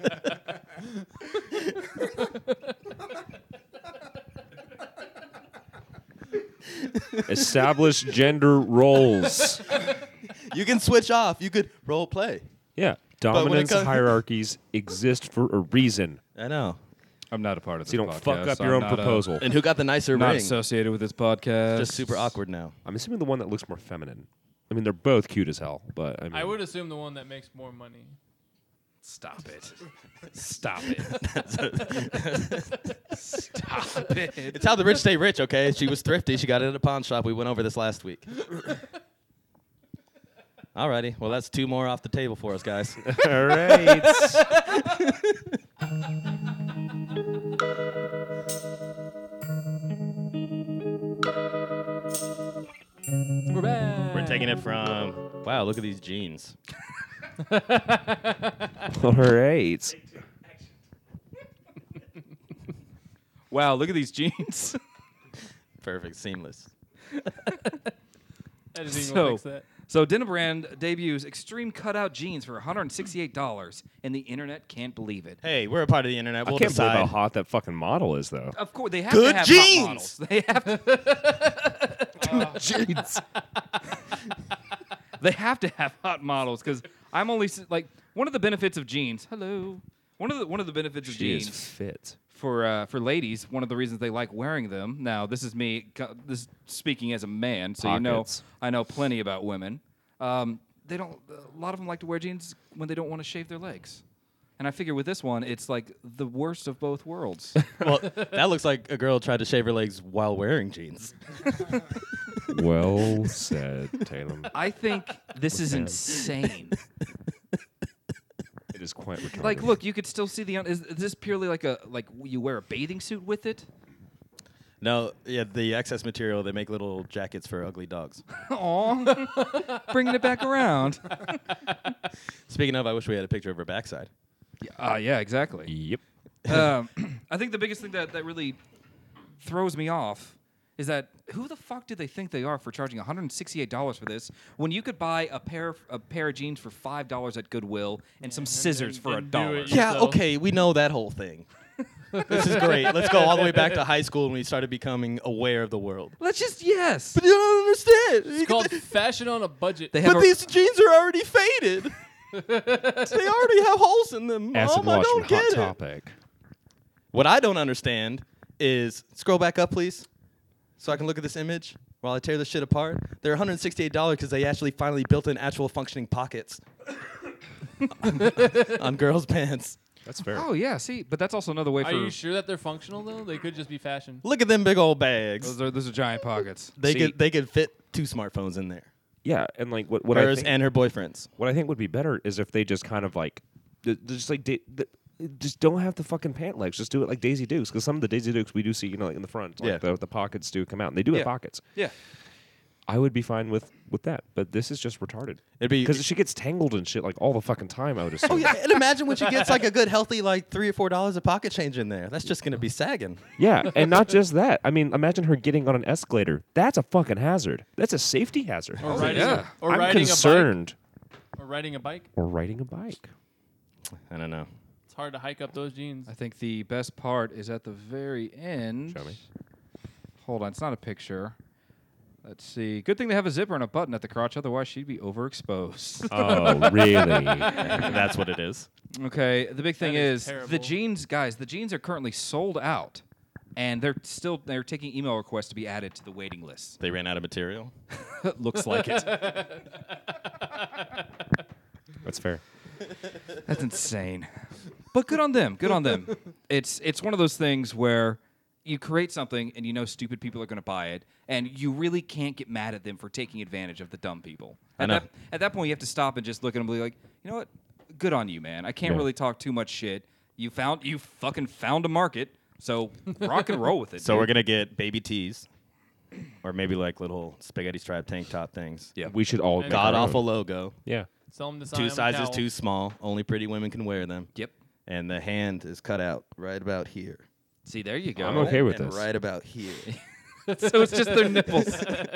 [SPEAKER 4] Establish gender roles.
[SPEAKER 1] you can switch off. You could role play.
[SPEAKER 4] Yeah.
[SPEAKER 1] when it
[SPEAKER 4] Dominance
[SPEAKER 1] comes-
[SPEAKER 4] hierarchies exist for a reason.
[SPEAKER 1] I know.
[SPEAKER 3] I'm not a part of this
[SPEAKER 4] So you don't fuck up your own proposal.
[SPEAKER 1] And who got the nicer
[SPEAKER 3] not
[SPEAKER 1] ring?
[SPEAKER 3] associated with this podcast.
[SPEAKER 1] Just super awkward (laughs) now.
[SPEAKER 4] I'm assuming the one that looks more feminine. I mean, they're both cute as hell, but I mean,
[SPEAKER 2] I would assume the one that makes more money.
[SPEAKER 3] Stop (laughs) it. Stop it. Stop it.
[SPEAKER 1] It's how the rich stay rich, okay? She was thrifty. She got it at a pawn shop. We went over this last
[SPEAKER 4] (laughs)
[SPEAKER 1] week. Alrighty. Well, that's two more off the table for us, guys.
[SPEAKER 4] (laughs) all right.
[SPEAKER 2] We're back.
[SPEAKER 1] We're taking it from. Wow, look at these jeans.
[SPEAKER 4] all right.
[SPEAKER 3] Wow, look at these jeans. (laughs)
[SPEAKER 1] Perfect, seamless.
[SPEAKER 2] Editing
[SPEAKER 3] So-
[SPEAKER 2] will fix that.
[SPEAKER 3] So Denim Brand debuts extreme cutout jeans for $168, and the internet can't believe it.
[SPEAKER 1] Hey, we're a part of the internet. We'll
[SPEAKER 4] I can't
[SPEAKER 1] decide.
[SPEAKER 4] believe how hot that fucking model is, (laughs) though.
[SPEAKER 3] Of course, they have
[SPEAKER 1] Good
[SPEAKER 3] to have
[SPEAKER 1] jeans!
[SPEAKER 3] Hot models. (laughs) They have to.
[SPEAKER 10] Jeans.
[SPEAKER 3] they have to have hot models because I'm only s- like one of the benefits of jeans. Hello. One of the one of the benefits of
[SPEAKER 4] She is
[SPEAKER 3] jeans
[SPEAKER 4] fit.
[SPEAKER 3] for uh, for ladies, one of the reasons they like wearing them. Now, this is me. co- This speaking as a man, so you know
[SPEAKER 4] Pockets.
[SPEAKER 3] I know plenty about women. Um, they don't. A lot of them like to wear jeans when they don't want to shave their legs. And I figure with this one, it's like the worst of both
[SPEAKER 4] (laughs)
[SPEAKER 3] worlds.
[SPEAKER 1] well, that looks like a girl tried to shave her legs while wearing jeans.
[SPEAKER 4] well said, Tatum.
[SPEAKER 3] I think this is
[SPEAKER 4] Damn.
[SPEAKER 3] insane.
[SPEAKER 4] (laughs) It is quite retarded.
[SPEAKER 3] like, look, you could still see the. Un- is, is this purely like a like you wear a bathing suit with it?
[SPEAKER 1] No, yeah, the excess material they make little jackets for ugly dogs.
[SPEAKER 3] Aw, (laughs) bringing it back
[SPEAKER 4] (laughs)
[SPEAKER 3] around.
[SPEAKER 1] Speaking of, I wish we had a picture of her backside.
[SPEAKER 3] Ah, yeah, exactly.
[SPEAKER 4] Yep.
[SPEAKER 3] um, (clears throat) I think the biggest thing that, that really throws me off is that who the fuck do they think they are for charging $168 for this when you could buy a pair of, a pair of jeans for $5 at Goodwill and some scissors
[SPEAKER 2] and-
[SPEAKER 3] for a
[SPEAKER 2] and do it
[SPEAKER 3] dollar?
[SPEAKER 2] yourself.
[SPEAKER 1] Yeah, okay, we know that whole thing. this is great. Let's go all the way back to high school when we started becoming aware of the world.
[SPEAKER 3] Let's just yes.
[SPEAKER 1] You don't understand. You
[SPEAKER 2] It's called fashion on a budget.
[SPEAKER 3] They have
[SPEAKER 1] but
[SPEAKER 3] a-
[SPEAKER 1] these jeans are already faded.
[SPEAKER 2] (laughs)
[SPEAKER 1] they already have holes in them.
[SPEAKER 4] Acid
[SPEAKER 1] Mom, I
[SPEAKER 4] wash
[SPEAKER 1] don't
[SPEAKER 4] from
[SPEAKER 1] get
[SPEAKER 4] Hot
[SPEAKER 1] it.
[SPEAKER 4] Topic.
[SPEAKER 1] What I don't understand is scroll back up, please, so I can look at this image while I tear this shit apart. They're $168 because they actually finally built in actual functioning
[SPEAKER 2] (laughs)
[SPEAKER 1] pockets on girls' pants.
[SPEAKER 4] That's fair.
[SPEAKER 3] Oh yeah, see, but that's also another way
[SPEAKER 2] Are
[SPEAKER 3] for
[SPEAKER 2] you sure that they're functional though? They could just be fashion.
[SPEAKER 1] Look at them big old bags.
[SPEAKER 3] those are those are giant pockets.
[SPEAKER 1] They
[SPEAKER 4] See-
[SPEAKER 1] could they could fit two smartphones in there.
[SPEAKER 4] Yeah, and like what what I
[SPEAKER 1] Hers
[SPEAKER 4] think,
[SPEAKER 1] and her boyfriend's.
[SPEAKER 4] what I think would be better is if they just kind of like th- th- just like da- th- just don't have the fucking pant legs. Just do it like Daisy Dukes because some of the Daisy Dukes we do see, you know, like in the front, like
[SPEAKER 1] Yeah.
[SPEAKER 4] the, the pockets do come out and they do
[SPEAKER 3] Yeah.
[SPEAKER 4] have pockets.
[SPEAKER 3] Yeah.
[SPEAKER 4] I would be fine with with that, but this is just retarded.
[SPEAKER 1] It'd be-
[SPEAKER 4] because she gets tangled and shit like all the fucking time. I would assume.
[SPEAKER 1] Oh yeah, and imagine when she gets like a good healthy like three or four dollars of pocket change in there. That's just gonna be sagging.
[SPEAKER 4] Yeah, and not just that. I mean, imagine her getting on an escalator. That's a fucking hazard. That's a safety hazard.
[SPEAKER 2] Or riding,
[SPEAKER 3] yeah.
[SPEAKER 2] a, or
[SPEAKER 4] I'm
[SPEAKER 2] riding
[SPEAKER 4] concerned.
[SPEAKER 2] a bike. Or riding a bike.
[SPEAKER 4] Or riding a bike.
[SPEAKER 1] I don't know.
[SPEAKER 2] It's hard to hike up those jeans.
[SPEAKER 3] I think the best part is at the very end.
[SPEAKER 4] Show me.
[SPEAKER 3] Hold on, it's not a picture. Let's see. Good thing they have a zipper and a button at the crotch, otherwise she'd be overexposed.
[SPEAKER 4] Oh, (laughs) really?
[SPEAKER 1] That's what it is.
[SPEAKER 3] Okay, the big thing
[SPEAKER 2] That is
[SPEAKER 3] is, the
[SPEAKER 2] terrible.
[SPEAKER 3] jeans, guys. The jeans are currently sold out, and they're still they're taking email requests to be added to the waiting list.
[SPEAKER 1] They ran out of material.
[SPEAKER 3] Looks
[SPEAKER 2] (laughs)
[SPEAKER 3] like it.
[SPEAKER 4] That's fair.
[SPEAKER 3] That's insane. But good on them. Good on them. It's it's one of those things where you create something and you know stupid people are going to buy it, and you really can't get mad at them for taking advantage of the dumb people. At,
[SPEAKER 1] know.
[SPEAKER 3] That, at that point, you have to stop and just look at them and be like, you know what? Good on you, man. I can't
[SPEAKER 4] Yeah.
[SPEAKER 3] really talk too much shit. You found you fucking found a market, so rock and roll with it.
[SPEAKER 1] So
[SPEAKER 3] dude.
[SPEAKER 1] we're gonna get baby tees, or maybe like little spaghetti stripe tank top things.
[SPEAKER 3] Yeah.
[SPEAKER 4] We should all make
[SPEAKER 1] God
[SPEAKER 4] our own.
[SPEAKER 1] awful logo.
[SPEAKER 4] Yeah.
[SPEAKER 2] Sell them to
[SPEAKER 1] Two
[SPEAKER 2] Simon
[SPEAKER 1] sizes
[SPEAKER 2] Cowell.
[SPEAKER 1] too small. Only pretty women can wear them.
[SPEAKER 3] Yep.
[SPEAKER 1] And the hand is cut out right about here.
[SPEAKER 3] See, there you go.
[SPEAKER 4] I'm okay with
[SPEAKER 1] and
[SPEAKER 4] this.
[SPEAKER 1] Right about (laughs) here.
[SPEAKER 3] (laughs) so it's just their nipples.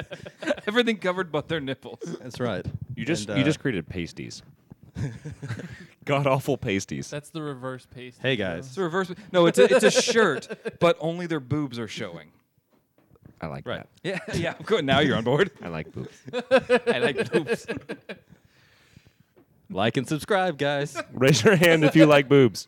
[SPEAKER 3] (laughs) Everything covered but their nipples.
[SPEAKER 1] That's right.
[SPEAKER 4] You just
[SPEAKER 1] And,
[SPEAKER 4] you
[SPEAKER 1] uh,
[SPEAKER 4] just created pasties. God awful pasties.
[SPEAKER 2] That's the reverse paste.
[SPEAKER 1] Hey guys.
[SPEAKER 3] It's a reverse. No, it's a, it's a shirt, but only their boobs are showing.
[SPEAKER 4] I like
[SPEAKER 1] Right.
[SPEAKER 4] that.
[SPEAKER 3] Yeah, (laughs) yeah. Good. Now you're on board.
[SPEAKER 4] I like boobs.
[SPEAKER 3] I like boobs.
[SPEAKER 1] Like and subscribe, guys.
[SPEAKER 4] Raise your hand if you
[SPEAKER 2] (laughs)
[SPEAKER 4] like boobs.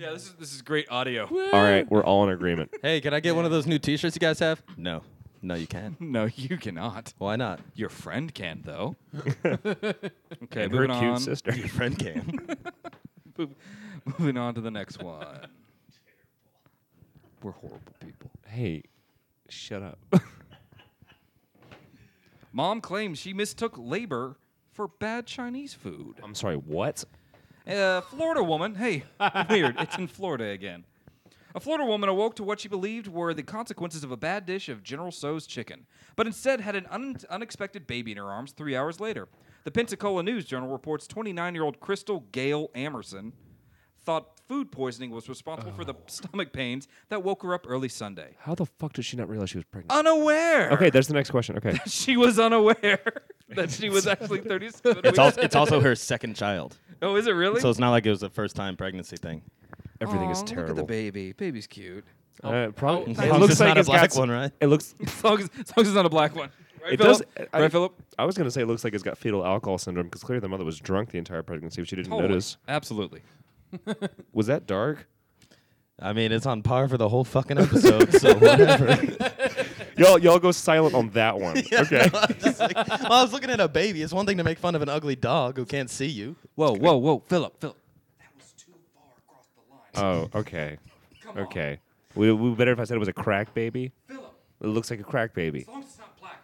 [SPEAKER 3] Yeah, this is this is great audio.
[SPEAKER 4] All right, we're all in agreement.
[SPEAKER 1] hey, can I get one of those new T-shirts you guys have? No. No, you can't.
[SPEAKER 3] (laughs) No, you cannot.
[SPEAKER 1] Why not?
[SPEAKER 3] Your friend can
[SPEAKER 4] (laughs)
[SPEAKER 3] though. okay,
[SPEAKER 4] and her
[SPEAKER 3] moving
[SPEAKER 4] cute
[SPEAKER 3] on.
[SPEAKER 2] (laughs)
[SPEAKER 4] sister.
[SPEAKER 1] Your (laughs) friend can.
[SPEAKER 3] Mov- Moving on to the next one. We're horrible people.
[SPEAKER 4] hey,
[SPEAKER 2] (laughs)
[SPEAKER 4] shut up.
[SPEAKER 3] Mom claims she mistook labor for bad Chinese food.
[SPEAKER 4] I'm sorry. What?
[SPEAKER 3] A Florida woman, hey, (laughs) weird, it's in Florida again. A Florida woman awoke to what she believed were the consequences of a bad dish of General So's chicken, but instead had an un- unexpected baby in her arms three hours later. The Pensacola News Journal reports 29 year old Crystal Gail Amerson thought food poisoning was responsible for the stomach pains that woke her up early Sunday.
[SPEAKER 4] How the fuck did she not realize she was pregnant?
[SPEAKER 3] Unaware.
[SPEAKER 4] Okay, there's the next question. Okay.
[SPEAKER 3] (laughs) She was unaware (laughs) that she was actually 37.
[SPEAKER 1] It's
[SPEAKER 3] weeks.
[SPEAKER 1] also, it's also her second child.
[SPEAKER 3] (laughs) Oh, is it really?
[SPEAKER 1] So it's not like it was a first time pregnancy thing.
[SPEAKER 4] Everything
[SPEAKER 3] Aw,
[SPEAKER 4] is
[SPEAKER 3] Look at the
[SPEAKER 4] terrible.
[SPEAKER 3] baby. Baby's cute.
[SPEAKER 4] Uh, prob-
[SPEAKER 3] oh,
[SPEAKER 1] long as it's not a
[SPEAKER 4] it's got
[SPEAKER 1] black
[SPEAKER 4] s-
[SPEAKER 1] one, right?
[SPEAKER 4] It looks.
[SPEAKER 3] (laughs) As long as, as long as it's not a black one. Right,
[SPEAKER 4] it does.
[SPEAKER 3] Philip?
[SPEAKER 4] I,
[SPEAKER 3] right, Philip?
[SPEAKER 4] I was gonna say it looks like it's got fetal alcohol syndrome because clearly the mother was drunk the entire pregnancy, but she didn't
[SPEAKER 3] Totally.
[SPEAKER 4] notice.
[SPEAKER 3] Absolutely.
[SPEAKER 4] Was
[SPEAKER 3] (laughs)
[SPEAKER 4] that dark?
[SPEAKER 1] I mean, it's on par for the whole fucking episode, (laughs) so whatever.
[SPEAKER 4] y'all, y'all go silent on
[SPEAKER 3] (laughs)
[SPEAKER 4] that one. okay.
[SPEAKER 1] Just like- well, I was looking at a baby. It's one thing to make fun of an ugly dog who can't see you.
[SPEAKER 3] Whoa, whoa, whoa. Philip, Philip. That was too far across the line.
[SPEAKER 4] (laughs) Oh, okay. okay. We, we better if I said it was a crack baby.
[SPEAKER 3] Philip,
[SPEAKER 4] It looks like a crack
[SPEAKER 3] (laughs)
[SPEAKER 4] baby.
[SPEAKER 3] as long as it's not black,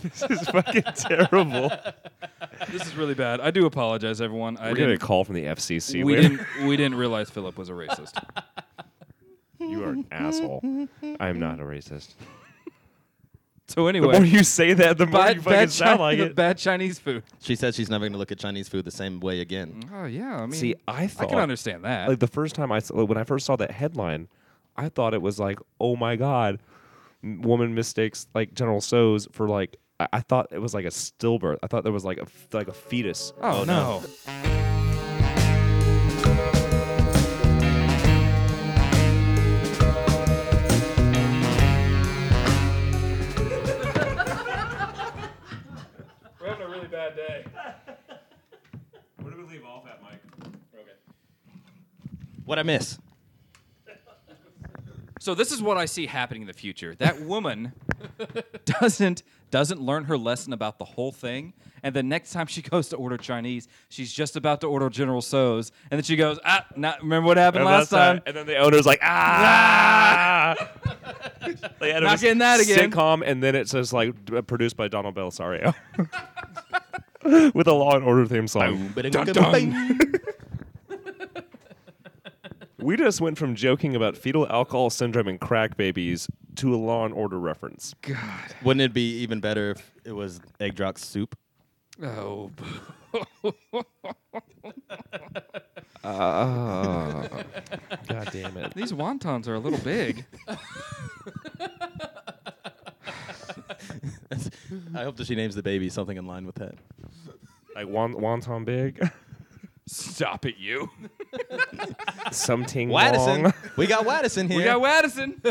[SPEAKER 3] okay?
[SPEAKER 4] this is fucking terrible.
[SPEAKER 3] This is really bad. I do apologize, everyone. I
[SPEAKER 4] We're getting a
[SPEAKER 3] didn't,
[SPEAKER 4] call from the
[SPEAKER 3] we
[SPEAKER 4] FCC. We're-
[SPEAKER 3] didn't we didn't realize Philip was a
[SPEAKER 4] (laughs)
[SPEAKER 3] racist.
[SPEAKER 4] You
[SPEAKER 3] (laughs)
[SPEAKER 4] are an asshole. I am not a racist.
[SPEAKER 3] So
[SPEAKER 4] The more
[SPEAKER 3] anyway,
[SPEAKER 4] you say that, the more
[SPEAKER 3] bad,
[SPEAKER 4] you fucking
[SPEAKER 3] bad,
[SPEAKER 4] sound
[SPEAKER 3] Chi-
[SPEAKER 4] like
[SPEAKER 3] the
[SPEAKER 4] it.
[SPEAKER 3] bad Chinese
[SPEAKER 4] (laughs)
[SPEAKER 3] food.
[SPEAKER 1] She says she's never going to look at Chinese food the same way again.
[SPEAKER 3] Oh yeah, I mean,
[SPEAKER 4] See, I
[SPEAKER 3] I
[SPEAKER 4] thought
[SPEAKER 3] can understand that.
[SPEAKER 4] like the first time I saw, like, when I first saw that headline, I thought it was like, oh my god, m- woman mistakes like General So's for like. I, I thought it was like a stillbirth. I thought there was like a f- like a fetus.
[SPEAKER 3] oh, no. We're having a really bad day.
[SPEAKER 11] Where do we leave off at, Mike? Okay.
[SPEAKER 1] What I miss?
[SPEAKER 3] So this is what I see happening in the future. That woman (laughs) doesn't doesn't learn her lesson about the whole thing, and the next time she goes to order Chinese, she's just about to order General So's, and then she goes, "Ah, not remember what happened
[SPEAKER 4] And
[SPEAKER 3] last
[SPEAKER 4] that's
[SPEAKER 3] time."
[SPEAKER 4] that- and then the owner's like, (laughs) ah. They had
[SPEAKER 3] Not
[SPEAKER 4] a s-
[SPEAKER 3] getting that again.
[SPEAKER 4] Sitcom, and then it says like d- produced by Donald Belisario (laughs) with a Law and Order theme song. We just went from joking about fetal alcohol syndrome and crack babies to a Law and Order reference.
[SPEAKER 1] (laughs) Wouldn't it be even better if it was egg drop (laughs) soup?
[SPEAKER 3] Oh.
[SPEAKER 4] God damn
[SPEAKER 3] (laughs)
[SPEAKER 4] it!
[SPEAKER 3] These wontons are a little (laughs) big.
[SPEAKER 1] I hope that she names the baby something in line with that.
[SPEAKER 4] (laughs) Like won- wonton big,
[SPEAKER 3] Stop it,
[SPEAKER 4] (laughs)
[SPEAKER 3] you.
[SPEAKER 4] something
[SPEAKER 1] Waddison.
[SPEAKER 4] long.
[SPEAKER 3] (laughs)
[SPEAKER 1] we got Waddison here.
[SPEAKER 3] We got (laughs) Waddison.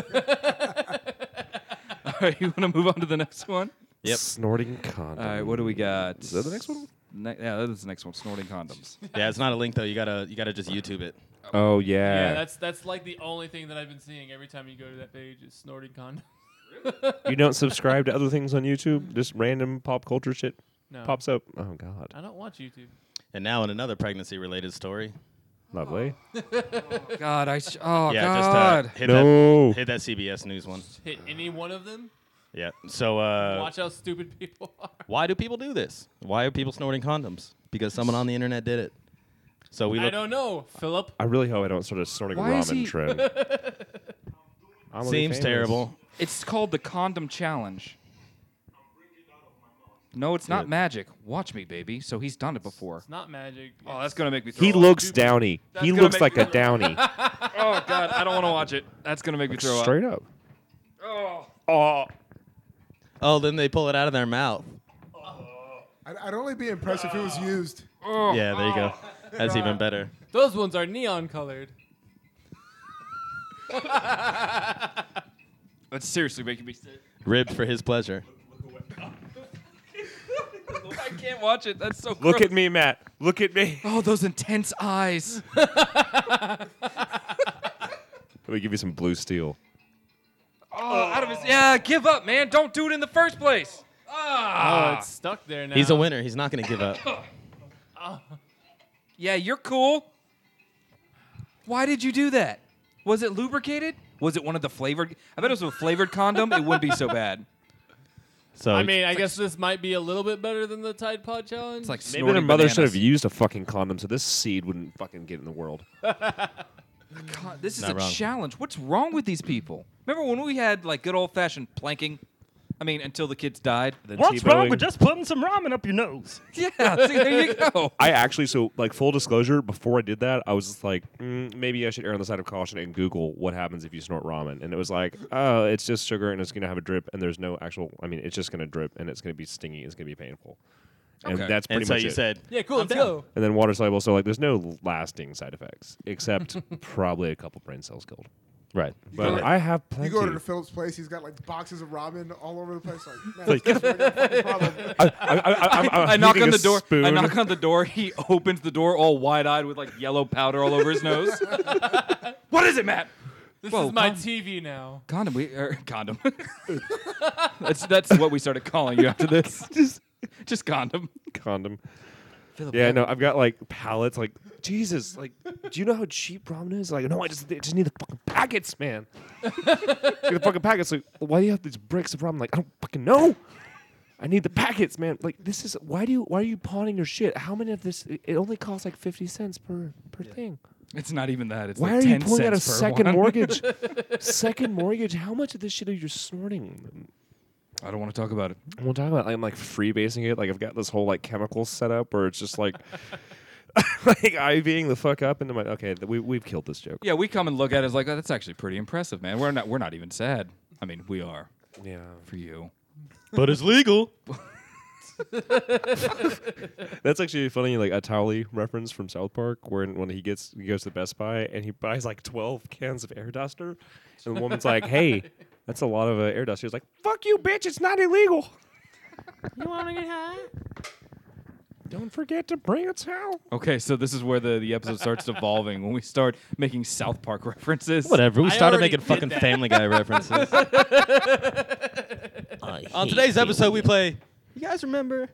[SPEAKER 3] All right, you want to move on to the next one?
[SPEAKER 1] Yep.
[SPEAKER 4] Snorting condoms.
[SPEAKER 3] All right, what do we got? Is
[SPEAKER 4] that the next one?
[SPEAKER 3] Ne- yeah, that is the next one. Snorting condoms.
[SPEAKER 1] yeah, it's not a link though. You gotta you gotta just YouTube it.
[SPEAKER 4] Oh
[SPEAKER 2] Yeah,
[SPEAKER 4] yeah.
[SPEAKER 2] that's that's like the only thing that I've been seeing every time you go to that page is snorting condoms. (laughs)
[SPEAKER 4] you don't subscribe to other things on YouTube? Just random pop culture shit
[SPEAKER 2] No,
[SPEAKER 4] pops up. Oh god,
[SPEAKER 2] I don't watch YouTube.
[SPEAKER 1] And now in another pregnancy related story.
[SPEAKER 4] lovely.
[SPEAKER 3] God, I. Sh- oh
[SPEAKER 1] yeah,
[SPEAKER 3] God.
[SPEAKER 1] just uh, hit
[SPEAKER 4] No.
[SPEAKER 1] that hit that CBS News one.
[SPEAKER 2] Hit any one of them.
[SPEAKER 1] Yeah. So uh,
[SPEAKER 2] watch how stupid (laughs) people are.
[SPEAKER 1] why do people do this? Why are people snorting condoms? Because someone on the internet did it. So we
[SPEAKER 2] I
[SPEAKER 1] look.
[SPEAKER 2] don't know, Philip.
[SPEAKER 4] I really hope I don't start a snorting
[SPEAKER 3] Why is
[SPEAKER 4] ramen
[SPEAKER 3] he- (laughs)
[SPEAKER 4] trend. I'm gonna be
[SPEAKER 1] Seems
[SPEAKER 4] famous.
[SPEAKER 1] terrible.
[SPEAKER 3] It's called the condom challenge. No, it's not magic. Watch me, baby. So he's done it before.
[SPEAKER 2] It's not magic.
[SPEAKER 3] Oh, that's gonna make me. Throw
[SPEAKER 4] He
[SPEAKER 3] up.
[SPEAKER 4] looks
[SPEAKER 3] Dude,
[SPEAKER 4] downy.
[SPEAKER 3] That's
[SPEAKER 4] He
[SPEAKER 3] gonna
[SPEAKER 4] looks
[SPEAKER 3] make
[SPEAKER 4] like
[SPEAKER 3] me
[SPEAKER 4] a
[SPEAKER 3] (laughs)
[SPEAKER 4] downy.
[SPEAKER 3] Oh God, I don't want to watch it. That's gonna make me throw up.
[SPEAKER 4] Straight up.
[SPEAKER 3] Oh.
[SPEAKER 4] Oh.
[SPEAKER 1] Oh, then they pull it out of their mouth.
[SPEAKER 7] I'd, I'd only be impressed if it was used.
[SPEAKER 1] Yeah, there you
[SPEAKER 3] (laughs)
[SPEAKER 1] go. That's even better.
[SPEAKER 2] Those ones are neon colored.
[SPEAKER 3] That's seriously making me sick.
[SPEAKER 1] Ribbed for his pleasure.
[SPEAKER 3] I can't watch it. That's so.
[SPEAKER 4] Look
[SPEAKER 3] gross.
[SPEAKER 4] at me, Matt. Look at me.
[SPEAKER 3] Oh, those intense eyes.
[SPEAKER 4] Let me give you some blue steel.
[SPEAKER 3] Oh, out of his. Yeah, give up, man. Don't do it in the first place. Ah.
[SPEAKER 2] Oh, it's stuck there now.
[SPEAKER 1] He's a winner. He's not going to give up.
[SPEAKER 3] Yeah, you're cool. Why did you do that? Was it lubricated? Was it one of the flavored? I bet it was a flavored condom. It wouldn't be so bad.
[SPEAKER 1] So
[SPEAKER 2] I mean, I guess this might be a little bit better than the Tide Pod challenge.
[SPEAKER 3] It's like
[SPEAKER 4] Maybe their mother should have used a fucking condom so this seed wouldn't fucking get in the world.
[SPEAKER 3] God, this is
[SPEAKER 1] Not
[SPEAKER 3] a
[SPEAKER 1] wrong.
[SPEAKER 3] challenge. What's wrong with these people? Remember when we had like good old fashioned planking? I I mean, until the kids died.
[SPEAKER 4] What's wrong with
[SPEAKER 3] just
[SPEAKER 4] putting some ramen up your nose?
[SPEAKER 3] Yeah, see, there you
[SPEAKER 4] (laughs)
[SPEAKER 3] go.
[SPEAKER 4] I actually, so like full disclosure, before I did that, I was just like, mm, maybe I should err on the side of caution and Google what happens if you snort ramen. And it was like, oh, it's just sugar and it's going to have a drip and there's no actual, I mean, it's just going to drip and it's going to be stingy. It's going to be painful. And
[SPEAKER 1] Okay.
[SPEAKER 4] that's
[SPEAKER 1] And
[SPEAKER 4] pretty
[SPEAKER 1] so
[SPEAKER 4] much
[SPEAKER 1] you
[SPEAKER 4] it.
[SPEAKER 1] said,
[SPEAKER 2] Yeah, cool, I'm let's down. go.
[SPEAKER 4] And then water soluble. So like there's no lasting side effects except probably a couple brain cells killed.
[SPEAKER 1] Right.
[SPEAKER 4] But I have
[SPEAKER 7] You
[SPEAKER 4] plenty.
[SPEAKER 7] go to the Phillips place, he's got like boxes of ramen all over the place. Like, man,
[SPEAKER 4] Like-
[SPEAKER 7] this guy's got a fucking problem.
[SPEAKER 4] I- I- I- I'm- I'm
[SPEAKER 3] I knock
[SPEAKER 4] heating
[SPEAKER 3] on
[SPEAKER 4] a
[SPEAKER 3] the door. I
[SPEAKER 4] spoon.
[SPEAKER 3] knock on the door. He (laughs) opens the door all wide-eyed with like yellow powder all over his
[SPEAKER 4] (laughs)
[SPEAKER 3] nose. what is it, Matt?
[SPEAKER 2] This
[SPEAKER 3] Whoa,
[SPEAKER 2] is my
[SPEAKER 3] con-
[SPEAKER 2] TV now.
[SPEAKER 3] Condom. We er, condom. (laughs) that's that's what we started calling you after this. (laughs) just, just condom.
[SPEAKER 4] condom.
[SPEAKER 3] Philip,
[SPEAKER 4] yeah,
[SPEAKER 3] that-
[SPEAKER 4] no, I've got like pallets. Like Jesus, like do you know how cheap ramen is? Like no, I just I just need the fucking packets, man. Get the fucking packets. Like why do you have these bricks of ramen? Like I don't fucking know. I need the packets, man. Like this is why do you why are you pawning your shit? How many of this? It it only costs like fifty cents per per thing.
[SPEAKER 3] It's not even that. It's
[SPEAKER 4] Why
[SPEAKER 3] like
[SPEAKER 4] are you
[SPEAKER 3] 10
[SPEAKER 4] pulling out a
[SPEAKER 3] cents per
[SPEAKER 4] second
[SPEAKER 3] one. (laughs)
[SPEAKER 4] mortgage? second mortgage? How much of this shit are you snorting?
[SPEAKER 3] I don't want to talk about it.
[SPEAKER 4] I won't talk about. It. I'm like freebasing it. Like I've got this whole like chemical setup where it's just like, (laughs) like IVing the fuck up into my. Okay, th- we we've killed this joke.
[SPEAKER 3] Yeah, we come and look at it as like, oh, that's actually pretty impressive, man. We're not we're not even sad. I mean, we are.
[SPEAKER 4] Yeah.
[SPEAKER 3] For you.
[SPEAKER 1] But it's legal.
[SPEAKER 4] That's actually funny. Like a Towley reference from South Park, where when he gets he goes to Best Buy and he buys like 12 cans of air duster, and the woman's like, "Hey, that's a lot of uh, air duster." He's like, "Fuck you, bitch! It's not illegal.
[SPEAKER 2] You want to get high?
[SPEAKER 4] Don't forget to bring a towel."
[SPEAKER 3] Okay, so this is where the, the episode
[SPEAKER 4] (laughs)
[SPEAKER 3] starts devolving when we start making South Park references.
[SPEAKER 1] Whatever. We
[SPEAKER 2] I
[SPEAKER 1] started
[SPEAKER 2] already
[SPEAKER 1] making
[SPEAKER 2] did
[SPEAKER 1] fucking
[SPEAKER 2] that.
[SPEAKER 1] Family Guy (laughs) references. On today's episode, we play. You guys remember?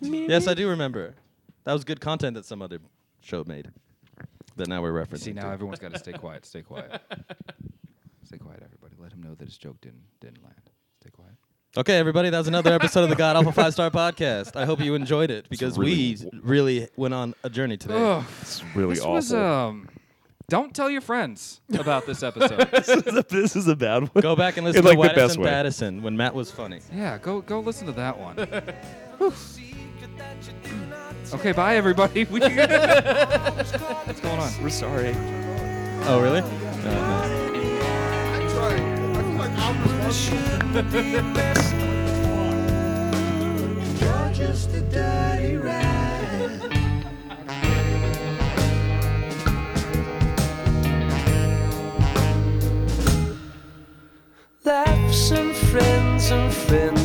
[SPEAKER 1] Yes, I do remember. That was good content that some other show made. That now we're referencing.
[SPEAKER 3] See
[SPEAKER 1] to.
[SPEAKER 3] now everyone's got to stay quiet. Stay quiet. stay quiet, everybody. Let him know that his joke didn't didn't land. Stay quiet.
[SPEAKER 1] Okay, everybody, that was another episode of the God Alpha Five Star Podcast. I hope you enjoyed it because
[SPEAKER 4] really
[SPEAKER 1] we really went on a journey today.
[SPEAKER 4] It's really
[SPEAKER 3] this
[SPEAKER 4] awful.
[SPEAKER 3] was um. Don't tell your friends about this
[SPEAKER 4] (laughs)
[SPEAKER 3] episode.
[SPEAKER 4] (laughs) this, is a, this is a bad one.
[SPEAKER 1] Go back and
[SPEAKER 4] In,
[SPEAKER 1] listen
[SPEAKER 4] like,
[SPEAKER 1] to Waddison
[SPEAKER 4] the best way.
[SPEAKER 1] Pattison when Matt was funny.
[SPEAKER 3] yeah, go go listen to that one. Whew. okay, bye everybody. (laughs) We- What's going on?
[SPEAKER 4] We're sorry.
[SPEAKER 1] Oh, really?
[SPEAKER 7] I'm trying. I feel like I'm responsible.
[SPEAKER 8] You're just a dirty rat. Laughs and friends and friends.